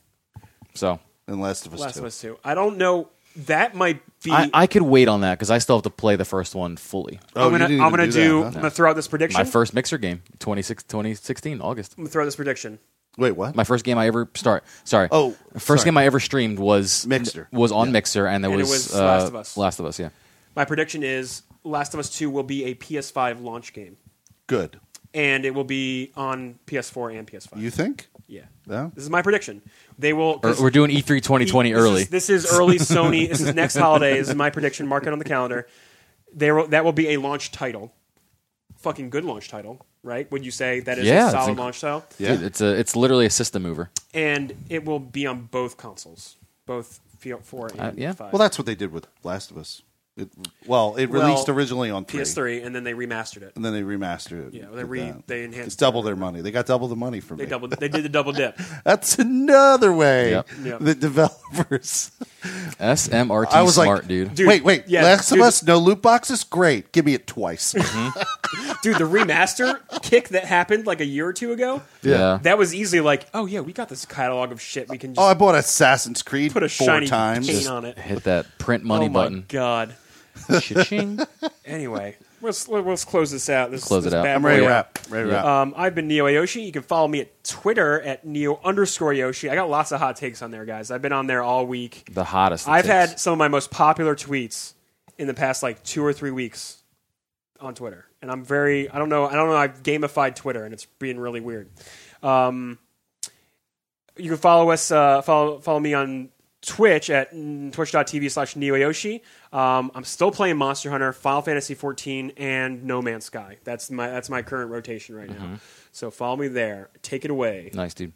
Speaker 3: So
Speaker 1: And Last of Us
Speaker 2: Last
Speaker 1: Two.
Speaker 2: of Us Two. I don't know. That might be.
Speaker 3: I, I could wait on that because I still have to play the first one fully.
Speaker 1: Oh,
Speaker 2: am
Speaker 1: you
Speaker 2: gonna.
Speaker 1: didn't
Speaker 2: I'm
Speaker 1: even do
Speaker 2: gonna do.
Speaker 1: that, huh?
Speaker 2: I'm gonna throw out this prediction.
Speaker 3: My first mixer game, 26, 2016, August.
Speaker 2: I'm gonna throw this prediction.
Speaker 1: Wait, what?
Speaker 3: My first game I ever start. Sorry.
Speaker 1: Oh,
Speaker 3: first
Speaker 1: sorry.
Speaker 3: game I ever streamed was
Speaker 1: Mixer.
Speaker 3: Was on Mixer, and there
Speaker 2: And it
Speaker 3: was,
Speaker 2: was
Speaker 3: uh,
Speaker 2: Last of Us.
Speaker 3: Last of Us, yeah.
Speaker 2: My prediction is Last of Us Two will be a PS5 launch game,
Speaker 1: Good.
Speaker 2: and it will be on PS4 and PS5.
Speaker 1: You think?
Speaker 2: yeah.
Speaker 1: No.
Speaker 2: This is my prediction. They will.
Speaker 3: Or, we're doing E E3 2020
Speaker 2: This is-
Speaker 3: early.
Speaker 2: This is, early Sony. This is next holiday. This is my prediction. Mark it on the calendar. There will, that will be a launch title. Fucking good launch title, right? Would you say that is
Speaker 3: Yeah,
Speaker 2: a
Speaker 3: it's
Speaker 2: solid
Speaker 3: inc-
Speaker 2: launch title?
Speaker 1: Yeah.
Speaker 3: Dude, it's a it's literally a system mover.
Speaker 2: And it will be on both consoles, both Fiat Four and
Speaker 3: Uh, yeah.
Speaker 2: Five.
Speaker 1: Well, that's what they did with Last of Us. It, well, it
Speaker 2: Well,
Speaker 1: released originally on three,
Speaker 2: PS3, and then they remastered it.
Speaker 1: and then they remastered it.
Speaker 2: Yeah, they
Speaker 1: Did
Speaker 2: re-
Speaker 1: that.
Speaker 2: they enhanced
Speaker 1: It's double their money. They got double the money from
Speaker 2: They
Speaker 1: me.
Speaker 2: double. They did the double dip.
Speaker 1: That's another way
Speaker 3: Yep.
Speaker 2: Yep.
Speaker 1: the developers.
Speaker 3: SMRT
Speaker 1: I was
Speaker 3: smart,
Speaker 1: like,
Speaker 3: dude.
Speaker 1: wait, wait.
Speaker 2: yeah,
Speaker 1: Last
Speaker 2: dude. Mm-hmm.
Speaker 1: of Us, no loot boxes. Great, give me it twice.
Speaker 2: Dude, the remaster kick that happened like a year or two ago.
Speaker 3: Yeah.
Speaker 2: That was easily like, oh yeah, we got this catalog of shit. We can just
Speaker 1: oh, I bought Assassin's Creed
Speaker 2: put a
Speaker 1: four
Speaker 2: shiny
Speaker 1: times.
Speaker 2: cane on it.
Speaker 3: Hit that print
Speaker 2: Oh
Speaker 3: money
Speaker 2: my
Speaker 3: button.
Speaker 2: god.
Speaker 3: Cha-ching.
Speaker 2: Anyway, let's let's close this out. This,
Speaker 3: Close it
Speaker 2: this
Speaker 3: out.
Speaker 2: bad
Speaker 1: I'm
Speaker 3: I'm
Speaker 1: ready
Speaker 2: boy
Speaker 1: to
Speaker 2: out.
Speaker 1: wrap. Ready to wrap.
Speaker 2: Um, I've been Neo Ayoshi. You can follow me at Twitter at Neo underscore Yoshi. I got lots of hot takes on there, guys. I've been on there all week.
Speaker 3: The hottest. it
Speaker 2: I've
Speaker 3: takes.
Speaker 2: had some of my most popular tweets in the past like two or three weeks on Twitter, and I'm very I don't know I don't know I've gamified Twitter, and it's being really weird. Um, you can follow us uh, follow follow me on Twitch at mm, twitch.tv slash neoyoshi. Um, I'm still playing Monster Hunter, Final Fantasy 14, and No Man's Sky. That's my that's my current rotation right
Speaker 3: Mm-hmm.
Speaker 2: now. So follow me there. Take it away.
Speaker 3: Nice, dude.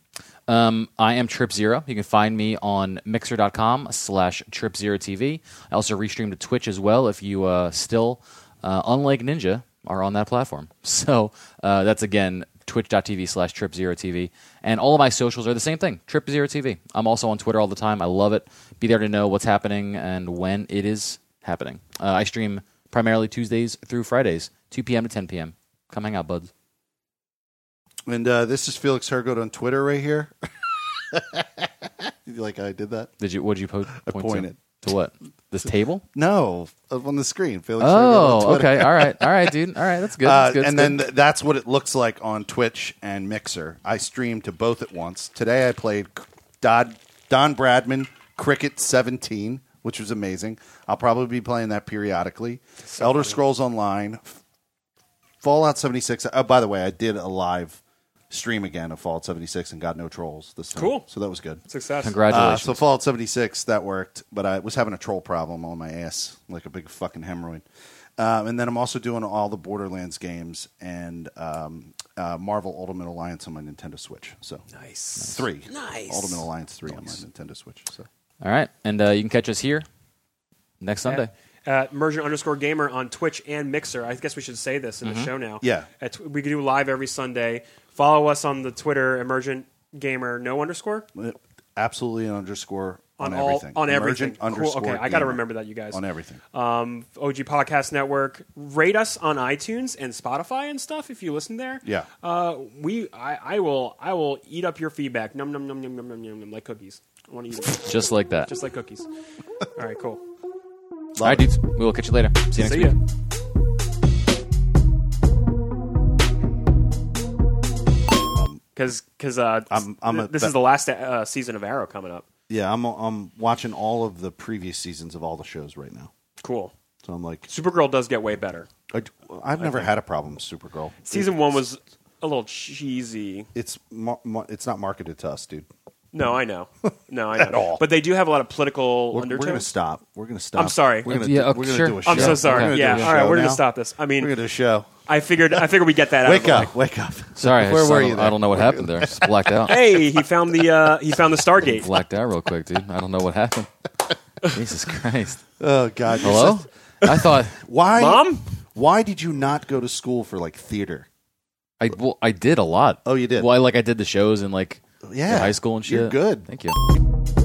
Speaker 3: Um, I am Trip Zero. You can find me on mixer.com slash Trip Zero TV. I also restream to Twitch as well if you uh, still, uh, unlike Ninja, are on that platform. So uh, that's again twitch.tv slash Trip Zero TV. And all of my socials are the same thing Trip Zero TV. I'm also on Twitter all the time. I love it. Be there to know what's happening and when it is happening. Uh, I stream primarily Tuesdays through Fridays, 2 p.m. to 10 p.m. Come hang out, buds.
Speaker 1: and uh, this is Felix Hergood on Twitter right here. You like I did that?
Speaker 3: Did you? What did you po- point
Speaker 1: pointed.
Speaker 3: to? To what? This table?
Speaker 1: No, up on the screen. Felix Hergood on
Speaker 3: Oh,
Speaker 1: Twitter.
Speaker 3: okay. All right. All right, dude. All right. That's good.
Speaker 1: Uh,
Speaker 3: That's good.
Speaker 1: and
Speaker 3: That's
Speaker 1: then
Speaker 3: good.
Speaker 1: th- that's what it looks like on Twitch and Mixer. I stream to both at once. Today I played C- Dodd, Don Bradman Cricket 17, which was amazing. I'll probably be playing that periodically. Elder Scrolls Online, F- Fallout 76. Oh, by the way, I did a live stream again of Fallout 76 and got no trolls this time.
Speaker 2: Cool.
Speaker 1: So that was good.
Speaker 2: Success.
Speaker 1: Uh,
Speaker 3: congratulations.
Speaker 1: so Fallout 76, that worked, but I was having a troll problem on my ass, like a big fucking hemorrhoid. Um, and then I'm also doing all the Borderlands games and um, uh, Marvel Ultimate Alliance on my Nintendo Switch. So
Speaker 2: Nice.
Speaker 1: three,
Speaker 2: Nice.
Speaker 1: Ultimate Alliance three on my Nintendo Switch. So
Speaker 3: All right. And uh, you can catch us here next Sunday.
Speaker 2: at Merger underscore gamer on Twitch and Mixer. I guess we should say this in the show now.
Speaker 1: Yeah.
Speaker 2: At, we do live every Sunday. Follow us on the Twitter, Emergent Gamer, no underscore.
Speaker 1: uh, absolutely an underscore on,
Speaker 2: On, all,
Speaker 1: everything.
Speaker 2: On everything.
Speaker 1: Emergent
Speaker 2: Cool.
Speaker 1: underscore.
Speaker 2: Okay, I got to
Speaker 1: gamer
Speaker 2: remember that, you guys.
Speaker 1: on everything.
Speaker 2: um, OG Podcast Network. Rate us on iTunes and Spotify and stuff if you listen there.
Speaker 1: Yeah.
Speaker 2: Uh, we, I, I will, I will eat up your feedback. Num num num num num num num num like cookies. I want to eat it
Speaker 3: Just like that.
Speaker 2: just like cookies. All right, cool.
Speaker 3: all right, dudes. We will catch you later. See you next
Speaker 2: See
Speaker 3: week.
Speaker 2: ya. Because because uh,
Speaker 1: I'm- I'm a-
Speaker 2: this is the last uh, season of Arrow coming up.
Speaker 1: Yeah, I'm I'm watching all of the previous seasons of all the shows right now.
Speaker 2: Cool.
Speaker 1: So I'm like,
Speaker 2: Supergirl does get way better.
Speaker 1: I, have never had a problem with Supergirl.
Speaker 2: Season one was a little cheesy.
Speaker 1: It's mar- mar- it's not marketed to us, dude.
Speaker 2: No, I know. No, I know.
Speaker 1: At all.
Speaker 2: But they do have a lot of political
Speaker 1: We're, we're
Speaker 2: undertones.
Speaker 1: gonna stop. We're gonna stop.
Speaker 2: I'm sorry.
Speaker 1: We're gonna,
Speaker 3: Yeah,
Speaker 1: do-
Speaker 3: okay,
Speaker 1: we're gonna
Speaker 3: sure.
Speaker 1: do a show.
Speaker 2: I'm so sorry.
Speaker 1: We're gonna
Speaker 2: Yeah.
Speaker 1: do a
Speaker 2: All right,
Speaker 1: show
Speaker 2: we're gonna
Speaker 1: now.
Speaker 2: stop this. I mean-
Speaker 1: we're gonna do a show.
Speaker 2: I figured. I figured we get that. out of
Speaker 1: Wake
Speaker 2: the
Speaker 1: up!
Speaker 2: way.
Speaker 1: Wake up!
Speaker 3: Sorry. I
Speaker 1: Where
Speaker 3: just-
Speaker 1: were
Speaker 3: I don't,
Speaker 1: you?
Speaker 3: I don't know what happened there. Just blacked out.
Speaker 2: Hey, he found the uh, he found the Stargate.
Speaker 3: Blacked out real quick, dude. I don't know what happened. Jesus Christ.
Speaker 1: Oh God! you're
Speaker 3: Hello?
Speaker 1: so-
Speaker 3: I thought
Speaker 1: Why,
Speaker 2: Mom?
Speaker 1: Why did you not go to school for like theater?
Speaker 3: I well, I did a lot.
Speaker 1: Oh, you did?
Speaker 3: Well, I, like I did the shows and like
Speaker 1: Yeah,
Speaker 3: in high school and shit.
Speaker 1: You're good.
Speaker 3: Thank you.